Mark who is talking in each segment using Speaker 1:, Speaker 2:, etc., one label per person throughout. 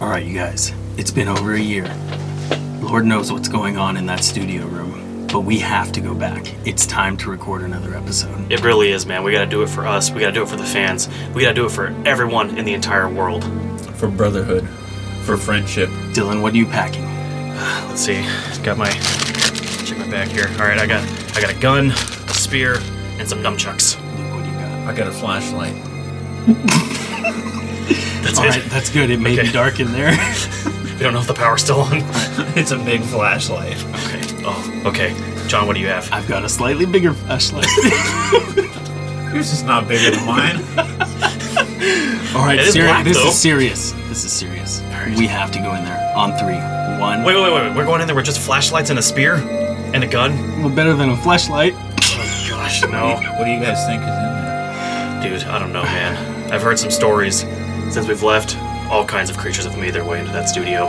Speaker 1: right, you guys, it's been over a year. Lord knows what's going on in that studio room, but we have to go back. It's time to record another episode.
Speaker 2: It really is, man. We got to do it for us. We got to do it for the fans. We got to do it for everyone in the entire world.
Speaker 3: for brotherhood, for friendship.
Speaker 1: Dylan, what are you packing?
Speaker 2: Let's see. Got my check my bag here. All right, I got I got a gun, a spear, and some nunchucks.
Speaker 1: Luke, what do you got?
Speaker 3: I got a flashlight.
Speaker 2: That's
Speaker 1: All
Speaker 2: it.
Speaker 1: right, that's good. It may be
Speaker 2: Okay.
Speaker 1: dark in there.
Speaker 2: We don't know if the power's still on.
Speaker 3: It's a big flashlight.
Speaker 2: Okay. Oh, okay. John, what do you have?
Speaker 1: I've got a slightly bigger flashlight.
Speaker 3: Yours is not bigger than mine.
Speaker 1: All right,
Speaker 2: It is
Speaker 1: seri-
Speaker 2: black,
Speaker 1: this
Speaker 2: though.
Speaker 1: is serious. This is serious.
Speaker 2: right.
Speaker 1: We have to go in there on three. One.
Speaker 2: Wait, wait, wait, wait. We're going in there with just flashlights and a spear and a gun.
Speaker 1: We're better than a flashlight.
Speaker 2: Oh gosh, no,
Speaker 3: What do you guys think is in there?
Speaker 2: dude. I don't know, man. I've heard some stories since we've left. All kinds of creatures have made their way into that studio.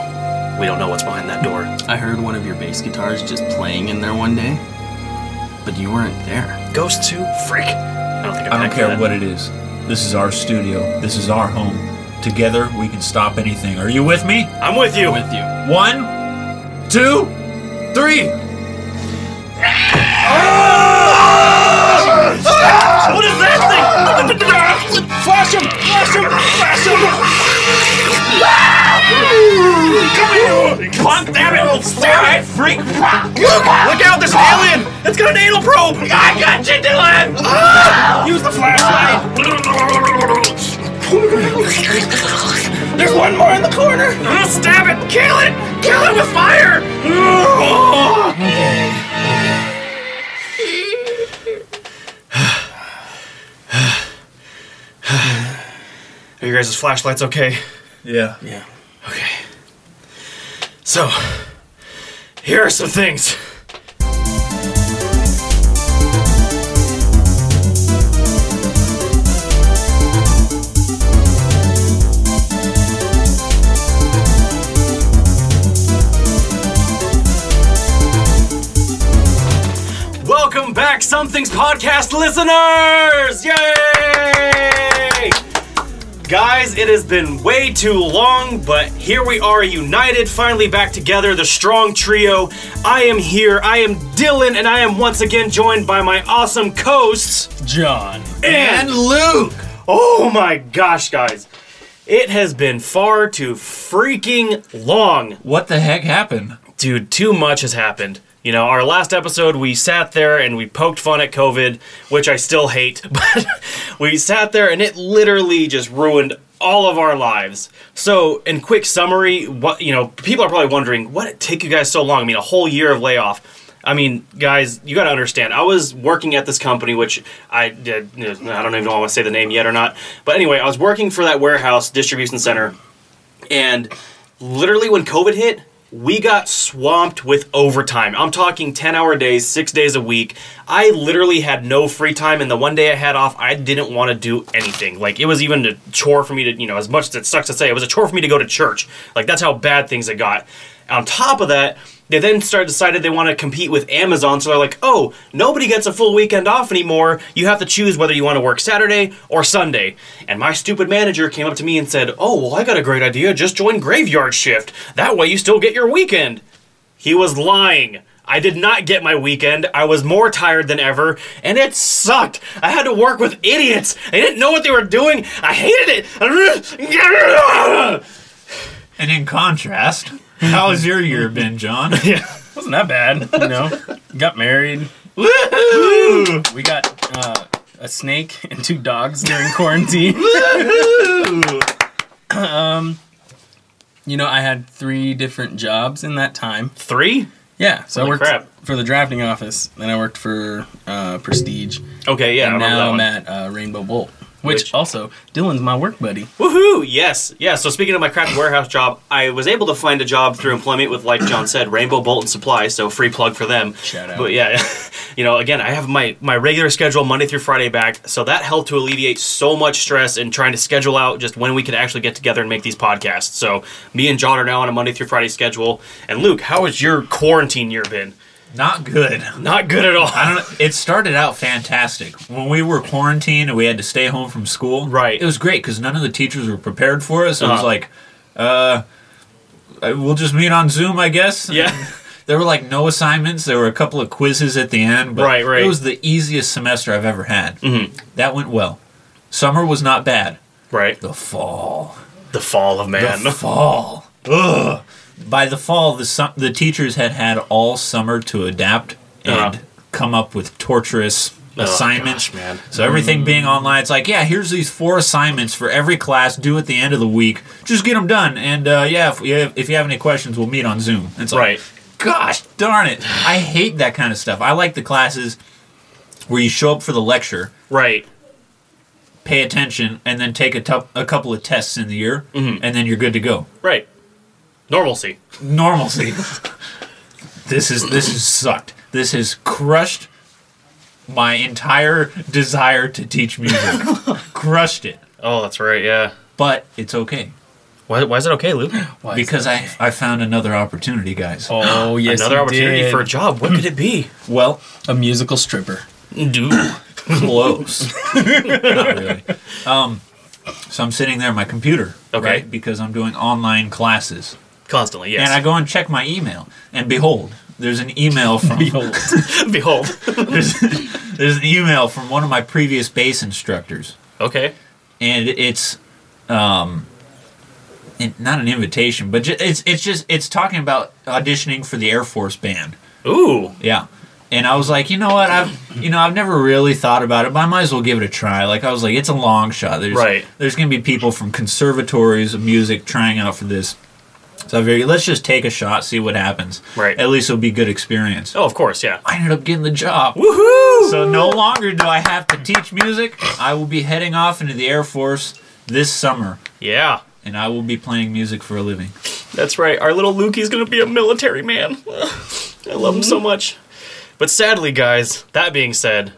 Speaker 2: We don't know what's behind that door.
Speaker 1: I heard one of your bass guitars just playing in there one day, but you weren't there.
Speaker 2: Ghost two, freak. I don't think I'm
Speaker 3: I don't
Speaker 2: back for
Speaker 3: care
Speaker 2: that.
Speaker 3: what it is. This is our studio. This is our home. Together, we can stop anything. Are you with me?
Speaker 2: I'm with you.
Speaker 1: I'm with you.
Speaker 3: One, two, three.
Speaker 2: What is that thing? Flash him! Flash him! Flash him! Come here! God damn it! Stop it, freak! Look out! There's an alien! It's got an anal probe! I got you, Dylan! Use the flashlight! There's one more in the corner! Stab it! Kill it! Kill it with fire! Are you guys' flashlights okay?
Speaker 3: Yeah.
Speaker 1: Yeah.
Speaker 2: Okay. So, here are some things. Welcome back, Something's Podcast listeners! Yay! Guys, it has been way too long, but here we are united, finally back together, the strong trio. I am here, I am Dylan, and I am once again joined by my awesome co hosts.
Speaker 1: John.
Speaker 3: And Luke.
Speaker 2: Oh my gosh, guys. It has been far too freaking long.
Speaker 3: What the heck happened?
Speaker 2: Dude, too much has happened. You know, our last episode, we sat there and we poked fun at COVID, which I still hate, but we sat there and it literally just ruined all of our lives. So, in quick summary, what, you know, people are probably wondering, what did it take you guys so long? I mean, a whole year of layoff. I mean, guys, you got to understand. I was working at this company, which I did. I don't even know if I want to say the name yet or not. But anyway, I was working for that warehouse distribution center, and literally when COVID hit, we got swamped with overtime. I'm talking 10 hour days, six days a week. I literally had no free time, and the one day I had off, I didn't want to do anything. Like, it was even a chore for me to, you know, as much as it sucks to say, it was a chore for me to go to church. Like, that's how bad things had got. On top of that, they then started decided they want to compete with Amazon, so they're like, "Oh, nobody gets a full weekend off anymore. You have to choose whether you want to work Saturday or Sunday." And my stupid manager came up to me and said, "Oh, well, I got a great idea. Just join graveyard shift. That way you still get your weekend." He was lying. I did not get my weekend. I was more tired than ever, and it sucked. I had to work with idiots. I didn't know what they were doing. I hated it.
Speaker 3: And in contrast, how has your year been, John?
Speaker 4: Wasn't that bad, you know? got married. We got uh, a snake and two dogs during quarantine. um, you know, I had three different jobs in that time.
Speaker 2: Three?
Speaker 4: Yeah, so I
Speaker 2: Holy
Speaker 4: worked
Speaker 2: crap.
Speaker 4: for the drafting office, then I worked for uh, Prestige,
Speaker 2: Okay, yeah. I
Speaker 4: and
Speaker 2: remember that
Speaker 4: now
Speaker 2: one.
Speaker 4: I'm at uh, Rainbow Bolt, which,
Speaker 2: Which-
Speaker 4: also Dylan's my work buddy.
Speaker 2: Woohoo! Yes, yeah. So speaking of my crappy warehouse job, I was able to find a job through employment with, like John said, Rainbow Bolt and Supply. So free plug for them.
Speaker 4: Shout out.
Speaker 2: But yeah, you know, again, I have my my regular schedule Monday through Friday back, so that helped to alleviate so much stress and trying to schedule out just when we could actually get together and make these podcasts. So me and John are now on a Monday through Friday schedule. And Luke, how has your quarantine year been?
Speaker 3: Not good.
Speaker 2: Not good at all.
Speaker 3: I don't. It started out fantastic when we were quarantined and we had to stay home from school.
Speaker 2: Right.
Speaker 3: It was great because none of the teachers were prepared for us. It was
Speaker 2: Uh-huh.
Speaker 3: like, uh, uh, we'll just meet on Zoom, I guess.
Speaker 2: Yeah.
Speaker 3: There were like no assignments. There were a couple of quizzes at the end. But
Speaker 2: Right, right.
Speaker 3: It was the easiest semester I've ever had. Mm-hmm. That went well. Summer was not bad.
Speaker 2: Right.
Speaker 3: The fall.
Speaker 2: The fall of man.
Speaker 3: The fall. Ugh. By the fall, the su- the teachers had had all summer to adapt and
Speaker 2: Uh-huh. Oh,
Speaker 3: come up with torturous assignments.
Speaker 2: gosh, man. Mm.
Speaker 3: So everything being online, it's like, yeah, here's these four assignments for every class due at the end of the week. Just get them done, and uh, yeah, if, yeah, if you have any questions, we'll meet on Zoom. It's like,
Speaker 2: Right.
Speaker 3: gosh darn it, I hate that kind of stuff. I like the classes where you show up for the lecture
Speaker 2: Right.
Speaker 3: pay attention, and then take a, tou- a couple of tests in the year,
Speaker 2: Mm-hmm.
Speaker 3: and then you're good to go.
Speaker 2: Right. Normalcy.
Speaker 3: Normalcy. this is this has sucked. This has crushed my entire desire to teach music. crushed it.
Speaker 2: Oh, that's right. Yeah.
Speaker 3: But it's okay
Speaker 2: Why, why is it okay, Luke?
Speaker 4: Why is
Speaker 3: because I I found another opportunity, guys.
Speaker 4: Oh yes,
Speaker 2: Another
Speaker 4: you
Speaker 2: opportunity
Speaker 4: did.
Speaker 2: for a job. What could it be?
Speaker 3: Well,
Speaker 4: a musical stripper.
Speaker 2: Do
Speaker 3: close. Not really. Um, so I'm sitting there at my computer,
Speaker 2: Okay.
Speaker 3: right? Because I'm doing online classes.
Speaker 2: constantly. Yes.
Speaker 3: And I go and check my email, and behold, there's an email from
Speaker 4: Behold,
Speaker 2: Behold.
Speaker 3: there's, there's an email from one of my previous bass instructors,
Speaker 2: Okay.
Speaker 3: and it's um, it, not an invitation, but ju- it's it's just it's talking about auditioning for the Air Force Band.
Speaker 2: Ooh.
Speaker 3: Yeah. And I was like, you know what? I've you know I've never really thought about it, but I might as well give it a try. Like I was like, it's a long shot. There's
Speaker 2: Right.
Speaker 3: there's gonna be people from conservatories of music trying out for this. So I figured, let's just take a shot, see what happens.
Speaker 2: Right.
Speaker 3: At least it'll be good experience.
Speaker 2: Oh, of course. Yeah.
Speaker 3: I ended up getting the job.
Speaker 2: Woohoo!
Speaker 3: So no longer do I have to teach music. I will be heading off into the Air Force this summer,
Speaker 2: Yeah.
Speaker 3: and I will be playing music for a living.
Speaker 2: That's right. Our little Lukey's gonna be a military man. I love him so much. But sadly, guys, that being said,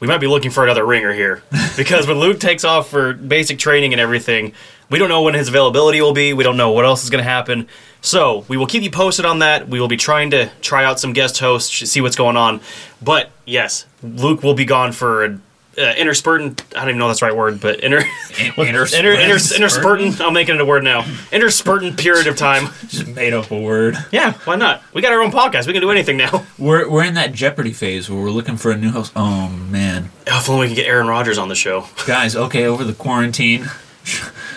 Speaker 2: we might be looking for another ringer here. Because when Luke takes off for basic training and everything, we don't know when his availability will be. We don't know what else is gonna happen. So we will keep you posted on that. We will be trying to try out some guest hosts, sh- see what's going on. But yes, Luke will be gone for an uh, interspurtin. I don't even know if that's the right word, but inter.
Speaker 3: In- inter-
Speaker 2: Inter, inter, interspurtin. I'm making it a word now. Interspurtin period of time.
Speaker 3: just made up a word.
Speaker 2: Yeah, why not? We got our own podcast. We can do anything
Speaker 3: Oh,
Speaker 2: now.
Speaker 3: We're we're in that Jeopardy phase where we're looking for a new host. Oh man,
Speaker 2: If only we can get Aaron Rodgers on the show.
Speaker 3: guys. Okay, over the quarantine.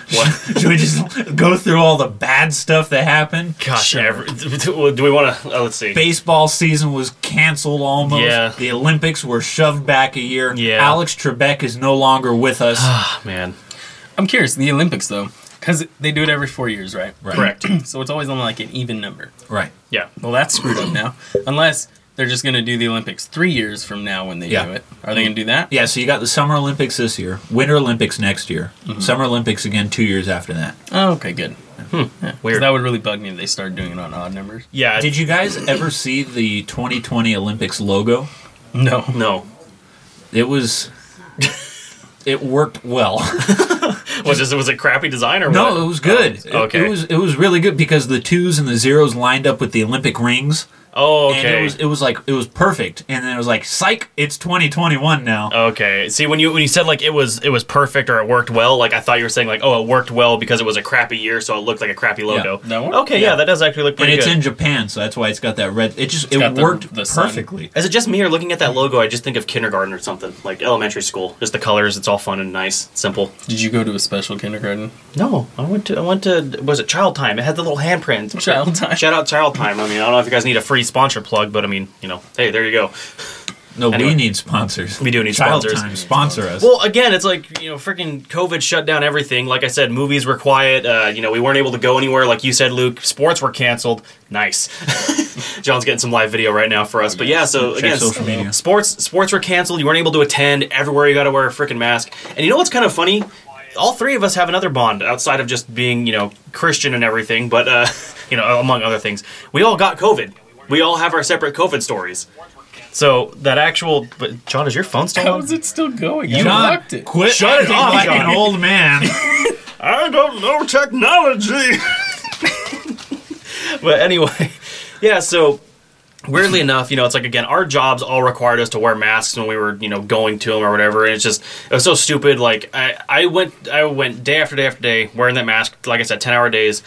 Speaker 3: Should we just go through all the bad stuff that happened?
Speaker 2: Gosh, every- do we want to? Oh, let's see.
Speaker 3: Baseball season was canceled almost.
Speaker 2: Yeah.
Speaker 3: The Olympics were shoved back a year.
Speaker 2: Yeah.
Speaker 3: Alex Trebek is no longer with us.
Speaker 2: Ah, man.
Speaker 4: I'm curious. The Olympics though, because they do it every four years, right?
Speaker 3: Right.
Speaker 2: Correct.
Speaker 4: So it's always on like an even number.
Speaker 3: Right.
Speaker 2: Yeah.
Speaker 4: Well, that's screwed up now. Unless they're just gonna do the Olympics three years from now when they
Speaker 3: Yeah.
Speaker 4: do it. Are they gonna do that?
Speaker 3: Yeah, so you got the Summer Olympics this year, Winter Olympics next year,
Speaker 2: Mm-hmm.
Speaker 3: Summer Olympics again two years after that.
Speaker 4: Oh, okay, good.
Speaker 3: Hmm.
Speaker 4: Yeah, 'cause
Speaker 2: Weird.
Speaker 4: That would really bug me if they started doing it on odd numbers.
Speaker 2: Yeah.
Speaker 3: Did you guys ever see the 2020 Olympics logo?
Speaker 4: No.
Speaker 2: No.
Speaker 3: It was. It worked well.
Speaker 2: Was this was it crappy design or what?
Speaker 3: No, it was good. It-
Speaker 2: Oh, Okay.
Speaker 3: It, was it was really good because the twos and the zeros lined up with the Olympic rings,
Speaker 2: Oh,
Speaker 3: and
Speaker 2: okay.
Speaker 3: it was it was like it was perfect. And then it was like, psych, it's 2021 now.
Speaker 2: Oh, Okay. See, when you when you said like it was it was perfect or it worked well, like I thought you were saying like oh it worked well because it was a crappy year, so it looked like a crappy logo.
Speaker 4: That one?
Speaker 2: Okay, yeah.
Speaker 3: Yeah.
Speaker 2: that does actually look
Speaker 3: and
Speaker 2: pretty
Speaker 3: it's
Speaker 2: good.
Speaker 3: in Japan, so that's why it's got that red. It just it
Speaker 4: got the-
Speaker 3: worked
Speaker 4: the sun.
Speaker 3: perfectly.
Speaker 2: Is it just me or looking at that logo, I just think of kindergarten or something like elementary school? Just the colors, it's all fun and nice, simple.
Speaker 4: Did you go to a special kindergarten?
Speaker 2: No, I went to I went to was it Child Time? It had the little handprint.
Speaker 4: Child Time.
Speaker 2: Shout out Child Time. I mean, I don't know if you guys need a free sponsor plug, but I mean, you know, hey, there you go.
Speaker 3: No,
Speaker 2: Anyway.
Speaker 3: we need sponsors.
Speaker 2: We do need
Speaker 3: Child
Speaker 2: sponsors.
Speaker 3: Time sponsor us.
Speaker 2: Well, again, it's like you know, freaking COVID shut down everything. Like I said, movies were quiet. Uh, you know, we weren't able to go anywhere. Like you said, Luke, sports were canceled. Nice. John's getting some live video right now for us, but yeah. So
Speaker 3: Oh, Check
Speaker 2: again,
Speaker 3: social
Speaker 2: s-
Speaker 3: media.
Speaker 2: sports sports were canceled. You weren't able to attend. Everywhere you got to wear a freaking mask. And you know what's kind of funny? All three of us have another bond outside of just being you know Christian and everything, but uh, you know among other things, we all got COVID. We all have our separate COVID stories. So that actual, but John, is your phone still
Speaker 4: How
Speaker 2: on?
Speaker 4: is it still going? I
Speaker 3: John,
Speaker 4: locked it.
Speaker 3: quit
Speaker 2: Shut it
Speaker 3: acting
Speaker 2: off,
Speaker 3: like
Speaker 2: John.
Speaker 3: an old man.
Speaker 2: I don't know technology. but anyway, yeah, so weirdly enough, you know, it's like again, our jobs all required us to wear masks when we were, you know, going to them or whatever. And it's just it was so stupid. Like I, I went I went day after day after day wearing that mask, like I said, ten hour days.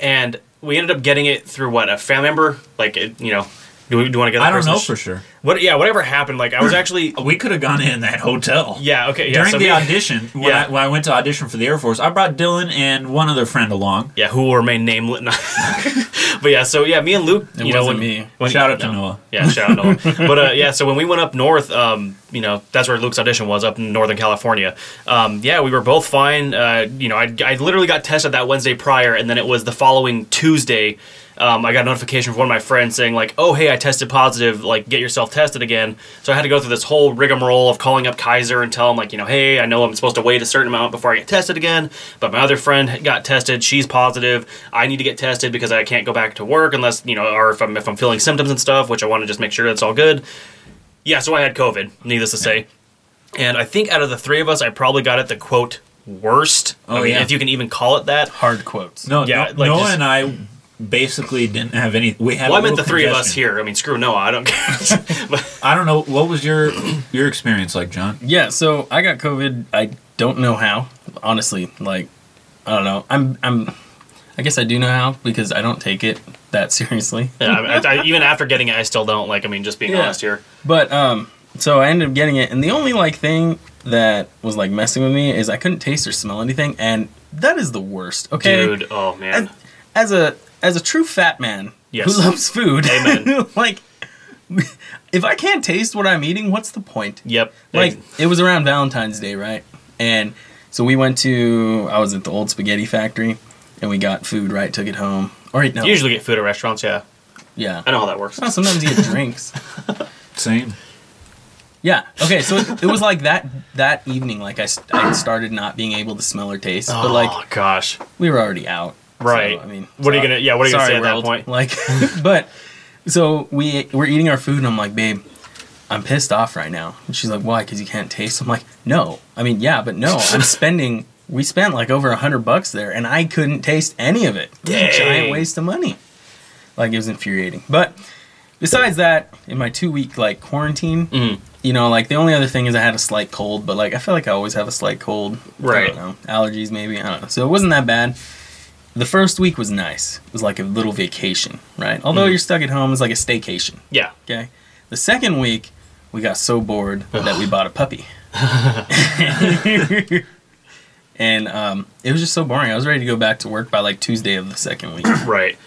Speaker 2: And we ended up getting it through what a family member, like it, you know. Do, we, do you want to get?
Speaker 3: I
Speaker 2: that
Speaker 3: don't know
Speaker 2: person's-
Speaker 3: for sure.
Speaker 2: What? Yeah, whatever happened. Like I was actually.
Speaker 3: We could have gone in that hotel.
Speaker 2: Yeah. Okay. Yeah.
Speaker 3: During
Speaker 2: so
Speaker 3: the
Speaker 2: me-
Speaker 3: audition, when,
Speaker 2: Yeah.
Speaker 3: I, when I went to audition for the Air Force, I brought Dylan and one other friend along.
Speaker 2: Yeah, who will remain nameless. but yeah, so yeah, me and Luke.
Speaker 4: It
Speaker 2: you know,
Speaker 4: wasn't
Speaker 2: when-
Speaker 4: me.
Speaker 2: when-
Speaker 3: Shout out to
Speaker 2: no.
Speaker 3: Noah.
Speaker 2: Yeah, shout out Noah. but uh, yeah, so when we went up north, um, you know, that's where Luke's audition was up in Northern California. Um, yeah, we were both fine. Uh, you know, I, I literally got tested that Wednesday prior, and then it was the following Tuesday. Um, I got a notification from one of my friends saying like, "Oh, hey, I tested positive. Like, get yourself tested again." So I had to go through this whole rigmarole of calling up Kaiser and tell him like, you know, "Hey, I know I'm supposed to wait a certain amount before I get tested again, but my other friend got tested. She's positive. I need to get tested because I can't go back to work unless you know, or if I'm if I'm feeling symptoms and stuff, which I want to just make sure that's all good." Yeah, so I had COVID. Needless to say. And I think out of the three of us, I probably got it the quote worst. I
Speaker 3: Oh,
Speaker 2: mean,
Speaker 3: yeah.
Speaker 2: if you can even call it that.
Speaker 4: Hard quotes.
Speaker 3: No,
Speaker 2: Yeah,
Speaker 3: yeah,
Speaker 2: like
Speaker 3: Noah
Speaker 2: just-
Speaker 3: and I basically didn't have any. We had.
Speaker 2: Well,
Speaker 3: a
Speaker 2: I meant the
Speaker 3: little
Speaker 2: three of us
Speaker 3: congestion.
Speaker 2: here. I mean, screw Noah. I don't care.
Speaker 3: I don't know what was your your experience like, John.
Speaker 4: Yeah, so I got COVID. I don't know how, honestly. Like, I don't know. I'm, I'm. I guess I do know how because I don't take it that seriously.
Speaker 2: Yeah, I, I, I- even after getting it, I still don't like. I mean, just being
Speaker 4: Yeah.
Speaker 2: honest here.
Speaker 4: But um, so I ended up getting it, and the only like thing that was like messing with me is I couldn't taste or smell anything, and that is the worst. Okay,
Speaker 2: Dude, oh man.
Speaker 4: As, as a as a true fat man
Speaker 2: Yes.
Speaker 4: who loves food,
Speaker 2: Amen.
Speaker 4: like, if I can't taste what I'm eating, what's the point?
Speaker 2: yep.
Speaker 4: Like it was around Valentine's Day, right? And so we went to I was at the old spaghetti factory, and we got food. Right, took it home. Or no,
Speaker 2: you usually get food at restaurants. Yeah,
Speaker 4: yeah.
Speaker 2: I know how that works.
Speaker 4: Oh, sometimes you get drinks.
Speaker 3: Same.
Speaker 4: Yeah. Okay. So it, it was like that that evening. Like I, s- I started not being able to smell or taste, but
Speaker 2: oh
Speaker 4: like
Speaker 2: gosh.
Speaker 4: we were already out. So,
Speaker 2: Right.
Speaker 4: I mean,
Speaker 2: what are you
Speaker 4: sorry-
Speaker 2: gonna? Yeah. What are you gonna
Speaker 4: sorry,
Speaker 2: say at that
Speaker 4: world.
Speaker 2: point?
Speaker 4: Like, but so we we're eating our food, and I'm like, babe, I'm pissed off right now. And she's like, why? Because you can't taste. I'm like, no. I mean, yeah, but no. I'm spending. We spent like over a hundred bucks there, and I couldn't taste any of it. It was a
Speaker 2: Dang.
Speaker 4: giant waste of money. Like it was infuriating. But besides that, in my two week like quarantine, you know, like the only other thing is I had a slight cold, but like I feel like I always have a slight cold. I
Speaker 2: Right.
Speaker 4: don't know, allergies maybe. I don't know. So it wasn't that bad. The first week was nice. It was like a little vacation, right? Although you're stuck at home, it's like a staycation.
Speaker 2: Yeah.
Speaker 4: Okay. The second week, we got so bored that we bought a puppy. and um, it was just so boring. I was ready to go back to work by like Tuesday of the second week.
Speaker 2: Right.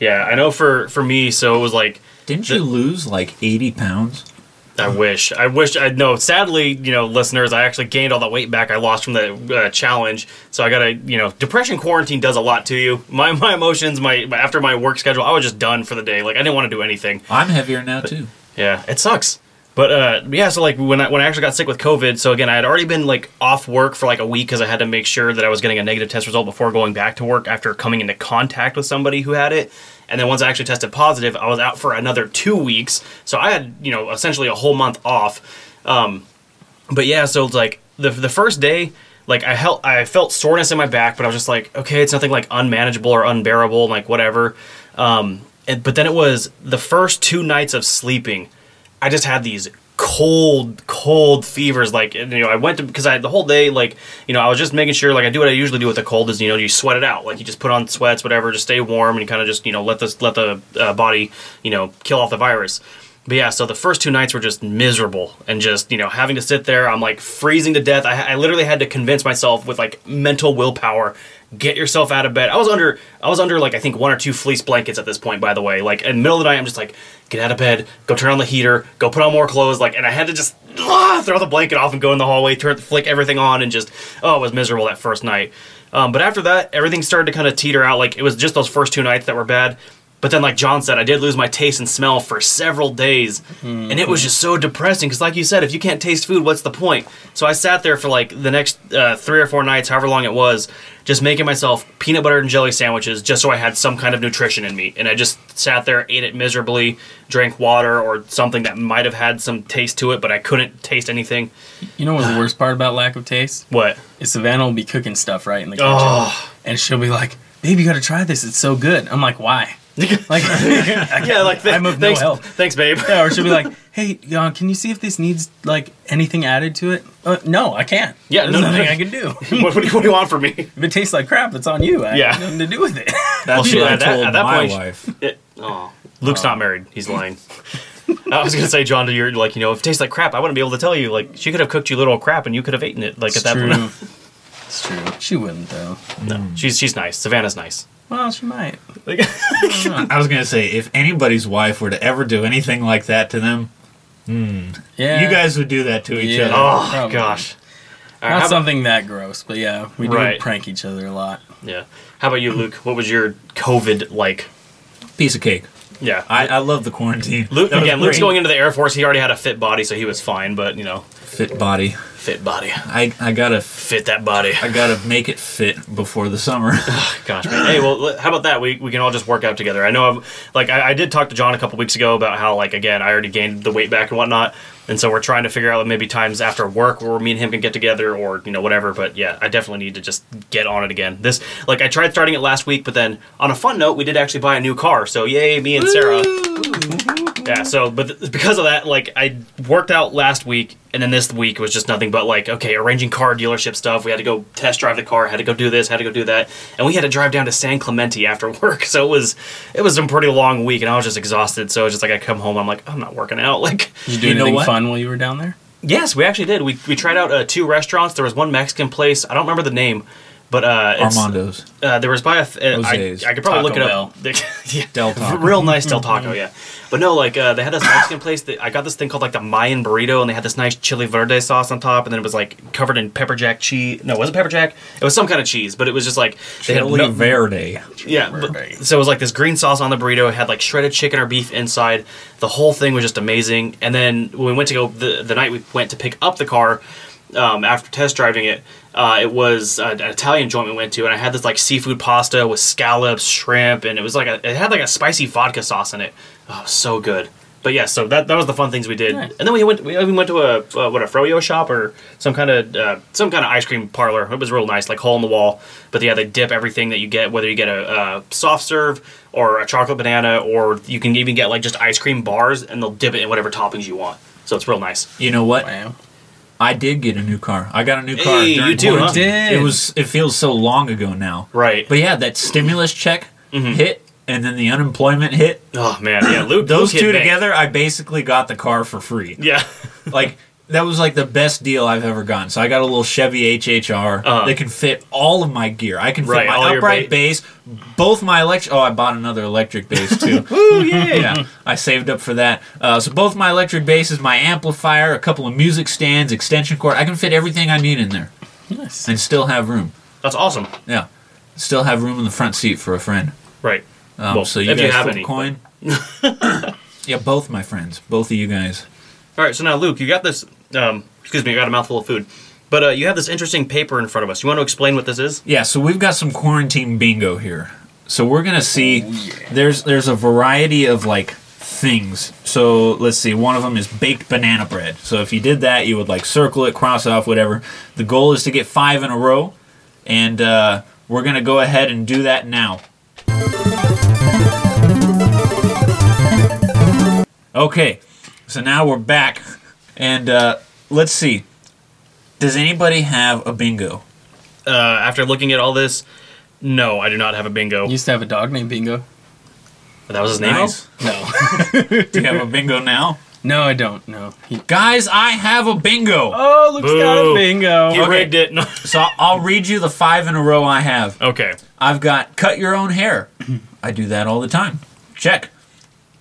Speaker 2: Yeah. I know for for me, so it was like.
Speaker 3: Didn't you lose like eighty pounds?
Speaker 2: I wish. I wish. I know. Sadly, you know, listeners, I actually gained all that weight back I lost from the uh, challenge. So I got to, you know, depression quarantine does a lot to you. My my emotions, my my- after my work schedule, I was just done for the day. Like I didn't want to do anything.
Speaker 3: I'm heavier now too.
Speaker 2: Yeah, it sucks. But uh, yeah, so like when I when I actually got sick with COVID, so again, I had already been like off work for like a week because I had to make sure that I was getting a negative test result before going back to work after coming into contact with somebody who had it. And then once I actually tested positive, I was out for another two weeks. So I had you know essentially a whole month off. Um, but yeah, so it's like the the first day, like I held, I felt soreness in my back, but I was just like, okay, it's nothing like unmanageable or unbearable, like whatever. Um, and, but then it was the first two nights of sleeping, I just had these cold, cold fevers. Like and, you know, I went to because I had the whole day, like you know, I was just making sure, like I do what I usually do with a cold is, you know, you sweat it out, like you just put on sweats, whatever, just stay warm and kind of just you know let this let the uh, body you know kill off the virus. But yeah, so the first two nights were just miserable and just, you know, having to sit there. I'm like freezing to death. I, I literally had to convince myself with like mental willpower, get yourself out of bed. I was under, I was under like, I think one or two fleece blankets at this point, by the way. Like in the middle of the night, I'm just like, get out of bed, go turn on the heater, go put on more clothes. Like, and I had to just ah, throw the blanket off and go in the hallway, turn, flick everything on and just, oh, it was miserable that first night. Um, but after that, everything started to kind of teeter out. Like it was just those first two nights that were bad. But then, like John said, I did lose my taste and smell for several days,
Speaker 4: Hmm.
Speaker 2: and it was just so depressing. Because, like you said, if you can't taste food, what's the point? So I sat there for like the next uh, three or four nights, however long it was, just making myself peanut butter and jelly sandwiches, just so I had some kind of nutrition in me. And I just sat there, ate it miserably, drank water or something that might have had some taste to it, but I couldn't taste anything.
Speaker 4: You know what's the worst part about lack of taste?
Speaker 2: What?
Speaker 4: Is Savannah will be cooking stuff right in the kitchen,
Speaker 2: Oh.
Speaker 4: and she'll be like, "Babe, you got to try this. It's so good." I'm like, "Why?" Like,
Speaker 2: yeah, like th-
Speaker 4: I'm of no
Speaker 2: thanks,
Speaker 4: help.
Speaker 2: Thanks, babe.
Speaker 4: yeah, or she'll be like, "Hey, uh, can you see if this needs like anything added to it?" Uh, no, I can't.
Speaker 2: Yeah,
Speaker 4: there's
Speaker 2: no, no,
Speaker 4: nothing
Speaker 2: no.
Speaker 4: I can do.
Speaker 2: what, what do you, what do you want from me?
Speaker 4: If it tastes like crap, that's on you. I
Speaker 2: Yeah.
Speaker 4: have nothing to do with it.
Speaker 3: That's
Speaker 2: shit,
Speaker 3: what I
Speaker 2: at that-
Speaker 3: told
Speaker 2: at that
Speaker 3: my
Speaker 2: point-
Speaker 3: wife.
Speaker 2: It, oh, Luke's not married. He's lying. I was gonna say, John, to your like, you know, if it tastes like crap, I wouldn't be able to tell you. Like, she could have cooked you little crap, and you could have eaten it. Like
Speaker 4: it's
Speaker 2: at that
Speaker 4: true. it's true. She wouldn't though.
Speaker 2: point, no, she's she's nice. Savannah's nice.
Speaker 4: Well, she might.
Speaker 2: Like,
Speaker 3: I was gonna say if anybody's wife were to ever do anything like that to them,
Speaker 4: Yeah.
Speaker 3: you guys would do that to each
Speaker 4: Yeah.
Speaker 3: other.
Speaker 2: oh
Speaker 4: Probably.
Speaker 2: gosh, All right,
Speaker 4: Not
Speaker 2: how-
Speaker 4: something that gross, but yeah, we do
Speaker 2: Right.
Speaker 4: prank each other a lot.
Speaker 2: Yeah. How about you, Luke? What was your COVID like?
Speaker 3: Piece of cake.
Speaker 2: Yeah.
Speaker 3: I, I love the quarantine.
Speaker 2: Luke
Speaker 3: That was
Speaker 2: again. Luke's
Speaker 3: great.
Speaker 2: going into the Air Force. He already had a fit body, so he was fine. But you know,
Speaker 3: fit body.
Speaker 2: fit body,
Speaker 3: I I gotta
Speaker 2: fit that body.
Speaker 3: I gotta make it fit before the summer.
Speaker 2: Gosh, man. Hey, well, l- how about that? We, we can all just work out together. I know, I've, like, I, I did talk to John a couple weeks ago about how, like, again, I already gained the weight back and whatnot, and so we're trying to figure out like, maybe times after work where me and him can get together or you know whatever. But yeah, I definitely need to just get on it again. This, like, I tried starting it last week, but then on a fun note, we did actually buy a new car. So yay, me and Sarah. Yeah, so but th- because of that, like I worked out last week, and then this week was just nothing but like okay, arranging car dealership stuff. We had to go test drive the car, had to go do this, had to go do that, and we had to drive down to San Clemente after work. So it was it was a pretty long week, and I was just exhausted. So it's just like I come home, I'm like I'm not working out. Like
Speaker 4: Did you do
Speaker 3: You know
Speaker 4: anything
Speaker 3: what?
Speaker 4: fun while you were down there?
Speaker 2: yes, we actually did. We we tried out uh, two restaurants. There was one Mexican place. I don't remember the name, but uh, it's,
Speaker 3: Armando's.
Speaker 2: uh, there was by a th- uh, I,
Speaker 3: Jose's.
Speaker 2: I could probably
Speaker 4: Taco
Speaker 2: look it up. yeah.
Speaker 3: Del Taco.
Speaker 2: Real nice Del Taco, yeah. But no, like uh, they had this Mexican place that I got this thing called like the Mayan burrito, and they had this nice chili verde sauce on top, and then it was like covered in pepper jack cheese. No, it wasn't pepper jack. It was some kind of cheese, but it was just like they had
Speaker 3: Chili
Speaker 2: no-
Speaker 3: Verde.
Speaker 2: yeah,
Speaker 4: Right.
Speaker 2: but, so it was like this green sauce on the burrito. It had like shredded chicken or beef inside. The whole thing was just amazing. And then when we went to go the, the night we went to pick up the car um, after test driving it, uh, it was uh, an Italian joint we went to, and I had this like seafood pasta with scallops, shrimp, and it was like a, it had like a spicy vodka sauce in it. Oh, so good. But yeah, so that, that was the fun things we did,
Speaker 4: Nice.
Speaker 2: and then we went we even went to a uh, what a froyo shop or some kind of uh, some kind of ice cream parlor. It was real nice, like hole in the wall. But yeah, they dip everything that you get, whether you get a, uh soft serve or a chocolate banana, or you can even get like just ice cream bars, and they'll dip it in whatever toppings you want. So it's real nice.
Speaker 3: You know what?
Speaker 4: Wow.
Speaker 3: I did get a new car. I got a new car.
Speaker 2: Hey,
Speaker 3: during
Speaker 2: you do, huh?
Speaker 3: quarantine.
Speaker 4: Did.
Speaker 3: It was. It feels so long ago now.
Speaker 2: Right.
Speaker 3: But yeah, that stimulus check
Speaker 2: Mm-hmm.
Speaker 3: hit, and then the unemployment hit.
Speaker 2: Oh man, yeah, Luke. Luke
Speaker 3: Those
Speaker 2: hit
Speaker 3: two
Speaker 2: bank.
Speaker 3: together, I basically got the car for free.
Speaker 2: Yeah.
Speaker 3: like that was like the best deal I've ever gotten. So I got a little Chevy HHR
Speaker 2: Uh-huh.
Speaker 3: that can fit all of my gear. I can fit
Speaker 2: Right, all
Speaker 3: my
Speaker 2: your
Speaker 3: upright
Speaker 2: ba-
Speaker 3: bass, both my electric. Oh, I bought another electric bass too.
Speaker 2: Ooh, yay.
Speaker 3: yeah, I saved up for that. Uh, so both my electric basses, my amplifier, a couple of music stands, extension cord. I can fit everything I need in there
Speaker 4: Nice.
Speaker 3: and still have room.
Speaker 2: That's awesome.
Speaker 3: Yeah, still have room in the front seat for a friend.
Speaker 2: Right.
Speaker 3: Um,
Speaker 2: Well,
Speaker 3: so you
Speaker 2: if
Speaker 3: guys
Speaker 2: you have
Speaker 3: flip
Speaker 2: any,
Speaker 3: a coin. yeah, both my friends, both of you guys.
Speaker 2: All right, so now Luke, you got this. Um, excuse me, I got a mouthful of food, but uh, you have this interesting paper in front of us. You want to explain what this is?
Speaker 3: Yeah, so we've got some quarantine bingo here. So we're gonna see. There's there's a variety of like things. So let's see. One of them is baked banana bread. So if you did that, you would like circle it, cross off, whatever. The goal is to get five in a row, and uh, we're gonna go ahead and do that now. Okay, so now we're back, and uh, let's see. Does anybody have a bingo?
Speaker 2: Uh, after looking at all this, no, I do not have a bingo.
Speaker 4: I used to have a dog named Bingo.
Speaker 2: that was his name.
Speaker 4: No.
Speaker 3: Do you have a bingo now?
Speaker 4: no, I don't. No. He-
Speaker 3: Guys, I have a bingo.
Speaker 4: oh, Luke's
Speaker 2: got a Boo.
Speaker 4: Bingo.
Speaker 2: You
Speaker 3: Okay.
Speaker 2: rigged it. No.
Speaker 3: So I'll read you the five in a row I have.
Speaker 2: okay.
Speaker 3: I've got cut your own hair. I do that all the time. Check.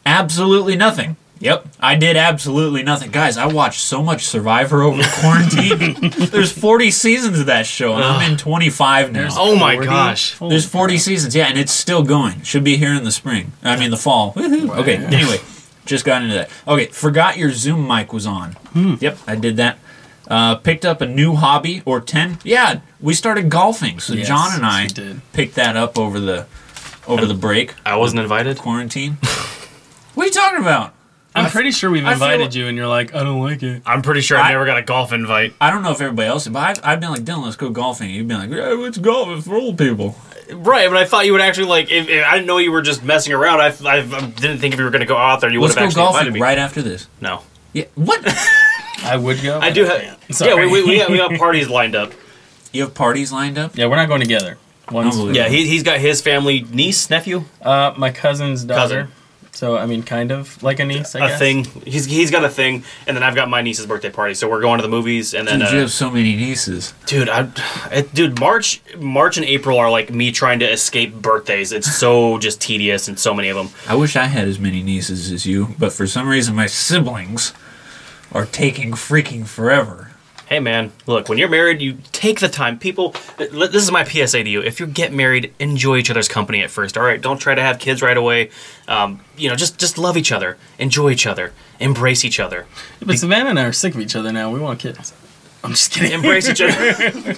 Speaker 3: Absolutely nothing. Yep, I did absolutely nothing. Guys, I watched so much Survivor over quarantine. There's 40 seasons of that show, and I'm in 25 now.
Speaker 2: Oh my
Speaker 4: 40?
Speaker 2: gosh.
Speaker 3: There's 40 seasons, yeah, and it's still going. Should be here in the spring. I mean, the fall. Woohoo. Okay, anyway, just got into that. Okay, forgot your Zoom mic was on.
Speaker 4: Hmm.
Speaker 3: Yep, I did that. Uh, picked up a new hobby or 10. Yeah, we started golfing. So
Speaker 4: Yes,
Speaker 3: John and
Speaker 4: yes,
Speaker 3: I
Speaker 4: we did.
Speaker 3: picked that up over the over the break,
Speaker 2: I wasn't invited.
Speaker 3: quarantine. what are you talking about?
Speaker 4: I'm pretty sure we've
Speaker 3: I
Speaker 4: invited
Speaker 3: feel-
Speaker 4: you, and you're like, I don't like it.
Speaker 2: I'm pretty sure
Speaker 3: I-
Speaker 2: I never got a golf invite.
Speaker 3: I don't know if everybody else, but I've, I've been like, Dylan, let's go golfing. You've been like, yeah, it's golf, it's for old people.
Speaker 2: Right, but I thought you would actually like. If, if I didn't know you were just messing around. I, I, I didn't think if you were going to go out there, you would
Speaker 3: Let's
Speaker 2: have actually
Speaker 3: go
Speaker 2: invited
Speaker 3: golfing
Speaker 2: me.
Speaker 3: right after this.
Speaker 2: No,
Speaker 3: Yeah. What?
Speaker 4: I would go.
Speaker 2: I do have. Yeah, we, we, we, got, we got parties lined up.
Speaker 3: you have parties lined up?
Speaker 4: yeah, we're not going together. One's,
Speaker 3: Unbelievable.
Speaker 2: Yeah, he, he's got his family, niece, nephew,
Speaker 4: uh, my cousin's daughter.
Speaker 2: Cousin.
Speaker 4: So I mean, kind of like a niece, I
Speaker 2: a
Speaker 4: guess.
Speaker 2: thing. He's he's got a thing, and then I've got my niece's birthday party. So we're going to the movies, and then
Speaker 3: Dude,
Speaker 2: uh,
Speaker 3: you have so many nieces.
Speaker 2: dude, I, it, dude, March, March and April are like me trying to escape birthdays. It's so just tedious, and so many of them.
Speaker 3: I wish I had as many nieces as you, but for some reason my siblings are taking freaking forever.
Speaker 2: Hey man, look, when you're married, you take the time. People, th- this is my PSA to you. If you get married, enjoy each other's company at first. All right, don't try to have kids right away. Um, you know, just just love each other, enjoy each other, embrace each other,
Speaker 4: But Savannah and I are sick of each other now. We want kids. I'm just kidding.
Speaker 2: embrace each other.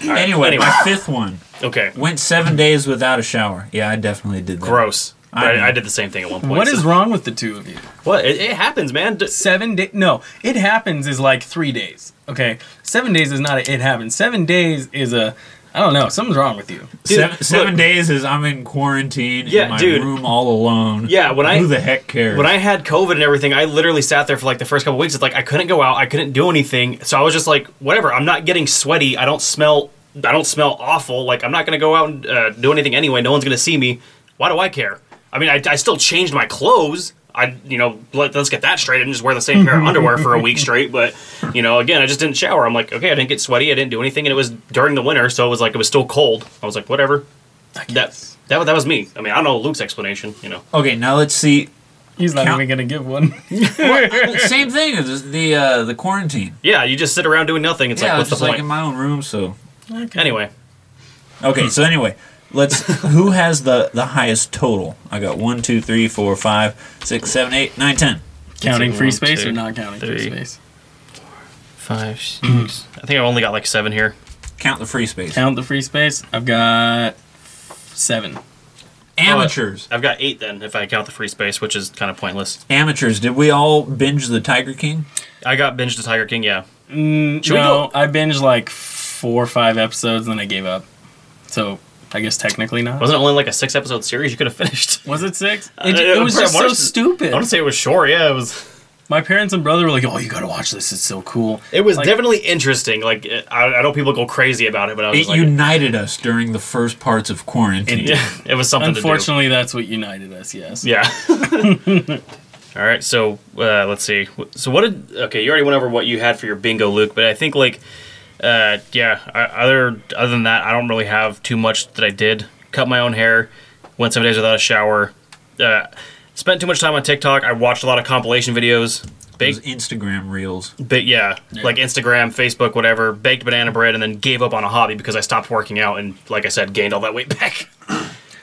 Speaker 3: anyway,
Speaker 2: anyway.
Speaker 3: my fifth one
Speaker 2: Okay,
Speaker 3: went seven days without a shower. Yeah, I definitely did that.
Speaker 2: gross. But
Speaker 3: I know.
Speaker 2: I, I did the same thing at one point.
Speaker 4: What
Speaker 2: so-
Speaker 4: is wrong with the two of you?
Speaker 2: what? It, it happens, man. D-
Speaker 4: Seven days? No, it happens is like three days. Okay, seven days is not a it happens. Seven days is a I don't know. Something's wrong with you.
Speaker 2: Dude,
Speaker 3: seven, seven
Speaker 2: look.
Speaker 3: days is I'm in quarantine
Speaker 2: Yeah,
Speaker 3: in my
Speaker 2: dude.
Speaker 3: room all alone.
Speaker 2: Yeah, when I-
Speaker 3: who the heck cares?
Speaker 2: When I had COVID and everything, I literally sat there for like the first couple weeks. It's like I couldn't go out, I couldn't do anything. So I was just like, whatever. I'm not getting sweaty. I don't smell. I don't smell awful. Like I'm not gonna go out and uh, do anything anyway. No one's gonna see me. Why do I care? I mean, I, I still changed my clothes. I you know let, let's get that straight and just wear the same pair of underwear for a week straight. But you know, again, I just didn't shower. I'm like, okay, I didn't get sweaty. I didn't do anything, and it was during the winter, so it was like it was still cold. I was like, whatever. That that that was me. I mean, I don't know Luke's explanation. You know.
Speaker 3: okay, now let's see.
Speaker 4: He's not
Speaker 3: Count-
Speaker 4: even gonna give one.
Speaker 3: Same thing as the uh, the quarantine.
Speaker 2: Yeah, you just sit around doing nothing. It's
Speaker 3: yeah, I
Speaker 2: like,
Speaker 3: was
Speaker 2: what's the point?
Speaker 3: just like in my own room. So
Speaker 2: anyway,
Speaker 3: okay, so anyway, let's. who has the the highest total? I got one, two, three, four, five, six, seven, eight, nine, ten.
Speaker 4: counting
Speaker 2: One,
Speaker 4: free space
Speaker 2: two,
Speaker 4: or not counting
Speaker 2: three.
Speaker 4: free space?
Speaker 2: five, six. I think I've only got like seven here.
Speaker 3: Count the free space.
Speaker 4: Count the free space. I've got seven.
Speaker 3: Amateurs.
Speaker 2: I've got eight then, if I count the free space, which is kind of pointless.
Speaker 3: Amateurs. Did we all binge the Tiger King?
Speaker 2: I got binge to Tiger King. Yeah,
Speaker 4: Mm,
Speaker 2: Should we
Speaker 4: no, I binged like four or five episodes, and then I gave up. So I guess technically not.
Speaker 2: wasn't it only like a six episode series? You could have finished.
Speaker 4: Was it six?
Speaker 2: Uh,
Speaker 4: It, it was
Speaker 2: I
Speaker 4: just so
Speaker 2: wanna- I
Speaker 4: stupid.
Speaker 2: want to say it was short. Yeah, it was.
Speaker 4: My parents and brother were like, "Oh, you gotta watch this. It's so cool."
Speaker 2: It was
Speaker 4: Like-
Speaker 2: definitely interesting. Like I, I know people go crazy about it, but I was
Speaker 3: It
Speaker 2: just like,
Speaker 3: united us during the first parts of quarantine.
Speaker 2: yeah, it was something. to do.
Speaker 4: Unfortunately, that's what united us. Yes.
Speaker 2: Yeah. All right, so uh, let's see. So what did? Okay, you already went over what you had for your bingo, Luke. But I think like, uh, yeah. I- Other other than that, I don't really have too much that I did. Cut my own hair. Went seven days without a shower. Uh, spent too much time on TikTok. I watched a lot of compilation videos.
Speaker 3: Those
Speaker 2: Baked,
Speaker 3: Instagram reels.
Speaker 2: but yeah, like Instagram, Facebook, whatever. Baked banana bread, and then gave up on a hobby because I stopped working out and, like I said, gained all that weight back.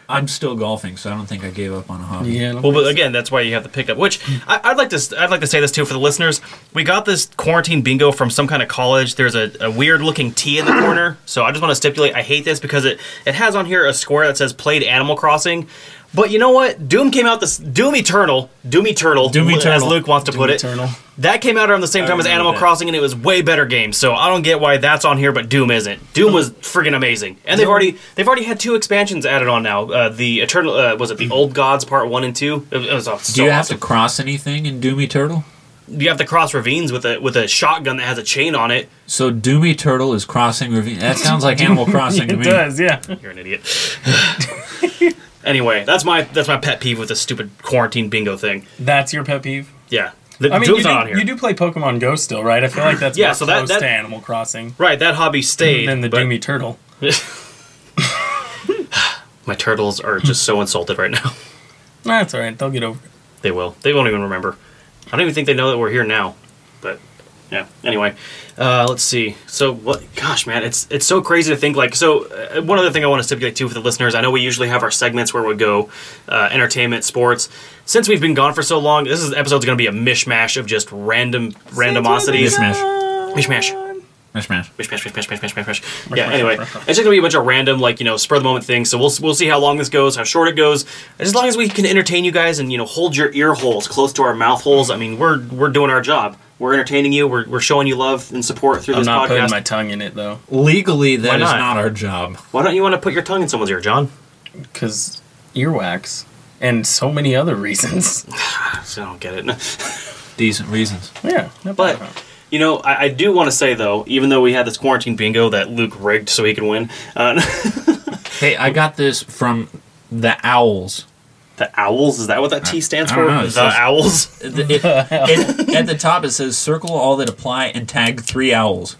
Speaker 3: I'm still golfing, so I don't think I gave up on a hobby.
Speaker 4: Yeah.
Speaker 2: Well, but again, that's why you have the pickup. Which I, I'd like to, s- I'd like to say this too for the listeners. We got this quarantine bingo from some kind of college. There's a, a weird looking T in the corner. So I just want to stipulate, I hate this because it it has on here a square that says played Animal Crossing. But you know what? Doom came out this Doom Eternal, Doom Eternal,
Speaker 3: Doom
Speaker 2: as
Speaker 3: Eternal.
Speaker 2: Luke wants to put it.
Speaker 4: Eternal.
Speaker 2: That came out around the same time as
Speaker 3: remember
Speaker 2: Animal
Speaker 3: that.
Speaker 2: Crossing, and it was way better game. So I don't get why that's on here, but Doom isn't. Doom was friggin' amazing, and they've already they've already had two expansions added on now. Uh, the Eternal uh, was it the Old Gods Part One and Two? It, it was uh, so
Speaker 3: Do you have
Speaker 2: awesome.
Speaker 3: to cross anything in Doomy Turtle?
Speaker 2: You have to cross ravines with a with a shotgun that has a chain on it.
Speaker 3: So Doomy Turtle is crossing ravine. That sounds like Animal Crossing to
Speaker 4: it
Speaker 3: me.
Speaker 4: does. Yeah.
Speaker 2: You're an idiot. anyway, that's my that's my pet peeve with the stupid quarantine bingo thing.
Speaker 4: That's your pet peeve.
Speaker 2: Yeah, the,
Speaker 4: I mean, you
Speaker 2: Doom's not on
Speaker 4: do,
Speaker 2: here.
Speaker 4: you do play Pokemon Go still, right? I feel like that's
Speaker 2: Yeah,
Speaker 4: More
Speaker 2: so that-
Speaker 4: close
Speaker 2: that-
Speaker 4: to Animal Crossing
Speaker 2: right, that hobby stayed.
Speaker 4: than the
Speaker 2: but-
Speaker 4: Doomy Turtle.
Speaker 2: my turtles are just so insulted right now.
Speaker 4: That's all right. They'll get over. it.
Speaker 2: They will. They won't even remember. I don't even think they know that we're here now. But yeah. Anyway, uh, let's see. So what? Gosh, man, it's it's so crazy to think like. So uh, one other thing I want to stipulate too for the listeners. I know we usually have our segments where we go uh, entertainment, sports. Since we've been gone for so long, this is episode's going to be a mishmash of just random randomosities.
Speaker 3: Mishmash.
Speaker 2: Mishmash.
Speaker 3: Mishmash.
Speaker 2: Mish, mish, mish, mish, mish, mish, mish, mish. Yeah. Anyway, it's just gonna be a bunch of random, like you know, spur of the moment things. So we'll we'll see how long this goes, how short it goes. As long as we can entertain you guys and you know hold your ear holes close to our mouth holes. I mean, we're we're doing our job. We're entertaining you. We're, we're showing you love and support through
Speaker 4: I'm
Speaker 2: this
Speaker 4: not
Speaker 2: podcast.
Speaker 4: putting my tongue in it though,
Speaker 3: Legally, that
Speaker 2: Why
Speaker 3: is
Speaker 2: not?
Speaker 3: not our job.
Speaker 2: Why don't you want to put your tongue in someone's ear, John?
Speaker 4: because earwax and so many other reasons.
Speaker 2: So I don't get it.
Speaker 3: Decent reasons.
Speaker 4: yeah, not
Speaker 2: But
Speaker 4: bad.
Speaker 2: you know, I, I do want to say though, even though we had this quarantine bingo that Luke rigged so he could win, uh,
Speaker 3: Hey, I got this from the owls.
Speaker 2: the owls is that what that T stands
Speaker 3: I
Speaker 2: for?
Speaker 3: don't know,
Speaker 2: the
Speaker 3: it says-
Speaker 2: owls.
Speaker 3: It- it- it- at the top, it says circle all that apply and tag three owls.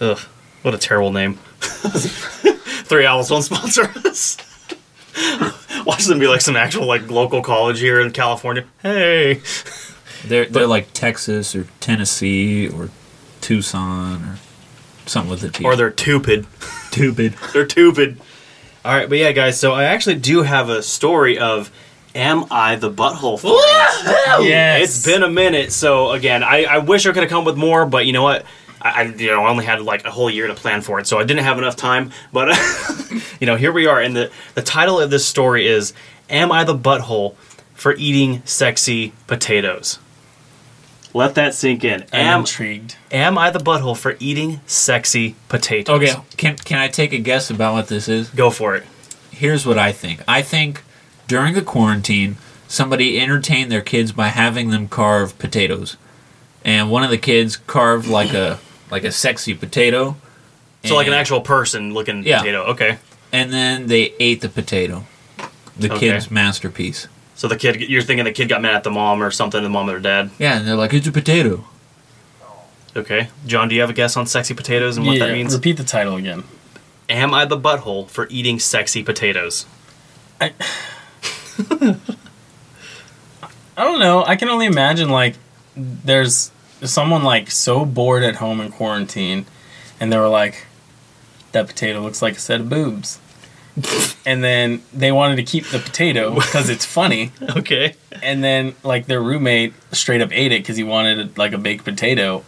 Speaker 2: Ugh, what a terrible name. Three owls don't sponsor us. Watch them be like some actual like local college here in California. Hey,
Speaker 3: They're they're like Texas or Tennessee or Tucson or something with a T.
Speaker 2: or they're stupid.
Speaker 3: stupid.
Speaker 2: They're stupid. All right, but yeah, guys. So I actually do have a story of "Am I the Butthole?" For
Speaker 4: Yes.
Speaker 2: It's been a minute. So again, I, I wish I could have come with more, but you know what? I, I you know I only had like a whole year to plan for it, so I didn't have enough time. But you know, here we are, and the the title of this story is "Am I the Butthole for Eating Sexy Potatoes?" Let that sink in.
Speaker 4: I'm
Speaker 2: Am
Speaker 4: intrigued.
Speaker 2: Am I the Butthole for Eating Sexy Potatoes?
Speaker 3: Okay, can can I take a guess about what this is?
Speaker 2: go for it.
Speaker 3: Here's what I think. I think during the quarantine, somebody entertained their kids by having them carve potatoes, and one of the kids carved like a like a sexy potato.
Speaker 2: So like an
Speaker 3: and-
Speaker 2: actual person looking
Speaker 3: Yeah.
Speaker 2: potato. Okay.
Speaker 3: and then they ate the potato, the
Speaker 2: Okay.
Speaker 3: kid's masterpiece.
Speaker 2: So the kid, you're thinking the kid got mad at the mom or something, the mom or dad.
Speaker 3: Yeah, and they're like, it's a potato.
Speaker 2: Okay, John, do you have a guess on sexy potatoes and what
Speaker 4: yeah,
Speaker 2: that means?
Speaker 4: repeat the title again.
Speaker 2: Am I the butthole for eating sexy potatoes?
Speaker 4: I don't know. I can only imagine like there's someone like so bored at home in quarantine, and they were like, "That potato looks like a set of boobs," and then they wanted to keep the potato because it's funny,
Speaker 2: Okay.
Speaker 4: and then like their roommate straight up ate it because he wanted like a baked potato,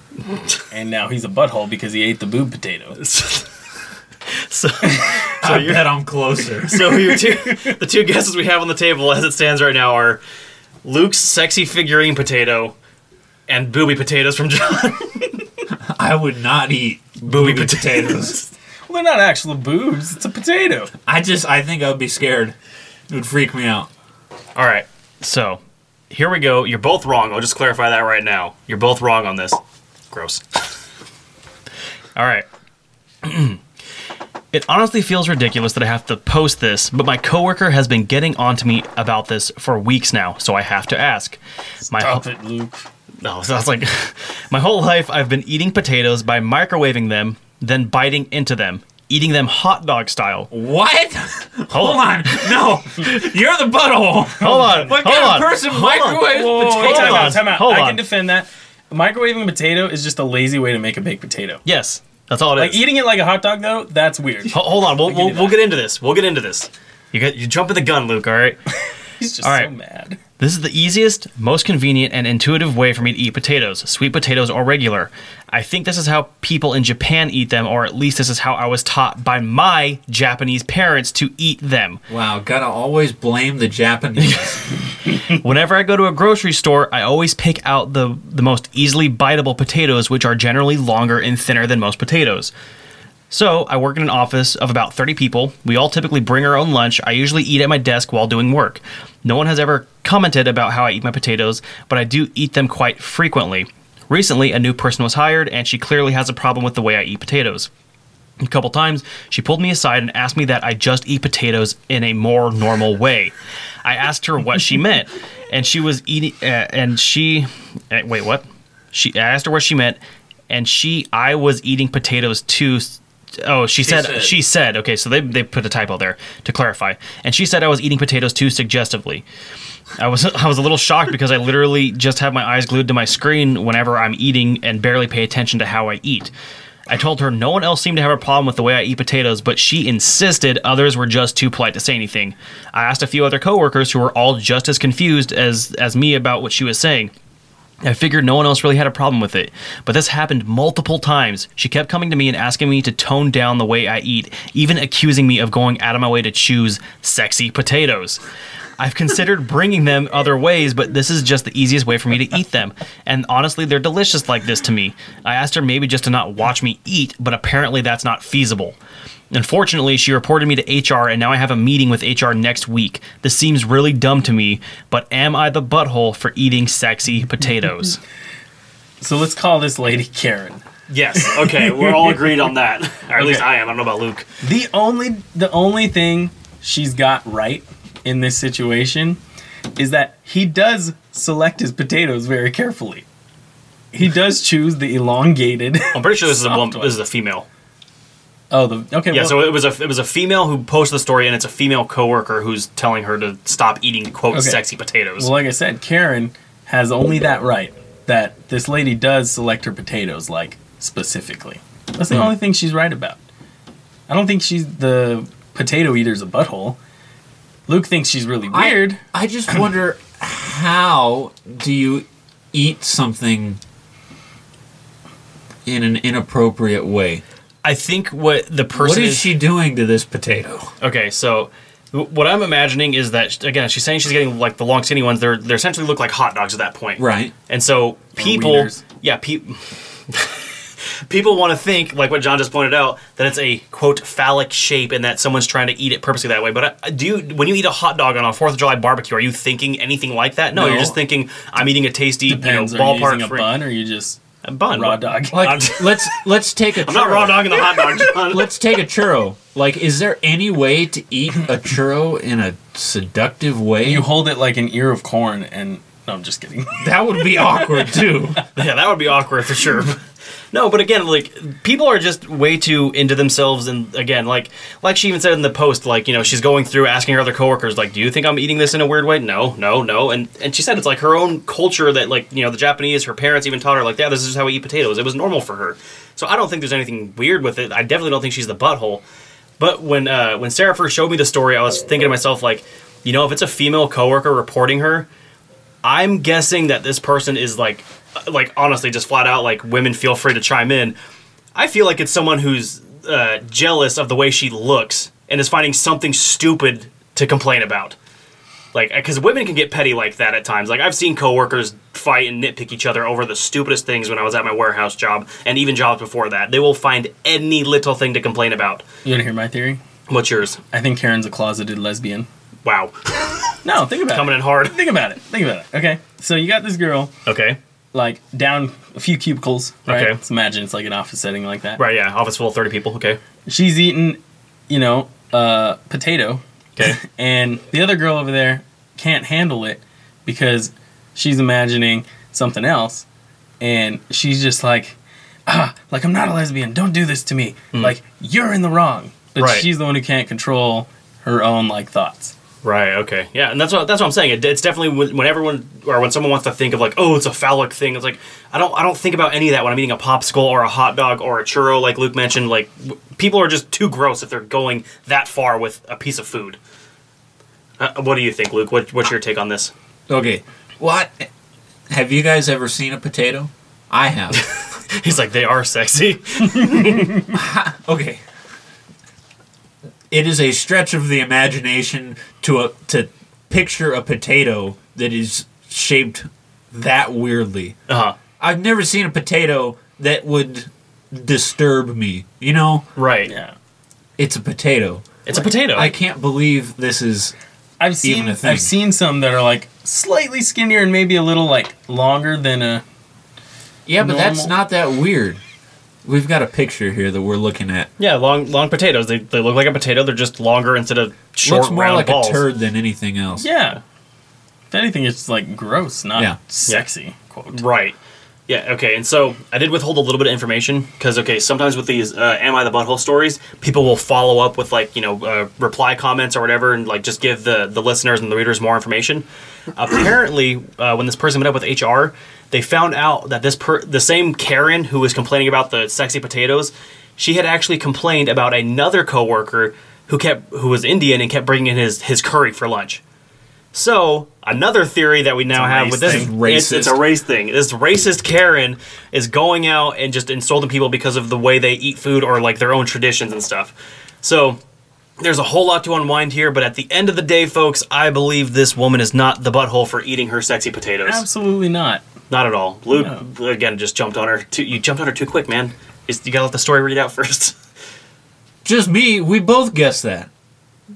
Speaker 4: and now he's a butthole because he ate the boob potato.
Speaker 2: so, so, so you're,
Speaker 3: I'm closer.
Speaker 2: so your two, the two guesses we have on the table as it stands right now are Luke's sexy figurine potato and booby potatoes from John.
Speaker 3: I would not eat
Speaker 2: Booby
Speaker 3: booby potatoes.
Speaker 4: Well, they're not actual boobs; it's a potato.
Speaker 2: Oh.
Speaker 3: I just, I think I would be scared. It would freak me out.
Speaker 2: All right, so here we go. You're both wrong. I'll just clarify that right now. You're both wrong on this. Gross. All right. it honestly feels ridiculous that I have to post this, but my coworker has been getting on to me about this for weeks now, so I have to ask. My
Speaker 4: Stop it, Luke.
Speaker 2: no, so I was like, my whole life I've been eating potatoes by microwaving them, then biting into them, eating them hot dog style.
Speaker 3: What? Hold on. No. You're the butthole.
Speaker 2: Hold on,
Speaker 3: What
Speaker 2: hold
Speaker 3: kind
Speaker 2: on,
Speaker 3: of person
Speaker 2: hold on.
Speaker 3: microwaves
Speaker 2: Whoa, whoa, whoa,
Speaker 3: potatoes?
Speaker 4: Time
Speaker 2: Hold on,
Speaker 4: out, time out.
Speaker 2: hold
Speaker 4: I
Speaker 2: on.
Speaker 4: can defend that. Microwaving a potato is just a lazy way to make a baked potato.
Speaker 2: Yes, that's all it is.
Speaker 4: Like eating it like a hot dog though, that's weird.
Speaker 2: Ho- hold on, we'll,
Speaker 4: can
Speaker 2: we'll,
Speaker 4: do
Speaker 2: we'll
Speaker 4: that.
Speaker 2: get into this. We'll get into this. You got you jumping the gun, Luke. All right.
Speaker 4: He's just
Speaker 2: All
Speaker 4: so
Speaker 2: right.
Speaker 4: mad.
Speaker 2: This is the easiest, most convenient, and intuitive way for me to eat potatoes, sweet potatoes or regular. I think this is how people in Japan eat them, or at least this is how I was taught by my Japanese parents to eat them.
Speaker 3: Wow, gotta always blame the Japanese.
Speaker 2: Whenever I go to a grocery store, I always pick out the, the most easily biteable potatoes, which are generally longer and thinner than most potatoes. So, I work in an office of about 30 people. We all typically bring our own lunch. I usually eat at my desk while doing work. No one has ever commented about how I eat my potatoes, but I do eat them quite frequently. Recently, a new person was hired, and she clearly has a problem with the way I eat potatoes. A couple times, she pulled me aside and asked me that I just eat potatoes in a more normal way. I asked her what she meant, and she was eating. Uh, and she, uh, wait, what? She I asked her what she meant, and she, I was eating potatoes too. s- Oh, she, said,
Speaker 3: said.
Speaker 2: she said. Okay, so they they put a typo there to clarify. And she said I was eating potatoes too suggestively. I was I was a little shocked because I literally just have my eyes glued to my screen whenever I'm eating and barely pay attention to how I eat. I told her no one else seemed to have a problem with the way I eat potatoes, but she insisted others were just too polite to say anything. I asked a few other coworkers who were all just as confused as as me about what she was saying. I figured no one else really had a problem with it, but this happened multiple times. She kept coming to me and asking me to tone down the way I eat, even accusing me of going out of my way to choose sexy potatoes.
Speaker 5: I've considered bringing them other ways, but this is just the easiest way for me to eat them. And honestly, they're delicious like this to me. I asked her maybe just to not watch me eat, but apparently that's not feasible. Unfortunately, she reported me to HR, and now I have a meeting with HR next week. This seems really dumb to me, but am I the butthole for eating sexy potatoes?
Speaker 4: So let's call this lady Karen.
Speaker 2: Yes. Okay. We're all agreed on that. Or at least I am. I don't know about Luke.
Speaker 4: The only the only thing she's got right in this situation is that he does select his potatoes very carefully. He does choose the elongated.
Speaker 2: I'm pretty sure this is a woman.
Speaker 4: Soft one.
Speaker 2: This is a female.
Speaker 4: Oh, the okay.
Speaker 2: Yeah.
Speaker 4: well,
Speaker 2: So it was a it was a female who posted the story, and it's a female coworker who's telling her to stop eating quote
Speaker 4: Okay.
Speaker 2: sexy potatoes.
Speaker 4: well, like I said, Karen has only that right that this lady does select her potatoes like specifically. That's the
Speaker 2: Hmm.
Speaker 4: only thing she's right about. I don't think she's the potato eater's a butthole. Luke thinks she's really
Speaker 3: I-
Speaker 4: weird.
Speaker 3: I, just wonder how do you eat something in an inappropriate way?
Speaker 5: I think what the person
Speaker 3: What is she doing to this potato?
Speaker 2: Okay, so wh- what I'm imagining is that again, she's saying she's getting like the long skinny ones. They're they essentially look like hot dogs at that point,
Speaker 3: Right.
Speaker 2: And so people,
Speaker 4: wieners.
Speaker 2: yeah, pe- people want to think like what John just pointed out that it's a quote phallic shape and that someone's trying to eat it purposely that way. But uh, do you, when you eat a hot dog on a Fourth of July barbecue, are you thinking anything like that? No,
Speaker 4: No.
Speaker 2: you're just thinking I'm eating a tasty,
Speaker 4: Depends.
Speaker 2: you know,
Speaker 4: are you
Speaker 2: ballpark
Speaker 4: using a
Speaker 2: free-
Speaker 4: bun or you just
Speaker 2: a bun,
Speaker 4: raw dog?
Speaker 3: Like, let's let's take a.
Speaker 2: I'm not raw dogging the hot dog, John.
Speaker 3: Let's take a churro. Like, is there any way to eat a churro in a seductive way?
Speaker 4: You hold it like an ear of corn, and no, I'm just kidding.
Speaker 3: that would be awkward too.
Speaker 2: Yeah, that would be awkward for sure. no, but again, like people are just way too into themselves, and again, like like she even said in the post, like you know she's going through asking her other coworkers, like, do you think I'm eating this in a weird way? No, no, no, and and she said it's like her own culture that like you know the Japanese, her parents even taught her like, yeah, this is how we eat potatoes. It was normal for her, so I don't think there's anything weird with it. I definitely don't think she's the butthole. But when uh, when Sarah first showed me the story, I was thinking to myself like, you know, if it's a female coworker reporting her, I'm guessing that this person is like, like honestly, just flat out like women feel free to chime in. I feel like it's someone who's uh, jealous of the way she looks and is finding something stupid to complain about. Like, because women can get petty like that at times. Like, I've seen coworkers fight and nitpick each other over the stupidest things when I was at my warehouse job and even jobs before that. They will find any little thing to complain about.
Speaker 4: You want to hear my theory?
Speaker 2: What's yours?
Speaker 4: I think Karen's a closeted lesbian.
Speaker 2: Wow.
Speaker 4: No, think about
Speaker 2: Coming
Speaker 4: it.
Speaker 2: in hard.
Speaker 4: Think about it. Think about it. Okay, so you got this girl
Speaker 2: Okay.
Speaker 4: like down a few cubicles, right?
Speaker 2: Okay.
Speaker 4: Let's imagine it's like an office setting like that.
Speaker 2: Right, yeah. Office full of 30 people. Okay.
Speaker 4: She's eating, you know, uh, potato,
Speaker 2: Okay.
Speaker 4: and the other girl over there can't handle it because she's imagining something else, and she's just like, ah, like I'm not a lesbian. Don't do this to me.
Speaker 3: Hmm.
Speaker 4: Like you're in the wrong. But
Speaker 2: Right.
Speaker 4: she's the one who can't control her own like thoughts.
Speaker 2: Right. Okay. Yeah, and that's what that's what I'm saying. It, it's definitely when, when everyone or when someone wants to think of like, oh, it's a phallic thing. It's like I don't I don't think about any of that when I'm eating a popsicle or a hot dog or a churro, like Luke mentioned. Like w- people are just too gross if they're going that far with a piece of food. Uh, what do you think, Luke? What, what's your take on this?
Speaker 3: Okay. What? Have you guys ever seen a potato? I have.
Speaker 2: He's like, they are sexy.
Speaker 3: okay. It is a stretch of the imagination to a, to picture a potato that is shaped that weirdly.
Speaker 2: Uh huh.
Speaker 3: I've never seen a potato that would disturb me. You know,
Speaker 2: Right.
Speaker 4: Yeah.
Speaker 3: it's a potato.
Speaker 2: It's a potato.
Speaker 3: I can't believe this is
Speaker 4: I've seen
Speaker 3: Even a thing.
Speaker 4: I've seen some that are like slightly skinnier and maybe a little like longer than a
Speaker 3: Yeah, but that's
Speaker 4: Normal.
Speaker 3: not that weird. We've got a picture here that we're looking at.
Speaker 2: yeah, long long potatoes. They, they look like a potato. They're just longer instead of short
Speaker 3: Looks more
Speaker 2: round
Speaker 3: like
Speaker 2: balls.
Speaker 3: a turd than anything else.
Speaker 4: yeah. If anything, it's like gross, not
Speaker 3: Yeah.
Speaker 4: sexy. Quote.
Speaker 2: Right. Yeah, okay, and so I did withhold a little bit of information because, okay, sometimes with these uh, Am I the Butthole stories, people will follow up with, like, you know, uh, reply comments or whatever and, like, just give the, the listeners and the readers more information. Apparently, uh, when this person met up with HR, they found out that this per- the same Karen who was complaining about the sexy potatoes, she had actually complained about another coworker who kept who was Indian and kept bringing in his, his curry for lunch. So another theory that we now
Speaker 4: a
Speaker 2: have
Speaker 4: race
Speaker 2: with this
Speaker 3: thing.
Speaker 2: It's, it's a
Speaker 3: Racist.
Speaker 2: race thing. This racist Karen is going out and just insulting people because of the way they eat food or like their own traditions and stuff. So There's a whole lot to unwind here, but at the end of the day, folks, I believe this woman is not the butthole for eating her sexy potatoes.
Speaker 4: Absolutely not.
Speaker 2: Not at all. Luke again just jumped on her. Too, you jumped on her too quick, man. Is, you gotta let the story read out first.
Speaker 3: Just me. We both guessed that.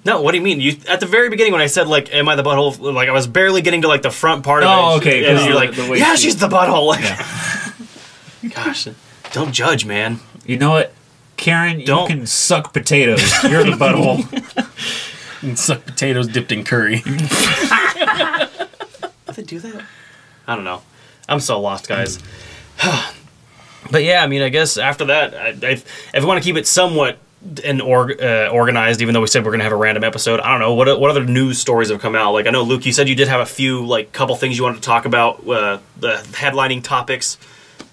Speaker 2: No, what do you mean? You at the very beginning when I said like, "Am I the butthole?" Like I was barely getting to like the front part
Speaker 3: Oh,
Speaker 2: of it.
Speaker 3: okay,
Speaker 2: And
Speaker 3: 'cause
Speaker 2: you're
Speaker 3: the-
Speaker 2: like,
Speaker 3: the way
Speaker 2: "Yeah,
Speaker 3: she-
Speaker 2: she's the butthole." Like,
Speaker 3: Yeah.
Speaker 2: gosh, don't judge, man.
Speaker 3: You know what, Karen?
Speaker 2: Don't-
Speaker 3: You can suck potatoes. You're the butthole.
Speaker 4: It's like potatoes dipped in curry.
Speaker 2: Did they do that? I don't know. I'm so lost, guys. but yeah, I mean, I guess after that, I, I, if we want to keep it somewhat and org, uh, organized, even though we said we're gonna have a random episode, I don't know what what other news stories have come out. Like I know Luke, you said you did have a few like couple things you wanted to talk about, uh, the headlining topics.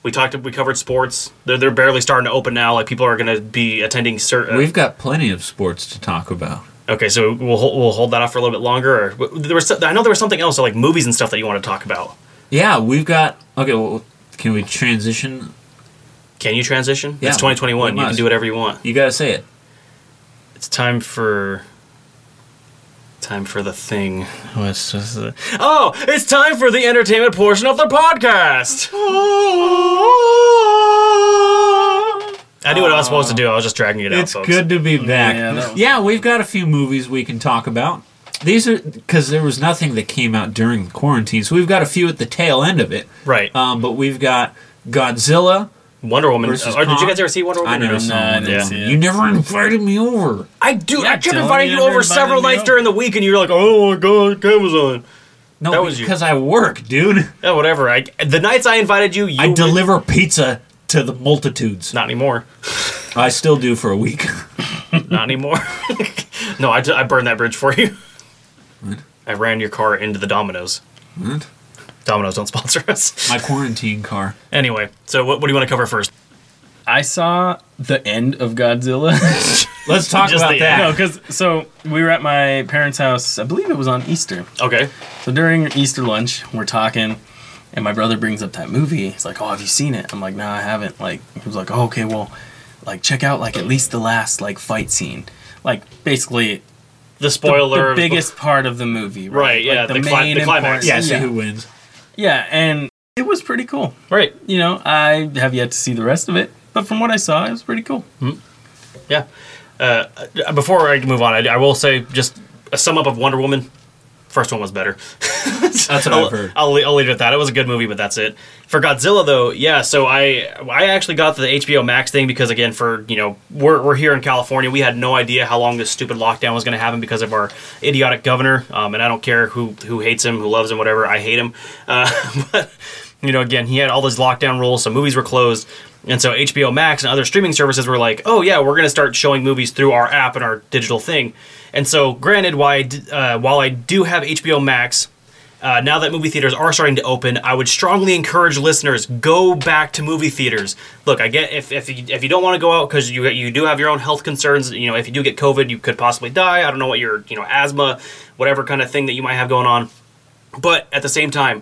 Speaker 2: We talked. We covered sports. They're, they're barely starting to open now. Like people are going to be attending certain.
Speaker 3: We've got plenty of sports to talk about.
Speaker 2: okay, so we'll hol- we'll hold that off for a little bit longer. Or w- there was. so- I know there was something else, so like movies and stuff that you want to talk about.
Speaker 3: Yeah, we've got. Okay, well, can we transition?
Speaker 2: Can you transition?
Speaker 3: Yeah,
Speaker 2: it's 2021.
Speaker 3: we
Speaker 2: You can
Speaker 3: must.
Speaker 2: do whatever you want.
Speaker 3: You gotta say it.
Speaker 2: It's time for. Time for the thing.
Speaker 5: Oh, it's just, uh,
Speaker 2: Oh, it's time for the entertainment portion of the podcast. I knew what I was supposed to do. I was just dragging it out.
Speaker 3: It's
Speaker 2: folks.
Speaker 3: good to be back.
Speaker 4: Yeah,
Speaker 3: Yeah,
Speaker 4: that was-
Speaker 3: we've got a few movies we can talk about. These are because there was nothing that came out during the quarantine, so we've got a few at the tail end of it.
Speaker 2: Right.
Speaker 3: Um, but we've got Godzilla.
Speaker 2: Wonder Woman.
Speaker 3: versus
Speaker 2: Or did you
Speaker 3: Kong.
Speaker 2: guys ever see Wonder
Speaker 3: I
Speaker 2: Woman?
Speaker 3: never saw
Speaker 4: I
Speaker 3: one.
Speaker 4: didn't
Speaker 3: yeah.
Speaker 4: see it.
Speaker 3: You never invited me over.
Speaker 2: I do.
Speaker 4: Yeah,
Speaker 2: I kept
Speaker 4: Dylan,
Speaker 2: inviting
Speaker 4: you
Speaker 2: you over
Speaker 4: never
Speaker 2: several
Speaker 4: invited me
Speaker 2: nights
Speaker 4: over.
Speaker 2: during the week, and you're like, "Oh my god, Amazon."
Speaker 3: No,
Speaker 2: That was you.
Speaker 3: because I work, dude.
Speaker 2: Yeah, whatever. I, the nights I invited you, you
Speaker 3: I
Speaker 2: would-
Speaker 3: deliver pizza to the multitudes.
Speaker 2: Not anymore.
Speaker 3: I still do for a week.
Speaker 2: Not anymore. no, I, I burned that bridge for you. I ran your car into the Dominoes. Dominoes don't sponsor us.
Speaker 3: My quarantine car.
Speaker 2: anyway, so what, what do you want to cover first?
Speaker 4: I saw the end of Godzilla.
Speaker 3: Let's talk
Speaker 2: Just
Speaker 3: about
Speaker 2: the-
Speaker 3: that.
Speaker 4: no, because so we were at my parents' house. I believe it was on Easter.
Speaker 2: Okay.
Speaker 4: So during Easter lunch, we're talking, and my brother brings up that movie. He's like, "Oh, have you seen it?" I'm like, "No, I haven't." Like, he was like, "Oh, okay, well, like check out like at least the last like fight scene, like basically
Speaker 2: The
Speaker 4: the,
Speaker 2: spoiler.
Speaker 4: the biggest part of the movie,
Speaker 2: Right,
Speaker 4: right?
Speaker 2: yeah,
Speaker 4: Like,
Speaker 2: the cli- the climax.
Speaker 3: Yeah,
Speaker 4: important-
Speaker 3: see
Speaker 4: yeah,
Speaker 3: who wins.
Speaker 4: yeah, and it was pretty cool.
Speaker 2: Right.
Speaker 4: You know, I have yet to see the rest of it, but from what I saw, it was pretty cool.
Speaker 2: Yeah. Uh, uh, before I move on, I, I will say just a sum up of Wonder Woman. First one was better.
Speaker 3: That's what
Speaker 2: I'll,
Speaker 3: I've heard.
Speaker 2: I'll, I'll leave it at that. It was a good movie, but that's it. For Godzilla, though, yeah. So I I actually got the HBO Max thing because again, for you know, we're, we're here in California. We had no idea how long this stupid lockdown was going to happen because of our idiotic governor. Um, and I don't care who who hates him, who loves him, whatever. I hate him. Uh, but you know, again, he had all these lockdown rules, so movies were closed. And so HBO Max and other streaming services were like, oh, yeah, we're going to start showing movies through our app and our digital thing. And so, granted, why I d- uh, while I do have HBO Max, uh, now that movie theaters are starting to open, I would strongly encourage listeners go back to movie theaters. Look, I get if, if, you, if you don't want to go out because you you do have your own health concerns. You know, if you do get COVID, you could possibly die. I don't know what your you know asthma, whatever kind of thing that you might have going on. But at the same time,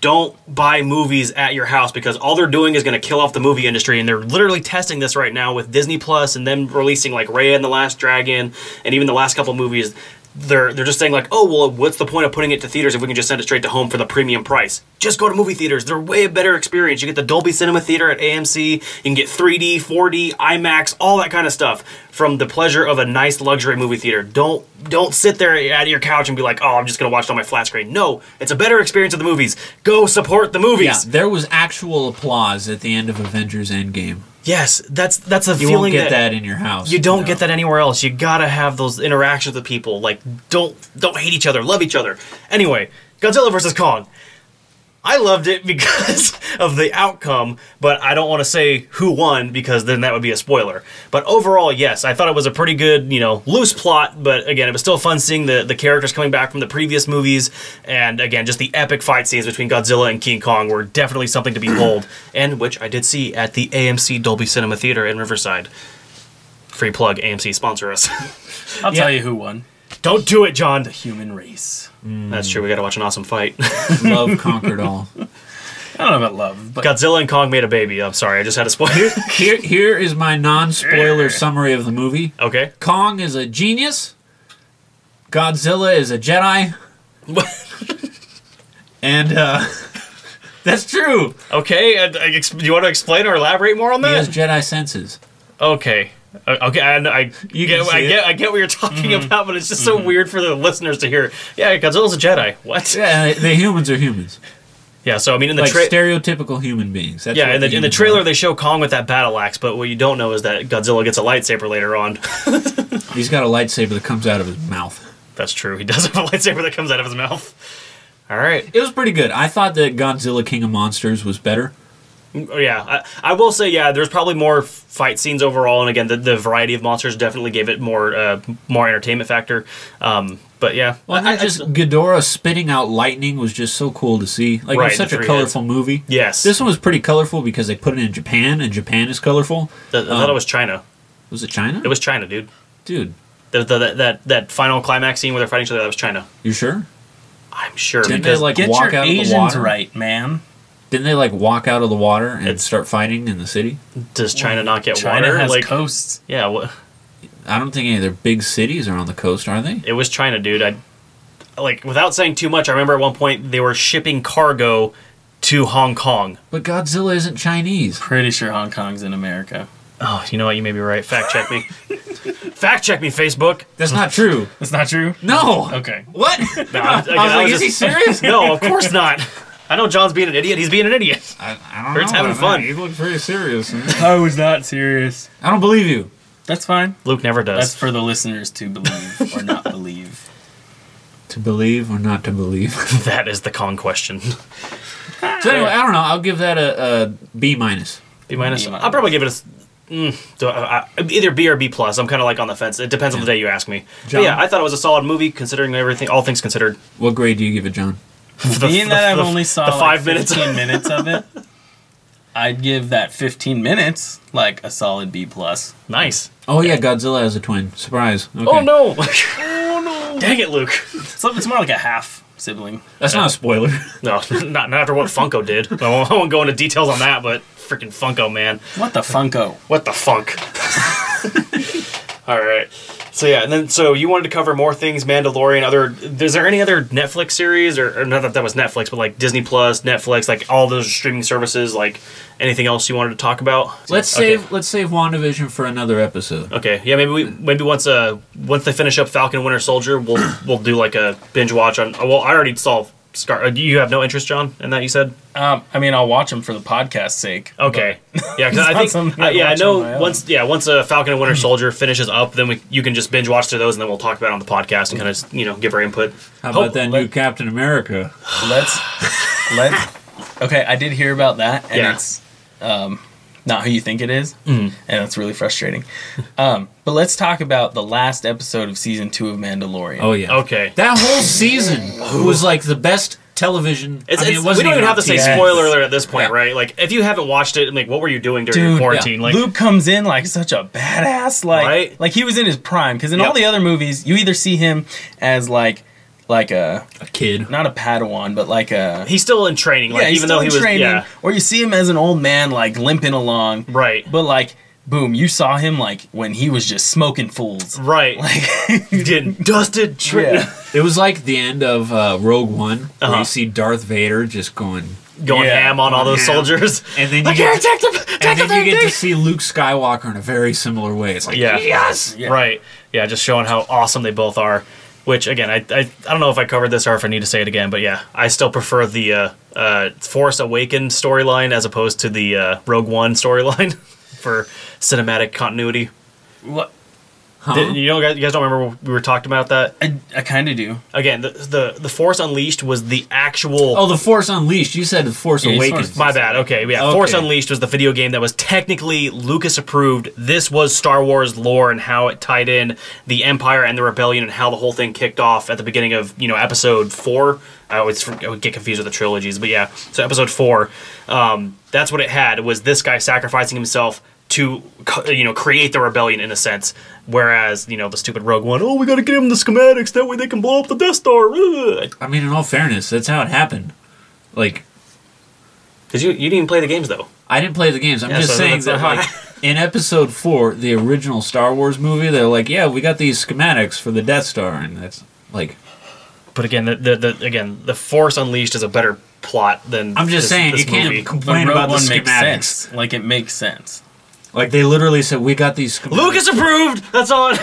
Speaker 2: don't buy movies at your house because all they're doing is going to kill off the movie industry, and they're literally testing this right now with Disney Plus and them releasing like Raya and the Last Dragon and even the last couple movies. They're they're just saying like, oh well, what's the point of putting it to theaters if we can just send it straight to home for the premium price? Just go to movie theaters. They're way a better experience. You get the Dolby Cinema Theater at AMC. You can get 3D, 4D, IMAX, all that kind of stuff from the pleasure of a nice luxury movie theater. Don't don't sit there at your couch and be like, oh, I'm just gonna watch it on my flat screen. No, it's a better experience of the movies. Go support the
Speaker 3: Yeah,
Speaker 2: movies.
Speaker 3: there was actual applause at the end of Avengers Endgame.
Speaker 2: Yes, that's that's a
Speaker 3: You
Speaker 2: feeling
Speaker 3: won't get that, in your house.
Speaker 2: You don't
Speaker 3: know.
Speaker 2: get that anywhere else. You gotta have those interactions with people. Like, don't don't hate each other. Love each other. Anyway, Godzilla versus Kong. I loved it because of the outcome, but I don't want to say who won because then that would be a spoiler. But overall, yes, I thought it was a pretty good, you know, loose plot. But again, it was still fun seeing the the characters coming back from the previous movies, and again, just the epic fight scenes between Godzilla and King Kong were definitely something to behold, and which I did see at the AMC Dolby Cinema Theater in Riverside. Free plug, AMC sponsor us.
Speaker 4: I'll tell you who won:
Speaker 2: Don't do it, John.
Speaker 4: human race.
Speaker 2: That's true. We got to watch an awesome fight.
Speaker 3: Love conquered all.
Speaker 4: I don't know about love, but
Speaker 2: Godzilla and Kong made a baby. I'm sorry, I just had a spoil.
Speaker 3: Here, here is my non-spoiler summary of the movie.
Speaker 2: okay.
Speaker 3: Kong is a genius. Godzilla is a Jedi. and uh, that's true.
Speaker 2: Okay. I, I ex- do you want to explain or elaborate more on
Speaker 3: He
Speaker 2: that?
Speaker 3: has Jedi senses.
Speaker 2: Okay. Uh, Okay, I, I, you
Speaker 3: can
Speaker 2: get,
Speaker 3: see
Speaker 2: I
Speaker 3: it.
Speaker 2: get, I get what you're talking about, but it's just so weird for the listeners to hear. Yeah, Godzilla's a Jedi. What?
Speaker 3: Yeah, the humans are humans,
Speaker 2: Yeah, so I mean, in the
Speaker 3: like
Speaker 2: tra-
Speaker 3: stereotypical human beings. That's
Speaker 2: yeah,
Speaker 3: what
Speaker 2: in the, in the
Speaker 3: humans
Speaker 2: trailer
Speaker 3: are.
Speaker 2: they show Kong with that battle axe, but what you don't know is that Godzilla gets a lightsaber later on.
Speaker 3: he's got a lightsaber that comes out of his mouth.
Speaker 2: That's true. He does have a lightsaber that comes out of his mouth. All right.
Speaker 3: It was pretty good. I thought that Godzilla King of Monsters was better.
Speaker 2: Oh, Yeah, I, I will say, yeah, there's probably more f- fight scenes overall, and again, the, the variety of monsters definitely gave it more uh, more entertainment factor. Um, but yeah,
Speaker 3: Well,
Speaker 2: I- I-
Speaker 3: not just Ghidorah spitting out lightning was just so cool to see.
Speaker 2: Right,
Speaker 3: Like it was such
Speaker 2: the
Speaker 3: a
Speaker 2: three
Speaker 3: colorful movie.
Speaker 2: yes,
Speaker 3: This one was pretty colorful because they put it in Japan, and Japan is colorful.
Speaker 2: I thought it
Speaker 3: um,
Speaker 2: was China.
Speaker 3: Was it China?
Speaker 2: It was China, dude.
Speaker 3: Dude,
Speaker 2: The, the, that, that that final climax scene where they're fighting each other, that was China.
Speaker 3: you sure?
Speaker 2: I'm sure.
Speaker 3: Didn't
Speaker 2: because-
Speaker 3: they like
Speaker 4: get
Speaker 3: walk
Speaker 4: your
Speaker 3: out
Speaker 4: Asians
Speaker 3: of the water?
Speaker 4: right, man.
Speaker 3: Didn't they like walk out of the water and
Speaker 2: It's-
Speaker 3: start fighting in the city?
Speaker 2: does China not get
Speaker 4: China
Speaker 2: water?
Speaker 4: has
Speaker 2: like,
Speaker 4: coasts.
Speaker 2: yeah, what?
Speaker 3: I don't think any of their big cities are on the coast, are they?
Speaker 2: It was China, dude. I like without saying too much. I remember at one point they were shipping cargo to Hong Kong.
Speaker 3: But Godzilla isn't Chinese.
Speaker 4: Pretty sure Hong Kong's in America.
Speaker 2: Oh, you know what? You may be right. Fact check me. Fact check me, Facebook.
Speaker 3: That's not true.
Speaker 4: That's not true.
Speaker 3: No.
Speaker 4: Okay.
Speaker 3: What?
Speaker 2: No,
Speaker 3: I, was
Speaker 2: again,
Speaker 3: like, is
Speaker 2: just-
Speaker 3: he serious?
Speaker 2: no, of course not. I know John's being an idiot. He's being an idiot.
Speaker 3: I, I don't know.
Speaker 2: Kurt's having
Speaker 3: about that.
Speaker 2: fun.
Speaker 3: You look pretty serious.
Speaker 4: I was not serious.
Speaker 3: I don't believe you.
Speaker 4: That's fine.
Speaker 2: Luke never
Speaker 4: That's
Speaker 2: does.
Speaker 4: for the listeners to believe or not believe.
Speaker 3: To believe or not to believe.
Speaker 2: that is the Kong question.
Speaker 3: so anyway, I don't know. I'll give that a, a B minus.
Speaker 2: B minus.
Speaker 4: B minus.
Speaker 2: I'll probably give it a. s- Mm, do I, I, either B or B plus. I'm kind of like on the fence. It depends on the day you ask me.
Speaker 3: John?
Speaker 2: But yeah, I thought it was a solid movie considering everything, all things considered.
Speaker 3: What grade do you give it, John?
Speaker 4: Being that I've only saw
Speaker 2: the
Speaker 4: like
Speaker 2: five minutes.
Speaker 4: 15 minutes of it, I'd give that 15 minutes like a solid B plus.
Speaker 2: Nice.
Speaker 3: Oh yeah, Godzilla has a twin. Surprise. Okay.
Speaker 2: Oh no! oh no! Dang it, Luke.
Speaker 4: So it's more like a half sibling.
Speaker 3: That's not a spoiler.
Speaker 2: No, not, not after what Funko did. I won't, I won't go into details on that, but freaking Funko, man.
Speaker 4: What the Funko?
Speaker 2: What the funk? All right. So yeah, and then so you wanted to cover more things, Mandalorian. Other, is there any other Netflix series or, or not that that was Netflix, but like Disney Plus, Netflix, like all those streaming services, like anything else you wanted to talk about?
Speaker 3: let's
Speaker 2: Okay.
Speaker 3: save let's save WandaVision for another episode.
Speaker 2: Okay, yeah, maybe we maybe once uh once they finish up Falcon and Winter Soldier, we'll we'll do like a binge watch on. Well, I already saw Scar. uh, You have no interest, John, in that you said.
Speaker 4: Um, I mean, I'll watch them for the podcast's sake.
Speaker 2: Okay, yeah,
Speaker 4: It's
Speaker 2: because I
Speaker 4: not
Speaker 2: think
Speaker 4: something
Speaker 2: I,
Speaker 4: I'd
Speaker 2: yeah, I
Speaker 4: watch on my
Speaker 2: know
Speaker 4: own.
Speaker 2: once yeah once uh, Falcon and Winter Soldier finishes up, then we you can just binge watch through those, and then we'll talk about it on the podcast and kind of you know give our input.
Speaker 3: How about
Speaker 2: Hope-
Speaker 3: that new Captain America?
Speaker 4: Let's let's. Okay, I did hear about that, and
Speaker 2: Yeah. Mm.
Speaker 4: it's um, not who you think it is, and that's really frustrating. Um, but let's talk about the last episode of season two of Mandalorian.
Speaker 3: Oh yeah.
Speaker 2: Okay,
Speaker 3: That whole season was like the best television.
Speaker 2: Oh. it's,
Speaker 3: I mean,
Speaker 2: it's,
Speaker 3: it wasn't
Speaker 2: we don't even have to say
Speaker 3: on
Speaker 4: TV.
Speaker 2: spoiler alert at this point,
Speaker 3: Yeah.
Speaker 2: right? Like if you haven't watched it, like what were you doing during
Speaker 4: Dude,
Speaker 2: your
Speaker 4: yeah.
Speaker 2: quarantine? Like
Speaker 4: Luke comes in like such a badass, like
Speaker 2: Right?
Speaker 4: like he was in his prime. Because in all
Speaker 2: Yep.
Speaker 4: the other movies, you either see him as like like a
Speaker 3: TV. a kid.
Speaker 4: not a Padawan, but like a
Speaker 2: he's still in training, like
Speaker 4: yeah, he's
Speaker 2: even
Speaker 4: still
Speaker 2: though he
Speaker 4: in
Speaker 2: was
Speaker 4: training,
Speaker 2: yeah
Speaker 4: or you see him as an old man like limping along,
Speaker 2: right
Speaker 4: But like, boom, you saw him like when he was just smoking fools.
Speaker 2: right like getting dusted. Tri-
Speaker 4: Yeah.
Speaker 3: It was like the end of uh, Rogue One, where
Speaker 2: Uh-huh.
Speaker 3: you see Darth Vader just going,
Speaker 2: going
Speaker 4: Yeah.
Speaker 2: ham on all those
Speaker 3: Ham.
Speaker 2: soldiers.
Speaker 3: and then you get, to, and then you get to see Luke Skywalker in a very similar way. It's like,
Speaker 2: Yeah.
Speaker 3: yes,
Speaker 4: Yeah.
Speaker 2: Right. Yeah, just showing how awesome they both are. Which again, I, I I don't know if I covered this or if I need to say it again, but yeah, I still prefer the uh, uh, Force Awakened storyline as opposed to the uh, Rogue One storyline for cinematic continuity.
Speaker 4: What?
Speaker 3: Huh?
Speaker 2: Did- you know, you guys don't remember we were talking about that
Speaker 4: I, I kind of do.
Speaker 2: again. The, the the Force Unleashed was the actual
Speaker 3: oh, the Force Unleashed. You said the Force
Speaker 4: Yeah, he's
Speaker 3: Awakens.
Speaker 4: Force-
Speaker 2: My bad. Okay, yeah.
Speaker 3: Okay.
Speaker 2: Force Unleashed was the video game that was technically Lucas approved. This was Star Wars lore and how it tied in the Empire and the Rebellion and how the whole thing kicked off at the beginning of you know Episode Four. I always fr- I would get confused with the trilogies, but yeah. So Episode Four, um, that's what it had was this guy sacrificing himself to co- you know create the rebellion in a sense. Whereas you know the stupid Rogue One, oh we got to give them the schematics that way they can blow up the Death Star. Ugh."
Speaker 3: I mean, in all fairness, that's how it happened. Like,
Speaker 2: Because you, you didn't even play the games, though.
Speaker 3: I didn't play the games. I'm
Speaker 2: Yeah,
Speaker 3: just
Speaker 2: so
Speaker 3: saying
Speaker 2: that's
Speaker 3: that,
Speaker 2: not-
Speaker 3: like, in Episode Four, the original Star Wars movie, they're like, "Yeah, we got these schematics for the Death Star," and that's like,
Speaker 5: But again, the, the, the again the Force Unleashed is a better plot than
Speaker 3: I'm
Speaker 5: this-
Speaker 3: just saying
Speaker 5: this
Speaker 3: you can't
Speaker 5: movie.
Speaker 4: But
Speaker 3: complain
Speaker 4: Rogue
Speaker 3: about the
Speaker 4: One makes
Speaker 3: schematics.
Speaker 4: sense. Like it makes sense.
Speaker 3: Like they literally said, "We got these." Schematics.
Speaker 2: Lucas approved! That's all.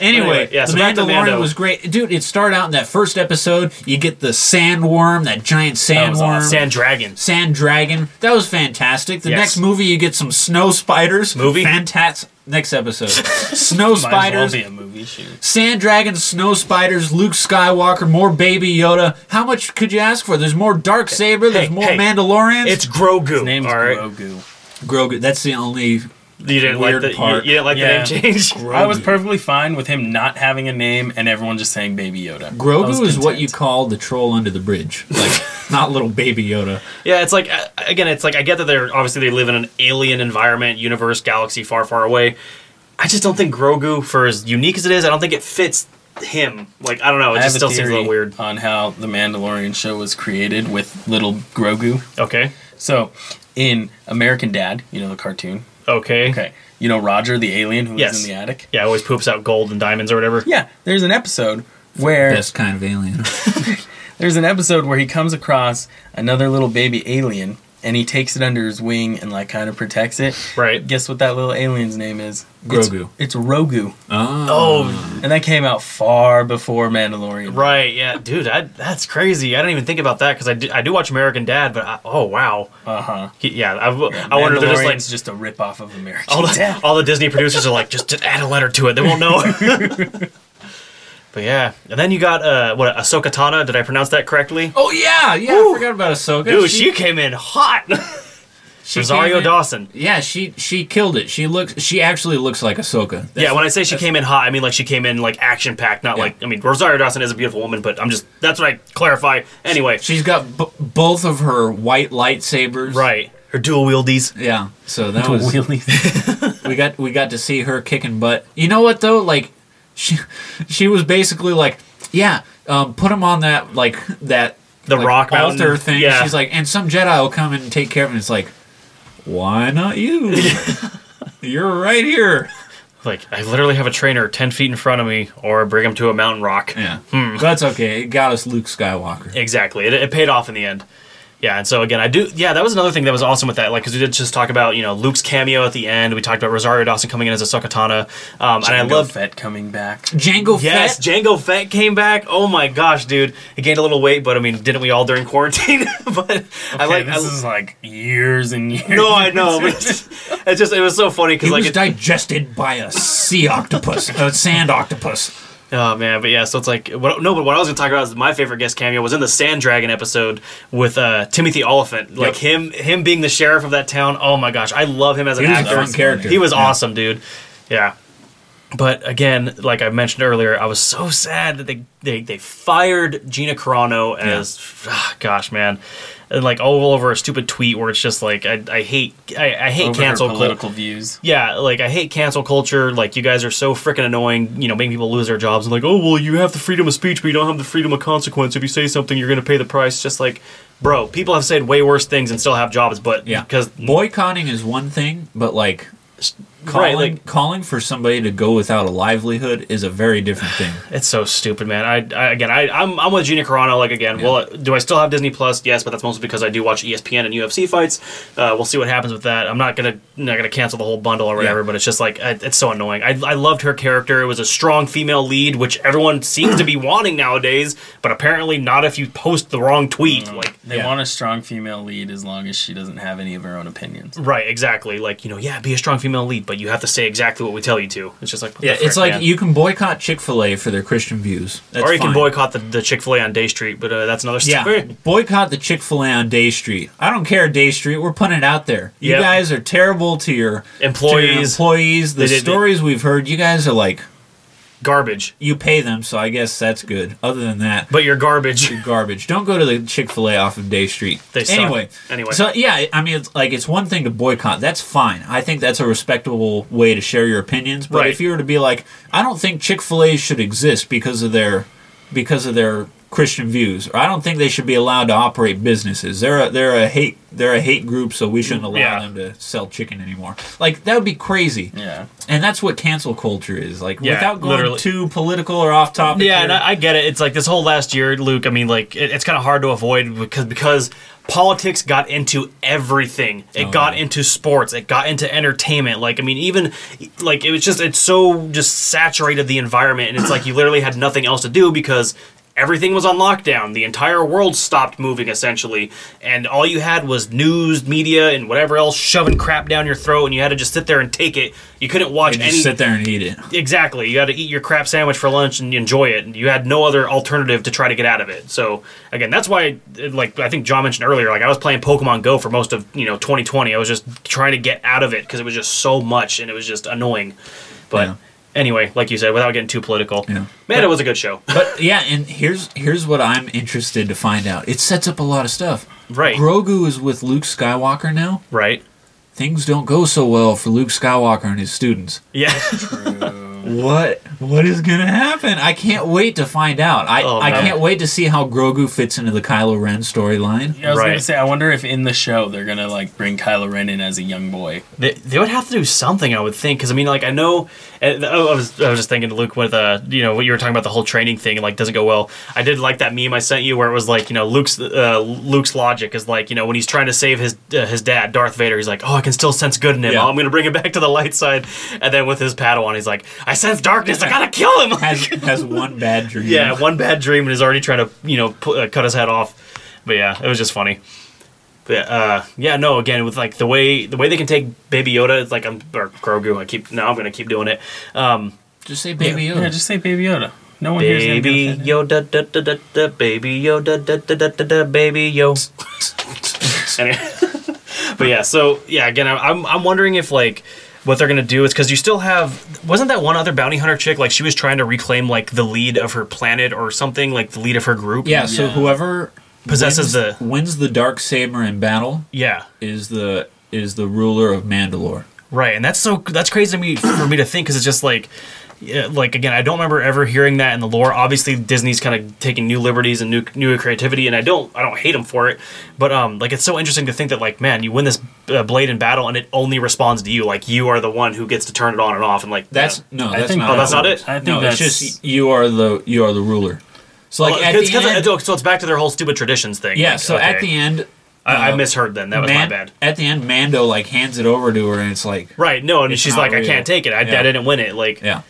Speaker 3: Anyway,
Speaker 2: Anyway, yeah, so
Speaker 3: the
Speaker 2: back to
Speaker 3: Mandalorian
Speaker 2: Mando.
Speaker 3: was great, dude. It started out in that first episode. You get the sandworm, that giant
Speaker 4: was
Speaker 3: sandworm,
Speaker 4: awesome.
Speaker 2: Sand Dragons.
Speaker 3: sand dragon. That was fantastic. The
Speaker 2: Yes.
Speaker 3: next movie, you get some snow spiders.
Speaker 2: Movie?
Speaker 3: fantastic. Next episode, snow
Speaker 4: Might as well
Speaker 3: spiders,
Speaker 4: be a movie shoot.
Speaker 3: sand dragons, snow spiders, Luke Skywalker, more Baby Yoda. How much could you ask for? There's more Dark Saber. there's more
Speaker 2: hey,
Speaker 3: Mandalorians.
Speaker 2: It's Grogu.
Speaker 4: Name's
Speaker 2: all right.
Speaker 4: Grogu.
Speaker 3: Grogu. That's the only.
Speaker 2: You didn't like
Speaker 3: Weird
Speaker 2: the, you,
Speaker 3: part.
Speaker 2: you didn't like
Speaker 4: Yeah.
Speaker 2: the name change?
Speaker 4: I was perfectly fine with him not having a name and everyone just saying Baby Yoda. I was
Speaker 3: Grogu is what you
Speaker 4: content.
Speaker 3: call the troll under the bridge, like not little Baby Yoda.
Speaker 2: Yeah, it's like uh, again, it's like I get that they're obviously they live in an alien environment, universe, galaxy far, far away. I just don't think Grogu, for as unique as it is, I don't think it fits him. Like I don't know, it
Speaker 4: I have
Speaker 2: just
Speaker 4: a
Speaker 2: still
Speaker 4: theory
Speaker 2: seems a little weird.
Speaker 4: on how the Mandalorian show was created with little Grogu.
Speaker 2: Okay,
Speaker 4: So, in American Dad, you know the cartoon.
Speaker 2: okay,
Speaker 4: Okay, you know Roger the alien who lives
Speaker 2: Yes.
Speaker 4: in the attic.
Speaker 2: Yeah, always poops out gold and diamonds or whatever.
Speaker 4: Yeah, there's an episode where
Speaker 3: Best kind of alien.
Speaker 4: there's an episode where he comes across another little baby alien and he takes it under his wing and like kind of protects it.
Speaker 2: Right.
Speaker 4: Guess what that little alien's name is?
Speaker 3: Grogu.
Speaker 4: It's, it's Rogu.
Speaker 3: Oh,
Speaker 4: And that came out far before Mandalorian.
Speaker 2: Right, yeah, dude, I, that's crazy. I didn't even think about that because I, do- I do watch American Dad, but I, oh wow,
Speaker 4: Uh huh.
Speaker 2: He- yeah, I, I wonder if they're just like
Speaker 4: Mandalorian's just a ripoff of American
Speaker 2: all the,
Speaker 4: Dad.
Speaker 2: all the Disney producers are like, just, just add a letter to it. They won't know. but yeah, and then you got uh, what Ahsoka Tana. Did I pronounce that correctly?
Speaker 3: oh yeah, yeah. I forgot about Ahsoka.
Speaker 2: Dude, she, came in hot.
Speaker 3: she came
Speaker 2: Rosario
Speaker 3: in-
Speaker 2: Dawson.
Speaker 3: Yeah, she she killed it. She looks. She actually looks like Ahsoka.
Speaker 2: yeah, when I say she came in hot, I mean like she came in like action packed, not
Speaker 3: Yeah.
Speaker 2: like I mean Rosario Dawson is a beautiful woman, but I'm just that's what I clarify. Anyway,
Speaker 3: She's got b- both of her white lightsabers.
Speaker 2: right, her dual wieldies.
Speaker 3: Yeah. So that was
Speaker 4: Wheelies.
Speaker 3: we got we got to see her kicking butt. You know what though? Like she she was basically like, yeah, um, put him on that like that
Speaker 2: The
Speaker 3: like,
Speaker 2: rock
Speaker 3: altar
Speaker 2: mountain.
Speaker 3: thing.
Speaker 2: Yeah.
Speaker 3: She's like, and some Jedi will come and take care of him. It's like, why not you? You're right here.
Speaker 2: Like I literally have a trainer ten feet in front of me, or bring him to a mountain rock.
Speaker 3: Yeah.
Speaker 2: Hmm.
Speaker 3: That's okay. It got us Luke Skywalker.
Speaker 2: Exactly. It, it paid off in the end. Yeah, and so again, I do. Yeah, that was another thing that was awesome with that. Like, because we did just talk about you know Luke's cameo at the end. We talked about Rosario Dawson coming in as a Sokatana, um, and I
Speaker 4: Boba
Speaker 2: love.
Speaker 4: Fett coming back.
Speaker 3: Django
Speaker 2: Yes,
Speaker 3: Fett.
Speaker 2: Django Fett came back. Oh my gosh, dude, he gained a little weight, but I mean, didn't we all during quarantine? but I
Speaker 4: Okay,
Speaker 2: like.
Speaker 4: this
Speaker 2: I,
Speaker 4: is like years and years.
Speaker 2: no, I know. But it's it's just it was so funny because
Speaker 3: He
Speaker 2: like
Speaker 3: was
Speaker 2: it,
Speaker 3: digested by a sea octopus, a sand octopus.
Speaker 2: Oh man, but yeah, so it's like what, no, but what I was gonna talk about is my favorite guest cameo was in the Sand Dragon episode with uh, Timothy Oliphant, like him him being the sheriff of that town. Oh my gosh, I love him as an
Speaker 3: He was a
Speaker 2: actor.
Speaker 3: fun character.
Speaker 2: He was
Speaker 3: Yeah.
Speaker 2: awesome, dude. Yeah, but again, like I mentioned earlier, I was so sad that they they, they fired Gina Carano as ah, gosh man, and like all over a stupid tweet where it's just like I, I hate I, I hate
Speaker 4: Over her
Speaker 2: cancel cul-
Speaker 4: political views.
Speaker 2: yeah, like I hate cancel culture. Like you guys are so freaking annoying. You know, making people lose their jobs and like, oh well, you have the freedom of speech, but you don't have the freedom of consequence. If you say something, you're gonna pay the price. Just like, bro, people have said way worse things and still have jobs, but
Speaker 3: Yeah.
Speaker 2: because
Speaker 3: boycotting is one thing, but like calling
Speaker 2: right, like
Speaker 3: calling for somebody to go without a livelihood is a very different thing.
Speaker 2: it's so stupid, man. I, I again, I I'm, I'm with Gina Carano. Like again, well, do I still have Disney Plus? Yes, but that's mostly because I do watch E ESPN and UFC fights. Uh, we'll see what happens with that. I'm not gonna not gonna cancel the whole bundle or whatever,
Speaker 3: Yeah.
Speaker 2: but it's just like I, it's so annoying. I I loved her character. It was a strong female lead, which everyone seems to be wanting nowadays, but apparently not if you post the wrong tweet.
Speaker 3: Mm.
Speaker 2: Like
Speaker 4: They
Speaker 3: Yeah.
Speaker 4: want a strong female lead as long as she doesn't have any of her own opinions.
Speaker 2: right, exactly. Like you know, yeah, be a strong female lead, but you have to say exactly what we tell you to. It's just like what the
Speaker 3: Yeah,
Speaker 2: frick,
Speaker 3: it's like
Speaker 2: man?
Speaker 3: you can boycott Chick Fil A for their Christian views, That's
Speaker 2: Or you can
Speaker 3: fine.
Speaker 2: boycott the, the Chick Fil A on Day Street, but uh, that's another story.
Speaker 3: Yeah, boycott the Chick Fil A on Day Street. I don't care Day Street. We're putting it out there. You
Speaker 2: Yep.
Speaker 3: guys are terrible to your to your
Speaker 2: Employees.
Speaker 3: employees. The
Speaker 2: They did-
Speaker 3: stories we've heard, you guys are like
Speaker 2: Garbage.
Speaker 3: you pay them, so I guess that's good. Other than that,
Speaker 2: But you're garbage.
Speaker 3: garbage. Don't go to the Chick Fil A off of Day Street.
Speaker 2: They suck.
Speaker 3: anyway,
Speaker 2: Anyway.
Speaker 3: So yeah, I mean, it's like it's one thing to boycott. That's fine. I think that's a respectable way to share your opinions. But
Speaker 2: Right.
Speaker 3: if you were to be like, I don't think Chick Fil A should exist because of their because of their Christian views, or I don't think they should be allowed to operate businesses. They're a, they're a hate they're a hate group, so we shouldn't allow
Speaker 6: Yeah.
Speaker 3: them to sell chicken anymore. Like that would be crazy.
Speaker 4: Yeah.
Speaker 3: And that's what cancel culture is like.
Speaker 6: Yeah,
Speaker 3: without going
Speaker 2: literally.
Speaker 3: too political or off topic.
Speaker 2: Yeah,
Speaker 3: here,
Speaker 2: and I, I get it. It's like this whole last year, Luke. I mean, like it, it's kind of hard to avoid because because politics got into everything. It
Speaker 3: Oh,
Speaker 2: got into sports. It got into entertainment. Like I mean, even like it was just it's so just saturated the environment, and it's like you literally had nothing else to do because. Everything was on lockdown. The entire world stopped moving essentially, and all you had was news, media, and whatever else shoving crap down your throat, and you had to just sit there and take it. You couldn't watch
Speaker 3: just
Speaker 2: any.
Speaker 3: sit there and eat it.
Speaker 2: Exactly. You had to eat your crap sandwich for lunch and enjoy it. And you had no other alternative to try to get out of it. So again, that's why, like I think John mentioned earlier, like I was playing Pokemon Go for most of you know 2020. I was just trying to get out of it because it was just so much and it was just annoying. But
Speaker 3: Yeah.
Speaker 2: anyway, like you said, without getting too political,
Speaker 3: Yeah.
Speaker 2: man, it was a good show.
Speaker 3: But yeah, and here's here's what I'm interested to find out. It sets up a lot of stuff.
Speaker 2: Right.
Speaker 3: Grogu is with Luke Skywalker now.
Speaker 2: right?
Speaker 3: Things don't go so well for Luke Skywalker and his students.
Speaker 2: Yeah.
Speaker 3: What what is gonna happen? I can't wait to find out. I,
Speaker 2: Oh,
Speaker 3: I
Speaker 2: man.
Speaker 3: can't wait to see how Grogu fits into the Kylo Ren storyline.
Speaker 4: Yeah, I was
Speaker 2: Right.
Speaker 4: gonna say, I wonder if in the show they're gonna like bring Kylo Ren in as a young boy.
Speaker 2: They, they would have to do something, I would think, because I mean, like I know, uh, I was I was just thinking to Luke with uh, you know, what you were talking about the whole training thing, and like doesn't go well. I did like that meme I sent you where it was like, you know, Luke's uh, Luke's logic is like, you know, when he's trying to save his uh, his dad, Darth Vader, he's like, oh, I can still sense good in him.
Speaker 3: Yeah.
Speaker 2: Oh, I'm gonna bring him back to the light side, and then with his Padawan, he's like, I sense darkness. I gotta kill him.
Speaker 3: Has has one bad dream.
Speaker 2: yeah, one bad dream, and he's already trying to you know pu- uh, cut his head off. But yeah, it was just funny. But uh, yeah, no. Again, with like the way the way they can take Baby Yoda, it's like I'm or Grogu. I keep now I'm gonna keep doing it. Um,
Speaker 3: Just say baby Yoda.
Speaker 4: Yeah, just say Baby Yoda. No one hears anything.
Speaker 2: baby Yoda, da da da da, baby Yoda, da da da da da, baby yo. Anyway. but yeah, so yeah, again, I'm- I'm I'm wondering if like what they're gonna do is because you still have wasn't that one other bounty hunter chick like she was trying to reclaim like the lead of her planet or something like the lead of her group.
Speaker 3: yeah, so whoever
Speaker 2: Possesses
Speaker 3: wins,
Speaker 2: the-
Speaker 3: wins the dark saber in battle
Speaker 2: Yeah.
Speaker 3: is the is the ruler of Mandalore.
Speaker 2: Right. And that's so that's crazy to me for me to think cuz it's just like yeah, like again, I don't remember ever hearing that in the lore. Obviously, Disney's kind of taking new liberties and new new creativity, and I don't I don't hate them for it. But um, like it's so interesting to think that like man, you win this uh, blade in battle, and it only responds to you. Like you are the one who gets to turn it on and off, and like
Speaker 3: That's
Speaker 2: yeah.
Speaker 3: no,
Speaker 4: I
Speaker 3: that's
Speaker 4: think
Speaker 3: not.
Speaker 4: that-
Speaker 2: oh, that's not it.
Speaker 4: I think
Speaker 3: no,
Speaker 4: that's
Speaker 3: it's just you are the you are the ruler. So like
Speaker 2: Well,
Speaker 3: at
Speaker 2: 'cause-
Speaker 3: the
Speaker 2: 'cause
Speaker 3: end,
Speaker 2: it- so it's back to their whole stupid traditions thing.
Speaker 3: yeah.
Speaker 2: Like,
Speaker 3: So at
Speaker 2: okay.
Speaker 3: the end,
Speaker 2: I, I
Speaker 3: uh,
Speaker 2: misheard then. That was my
Speaker 3: Man-
Speaker 2: bad.
Speaker 3: At the end, Mando like hands it over to her, and it's like
Speaker 2: Right? No, and
Speaker 3: It's
Speaker 2: she's
Speaker 3: not
Speaker 2: like, I
Speaker 3: real.
Speaker 2: can't take it. I,
Speaker 3: Yeah.
Speaker 2: I didn't win it. Like,
Speaker 3: yeah,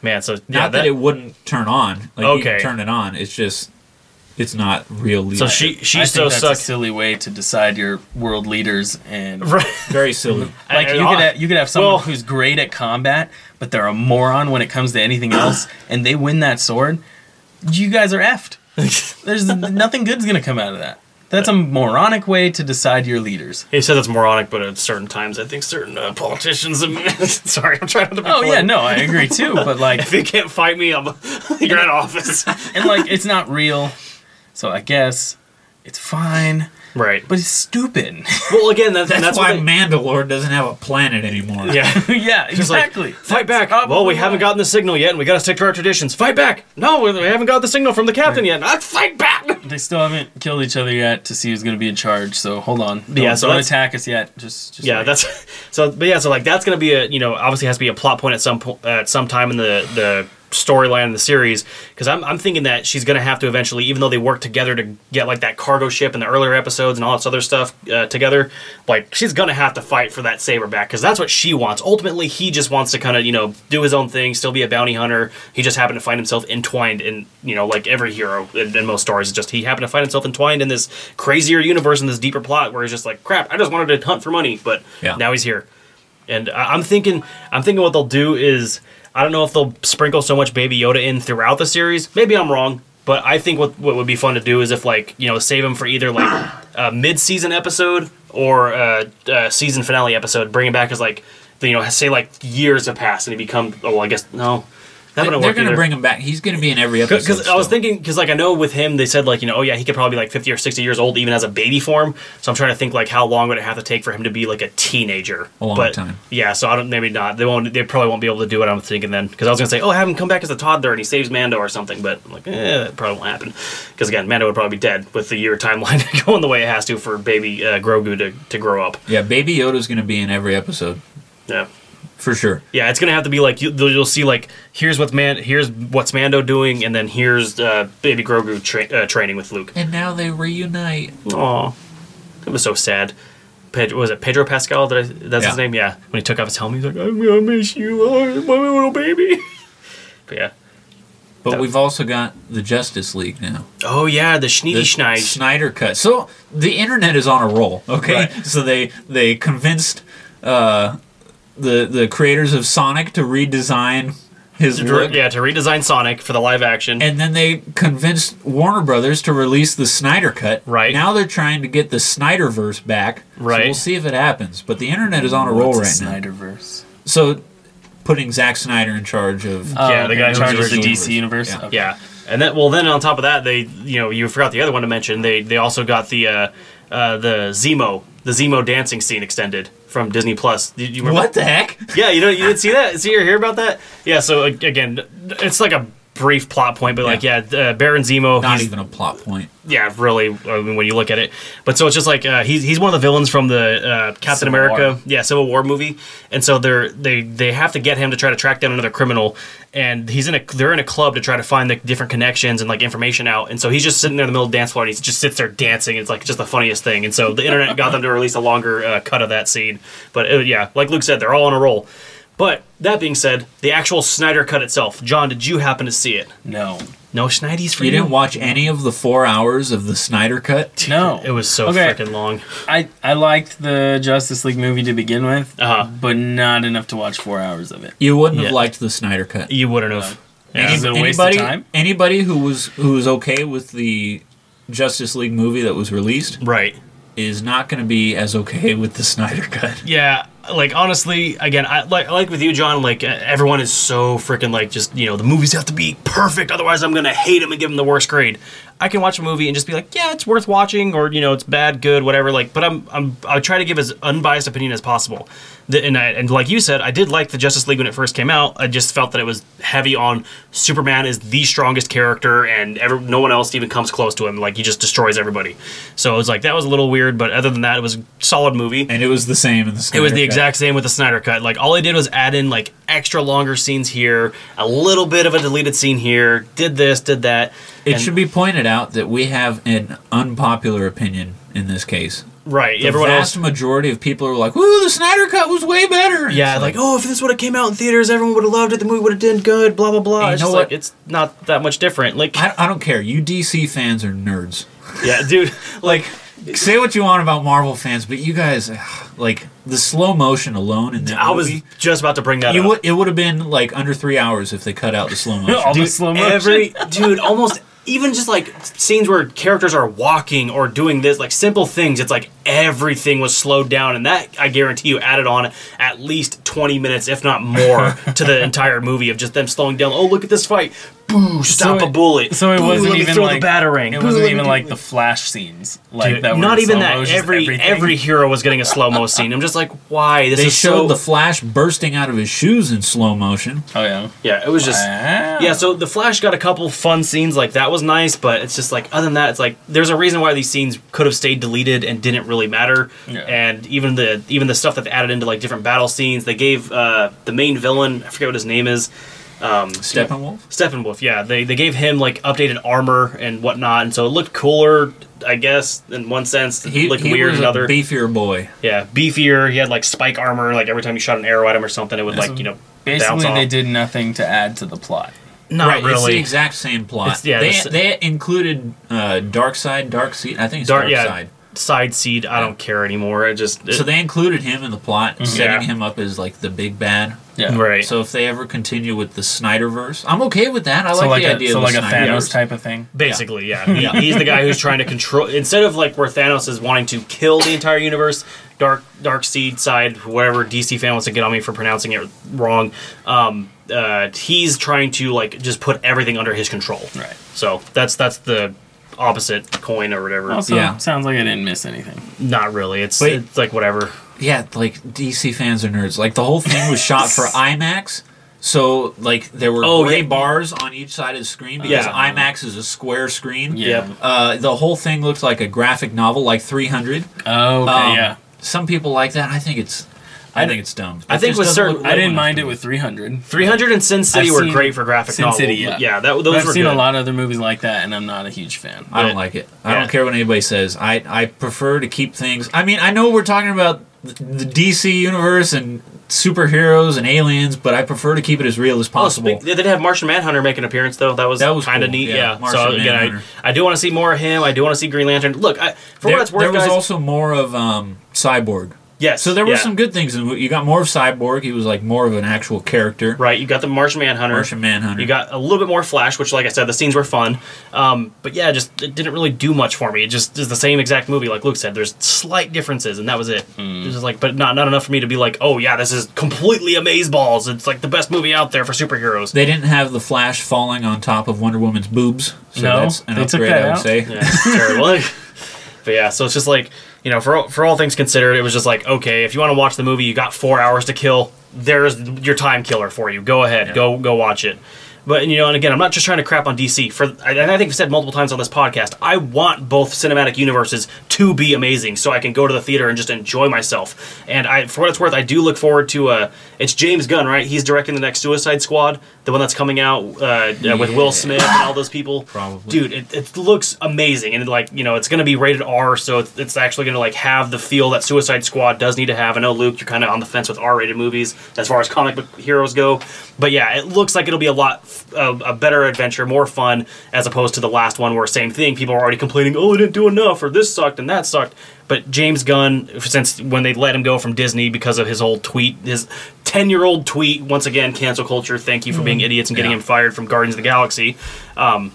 Speaker 2: man. So
Speaker 3: not
Speaker 2: yeah,
Speaker 3: that, it wouldn't turn on. Like, you can
Speaker 2: Okay.
Speaker 3: turn it on. It's just it's not real.
Speaker 2: so
Speaker 3: leadership.
Speaker 2: she
Speaker 4: I
Speaker 2: she
Speaker 4: think
Speaker 2: so
Speaker 4: that's a
Speaker 2: sucks.
Speaker 4: silly way to decide your world leaders and
Speaker 2: Right.
Speaker 3: very silly.
Speaker 4: like
Speaker 2: And-
Speaker 4: you
Speaker 2: and-
Speaker 4: could have, you could have someone
Speaker 2: well-
Speaker 4: who's great at combat, but they're a moron when it comes to anything else, and they win that sword. You guys are effed. There's nothing good's gonna come out of that. That's a moronic way to decide your leaders.
Speaker 2: He said it's moronic, but at certain times, I think certain uh, politicians. sorry, I'm trying not to. Be
Speaker 4: Oh yeah,
Speaker 2: polite.
Speaker 4: no, I agree too. But like,
Speaker 2: If you can't fight me, I'm you're out of office.
Speaker 4: and like, it's not real. So I guess it's fine,
Speaker 2: right.
Speaker 4: but it's stupid.
Speaker 2: well, again, that,
Speaker 3: That's,
Speaker 2: that's, that's
Speaker 3: why
Speaker 2: what they-
Speaker 3: Mandalore doesn't have a planet anymore.
Speaker 2: yeah.
Speaker 4: yeah,
Speaker 2: like,
Speaker 4: exactly.
Speaker 2: Fight back.
Speaker 4: probably
Speaker 2: Well, we
Speaker 4: why.
Speaker 2: haven't gotten the signal yet, and we got to stick to our traditions. Fight back. No, we we haven't got the signal from the captain yet. I fight back.
Speaker 4: They still haven't killed each other yet to see who's going to be in charge. So hold on. Don't,
Speaker 2: Yeah, so
Speaker 4: don't
Speaker 2: that's-
Speaker 4: attack us yet. Just, just
Speaker 2: Yeah,
Speaker 4: wait.
Speaker 2: that's so. But yeah, so like that's gonna be a you know obviously has to be a plot point at some point at some time in the the storyline in the series because I'm I'm thinking that she's gonna have to eventually even though they work together to get like that cargo ship in the earlier episodes and all this other stuff uh, together like she's gonna have to fight for that saber back because that's what she wants ultimately he just wants to kind of you know do his own thing still be a bounty hunter he just happened to find himself entwined in you know like every hero in, in most stories it's just he happened to find himself entwined in this crazier universe and this deeper plot where he's just like crap I just wanted to hunt for money but
Speaker 3: Yeah.
Speaker 2: now he's here. And I- I'm thinking, I'm thinking what they'll do is, I don't know if they'll sprinkle so much Baby Yoda in throughout the series. Maybe I'm wrong, but I think what what would be fun to do is if like you know save him for either like a mid-season episode or a, a season finale episode. Bring him back as like you know say like years have passed and he become oh well, I guess no. That
Speaker 3: They,
Speaker 2: wouldn't
Speaker 3: are
Speaker 2: work
Speaker 3: going to
Speaker 2: either.
Speaker 3: bring him back. He's going to be in every episode.
Speaker 2: Because I was
Speaker 3: still.
Speaker 2: thinking, because like I know with him, they said like you know, oh yeah, he could probably be like fifty or sixty years old even as a baby form. So I'm trying to think like how long would it have to take for him to be like a teenager?
Speaker 3: A long
Speaker 2: but,
Speaker 3: time.
Speaker 2: Yeah, so I don't maybe not. They won't. They probably won't be able to do what I'm thinking then. Because I was gonna say, oh, have him come back as a toddler and he saves Mando or something. But I'm like, eh, that probably won't happen. Because again, Mando would probably be dead with the year timeline going the way it has to for baby uh, Grogu to, to grow up.
Speaker 3: Yeah, Baby Yoda's going to be in every episode
Speaker 2: Yeah.
Speaker 3: for sure.
Speaker 2: Yeah, it's gonna have to be like you, you'll see like here's what man here's what's Mando doing, and then here's uh, baby Grogu tra- uh, training with Luke.
Speaker 3: And now they reunite.
Speaker 2: Aw, it was so sad. Pedro, was it Pedro Pascal? That I, that's his
Speaker 3: Yeah.
Speaker 2: name. Yeah, when he took off his helmet, he's like, "I'm gonna miss you, oh, my little baby." But yeah.
Speaker 3: But
Speaker 2: That-
Speaker 3: we've also got the Justice League now.
Speaker 2: Oh yeah, the Schneedy
Speaker 3: The
Speaker 2: Schneid.
Speaker 3: Snyder cut. So the internet is on a roll. Okay,
Speaker 2: Right.
Speaker 3: so they they convinced uh, the the creators of Sonic to redesign his look.
Speaker 2: Yeah, to redesign Sonic for the live action.
Speaker 3: And then they convinced Warner Brothers to release the Snyder Cut.
Speaker 2: Right.
Speaker 3: Now they're trying to get the Snyderverse back. So
Speaker 2: Right.
Speaker 3: we'll see if it happens. But the internet is on a roll right
Speaker 4: What's the
Speaker 3: now.
Speaker 4: Snyderverse.
Speaker 3: So putting Zack Snyder in charge of.
Speaker 2: yeah, the guy in
Speaker 4: okay.
Speaker 2: charge of
Speaker 4: Those are
Speaker 2: the
Speaker 3: DC
Speaker 4: universe.
Speaker 3: Yeah.
Speaker 4: Okay.
Speaker 2: Yeah, and then well, then on top of that, they you know you forgot the other one to mention. They they also got the uh, uh, the Zemo the Zemo dancing scene extended from Disney Plus. Did you remember?
Speaker 3: what the heck?
Speaker 2: Yeah, you know you didn't see that. See or hear about that? Yeah. So ag- again, it's like a brief plot point, but like yeah, uh, Baron Zemo.
Speaker 3: Not
Speaker 2: he's,
Speaker 3: even a plot point.
Speaker 2: yeah, really. I mean, when you look at it, but so it's just like uh, he's he's one of the villains from the uh, Captain
Speaker 4: Civil
Speaker 2: America,
Speaker 4: War.
Speaker 2: yeah, Civil War movie, and so they're they they have to get him to try to track down another criminal, and he's in a they're in a club to try to find the different connections and like information out, and so he's just sitting there in the middle of the dance floor and he just sits there dancing. It's like just the funniest thing, and so the internet got them to release a longer uh, cut of that scene, but uh yeah, like Luke said, they're all on a roll. But that being said, the actual Snyder cut itself, John, did you happen to see it?
Speaker 4: No.
Speaker 2: No Schneidys for
Speaker 3: You
Speaker 2: you.
Speaker 3: didn't watch any of the four hours of the Snyder Cut?
Speaker 4: No.
Speaker 2: It was so
Speaker 4: Okay.
Speaker 2: freaking long.
Speaker 4: I, I liked the Justice League movie to begin with,
Speaker 2: Uh-huh.
Speaker 4: but not enough to watch four hours of it.
Speaker 3: You wouldn't have
Speaker 2: Yeah.
Speaker 3: liked the Snyder Cut.
Speaker 2: You wouldn't have.
Speaker 4: Any- Is it a waste of
Speaker 3: anybody,
Speaker 4: time?
Speaker 3: anybody who was who was okay with the Justice League movie that was released
Speaker 2: Right.
Speaker 3: is not going to be as okay with the Snyder Cut.
Speaker 2: Yeah. Like honestly, again, I like like with you, John. Like uh, everyone is so freaking like just you know the movies have to be perfect, otherwise I'm gonna hate them and give them the worst grade. I can watch a movie and just be like, yeah, it's worth watching, or you know, it's bad, good, whatever. Like, but I'm I'm I try to give as unbiased opinion as possible. The, and I, and like you said, I did like the Justice League when it first came out. I just felt that it was heavy on Superman is the strongest character, and every, no one else even comes close to him. Like he just destroys everybody. So it was like that was a little weird, but other than that, it was a solid movie.
Speaker 3: And it was the same in the Snyder
Speaker 2: It was the
Speaker 3: Cut.
Speaker 2: exact same with the Snyder cut. Like all I did was add in like extra longer scenes here, a little bit of a deleted scene here, did this, did that.
Speaker 3: It
Speaker 2: and-
Speaker 3: should be pointed out that we have an unpopular opinion in this case.
Speaker 2: right.
Speaker 3: The
Speaker 2: Everyone
Speaker 3: vast
Speaker 2: else.
Speaker 3: majority of people are like, "Ooh, the Snyder Cut was way better." And
Speaker 2: Yeah,
Speaker 3: it's
Speaker 2: like, oh, if this would have came out in theaters, everyone would have loved it. The movie would have done good. Blah blah blah.
Speaker 3: you
Speaker 2: It's
Speaker 3: know
Speaker 2: just
Speaker 3: what?
Speaker 2: like it's not that much different. Like,
Speaker 3: I, I don't care. You DC fans are nerds.
Speaker 2: yeah, dude. Like,
Speaker 3: Say what you want about Marvel fans, but you guys, ugh, like the slow motion alone in that
Speaker 2: I was
Speaker 3: movie,
Speaker 2: just about to bring that
Speaker 3: You
Speaker 2: up.
Speaker 3: would it would have been like under three hours if they cut out the slow motion.
Speaker 4: All the slow motion.
Speaker 2: every dude almost even just like scenes where characters are walking or doing this like simple things it's like everything was slowed down and that i guarantee you added on at least 20 minutes if not more to the entire movie of just them slowing down oh look at this fight boo stop
Speaker 4: So
Speaker 2: a
Speaker 4: it-
Speaker 2: bullet
Speaker 4: So it
Speaker 2: Boo,
Speaker 4: wasn't
Speaker 2: let me
Speaker 4: even
Speaker 2: throw
Speaker 4: like
Speaker 2: the batarang
Speaker 4: It
Speaker 2: Boo,
Speaker 4: wasn't
Speaker 2: let me
Speaker 4: even
Speaker 2: do
Speaker 4: like
Speaker 2: this."
Speaker 4: the flash scenes, like that. Were
Speaker 2: not
Speaker 4: in
Speaker 2: even
Speaker 4: slow
Speaker 2: that
Speaker 4: motion, just
Speaker 2: every
Speaker 4: everything.
Speaker 2: every hero was getting a slow mo scene i'm just like why this
Speaker 3: They
Speaker 2: is
Speaker 3: showed
Speaker 2: so
Speaker 3: the Flash bursting out of his shoes in slow motion.
Speaker 4: Oh yeah.
Speaker 2: yeah it was just
Speaker 4: Wow.
Speaker 2: Yeah, so the Flash got a couple fun scenes, like that was nice, but it's just like other than that, it's like there's a reason why these scenes could have stayed deleted and didn't really matter.
Speaker 4: Yeah.
Speaker 2: And even the even the stuff that they added into like different battle scenes, they gave uh, the main villain, I forget what his name is, um,
Speaker 3: Steppenwolf.
Speaker 2: Steppenwolf. Yeah, they they gave him like updated armor and whatnot, and so it looked cooler, I guess, in one sense, it
Speaker 3: He,
Speaker 2: looked
Speaker 3: he
Speaker 2: weird
Speaker 3: was
Speaker 2: in another.
Speaker 3: a beefier boy.
Speaker 2: yeah, beefier. He had like spike armor, like every time you shot an arrow at him or something, it would like you know. bounce
Speaker 4: Basically,
Speaker 2: off.
Speaker 4: they did nothing to add to the plot.
Speaker 2: not
Speaker 3: right, it's the
Speaker 2: really.
Speaker 3: exact same plot.
Speaker 2: It's- yeah,
Speaker 3: they,
Speaker 2: it's-
Speaker 3: they included uh, Dark Side, Dark Seed. I think it's Dark,
Speaker 2: Dark, yeah,
Speaker 3: Side.
Speaker 2: side seed. I don't care anymore. I just
Speaker 3: So they included him in the plot,
Speaker 2: Yeah.
Speaker 3: setting him up as like the big bad.
Speaker 4: Yeah.
Speaker 5: Right.
Speaker 3: So if they ever continue with the Snyderverse, I'm okay with that. I
Speaker 4: So
Speaker 3: like
Speaker 4: like,
Speaker 3: the
Speaker 4: a,
Speaker 3: idea
Speaker 4: so
Speaker 3: of
Speaker 4: like
Speaker 3: the
Speaker 4: a Thanos
Speaker 3: Snyderverse.
Speaker 4: type of thing.
Speaker 2: Basically, yeah. He- He's the guy who's trying to control instead of like where Thanos is wanting to kill the entire universe, Dark Dark Seed side, whatever DC fan wants to get on me for pronouncing it wrong. Um uh, he's trying to like just put everything under his control.
Speaker 4: Right.
Speaker 2: So that's that's the opposite coin or whatever.
Speaker 4: Also,
Speaker 3: Yeah.
Speaker 4: sounds like I didn't miss anything.
Speaker 2: Not really. It's
Speaker 3: Wait.
Speaker 2: it's like whatever.
Speaker 3: Yeah, like DC fans are nerds. Like the whole thing was shot for IMAX. So like there were
Speaker 2: Oh,
Speaker 3: gray
Speaker 2: yeah.
Speaker 3: bars on each side of the screen because
Speaker 2: Yeah.
Speaker 3: IMAX is a square screen.
Speaker 4: Yeah.
Speaker 2: Yep.
Speaker 3: Uh, the whole thing looked like a graphic novel, like 300.
Speaker 4: Oh, okay,
Speaker 3: Um,
Speaker 4: yeah.
Speaker 3: Some people like that. I think it's, I think it's dumb.
Speaker 2: I
Speaker 3: It
Speaker 2: think
Speaker 3: just
Speaker 2: with
Speaker 3: doesn't
Speaker 2: certain-
Speaker 3: look
Speaker 4: I
Speaker 3: right
Speaker 4: didn't
Speaker 3: enough
Speaker 4: mind
Speaker 3: to
Speaker 4: it
Speaker 3: me.
Speaker 4: with 300.
Speaker 2: 300 and Sin City
Speaker 4: I've
Speaker 2: were
Speaker 4: seen-
Speaker 2: great for graphic
Speaker 4: Sin
Speaker 2: novel.
Speaker 4: City, yeah.
Speaker 2: yeah, that, those
Speaker 4: But I've
Speaker 2: were
Speaker 4: seen
Speaker 2: good.
Speaker 4: a lot of other movies like that, and I'm not a huge fan.
Speaker 3: I
Speaker 2: But-
Speaker 3: don't like it. I
Speaker 2: yeah.
Speaker 3: don't care what anybody says. I I prefer to keep things. I mean, I know we're talking about th- the DC universe and superheroes and aliens, but I prefer to keep it as real as
Speaker 2: Oh,
Speaker 3: possible.
Speaker 2: speak- they did have Martian Manhunter make an appearance though. That was,
Speaker 3: That was
Speaker 2: kind of
Speaker 3: cool,
Speaker 2: neat.
Speaker 3: yeah.
Speaker 2: Yeah. So
Speaker 3: Martian
Speaker 2: again,
Speaker 3: Manhunter.
Speaker 2: I, I do want to see more of him. I do want to see Green Lantern. Look, I, for
Speaker 3: there
Speaker 2: what it's worth,
Speaker 3: there was
Speaker 2: guys.
Speaker 3: also more of um, Cyborg.
Speaker 2: yes.
Speaker 3: So there were
Speaker 2: yeah.
Speaker 3: some good things. in it. You got more of Cyborg. He was like more of an actual character.
Speaker 2: Right. You got the Martian Manhunter.
Speaker 3: Martian Manhunter.
Speaker 2: You got a little bit more Flash, which, like I said, the scenes were fun. Um, but yeah, just it didn't really do much for me. It just is the same exact movie, like Luke said. There's slight differences, and that was it.
Speaker 3: Hmm.
Speaker 2: It's just like, but not not enough for me to be like, oh yeah, this is completely balls. It's like the best movie out there for superheroes.
Speaker 3: They didn't have the Flash falling on top of Wonder Woman's boobs. So
Speaker 4: No,
Speaker 3: that's an
Speaker 4: they took
Speaker 3: upgrade,
Speaker 4: that
Speaker 3: I would
Speaker 4: out.
Speaker 3: say.
Speaker 2: Yeah, it's terrible. but yeah, so it's just like you know, for all- for all things considered, it was just like okay, if you want to watch the movie, you got four hours to kill. There's your time killer for you. Go ahead, go go watch it. But you know, and again, I'm not just trying to crap on DC. For and I think I've said multiple times on this podcast, I want both cinematic universes to be amazing, so I can go to the theater and just enjoy myself. And I, for what it's worth, I do look forward to. Uh, it's James Gunn, right? He's directing the next Suicide Squad, the one that's coming out uh, uh, with Will Smith and all those people.
Speaker 3: Probably.
Speaker 2: dude dude, it, it looks amazing, and like you know, it's gonna be rated R, so it's, it's actually gonna like have the feel that Suicide Squad does need to have. I know Luke, you're kind of on the fence with R-rated movies as far as comic book heroes go, but yeah, it looks like it'll be a lot f- a, a better adventure, more fun, as opposed to the last one where same thing. People are already complaining, oh, I didn't do enough, or this sucked and that sucked. But James Gunn, since when they let him go from Disney because of his old tweet, his 10 year old tweet, once again, cancel culture, thank you for being idiots and getting him fired from Guardians of the Galaxy. Um,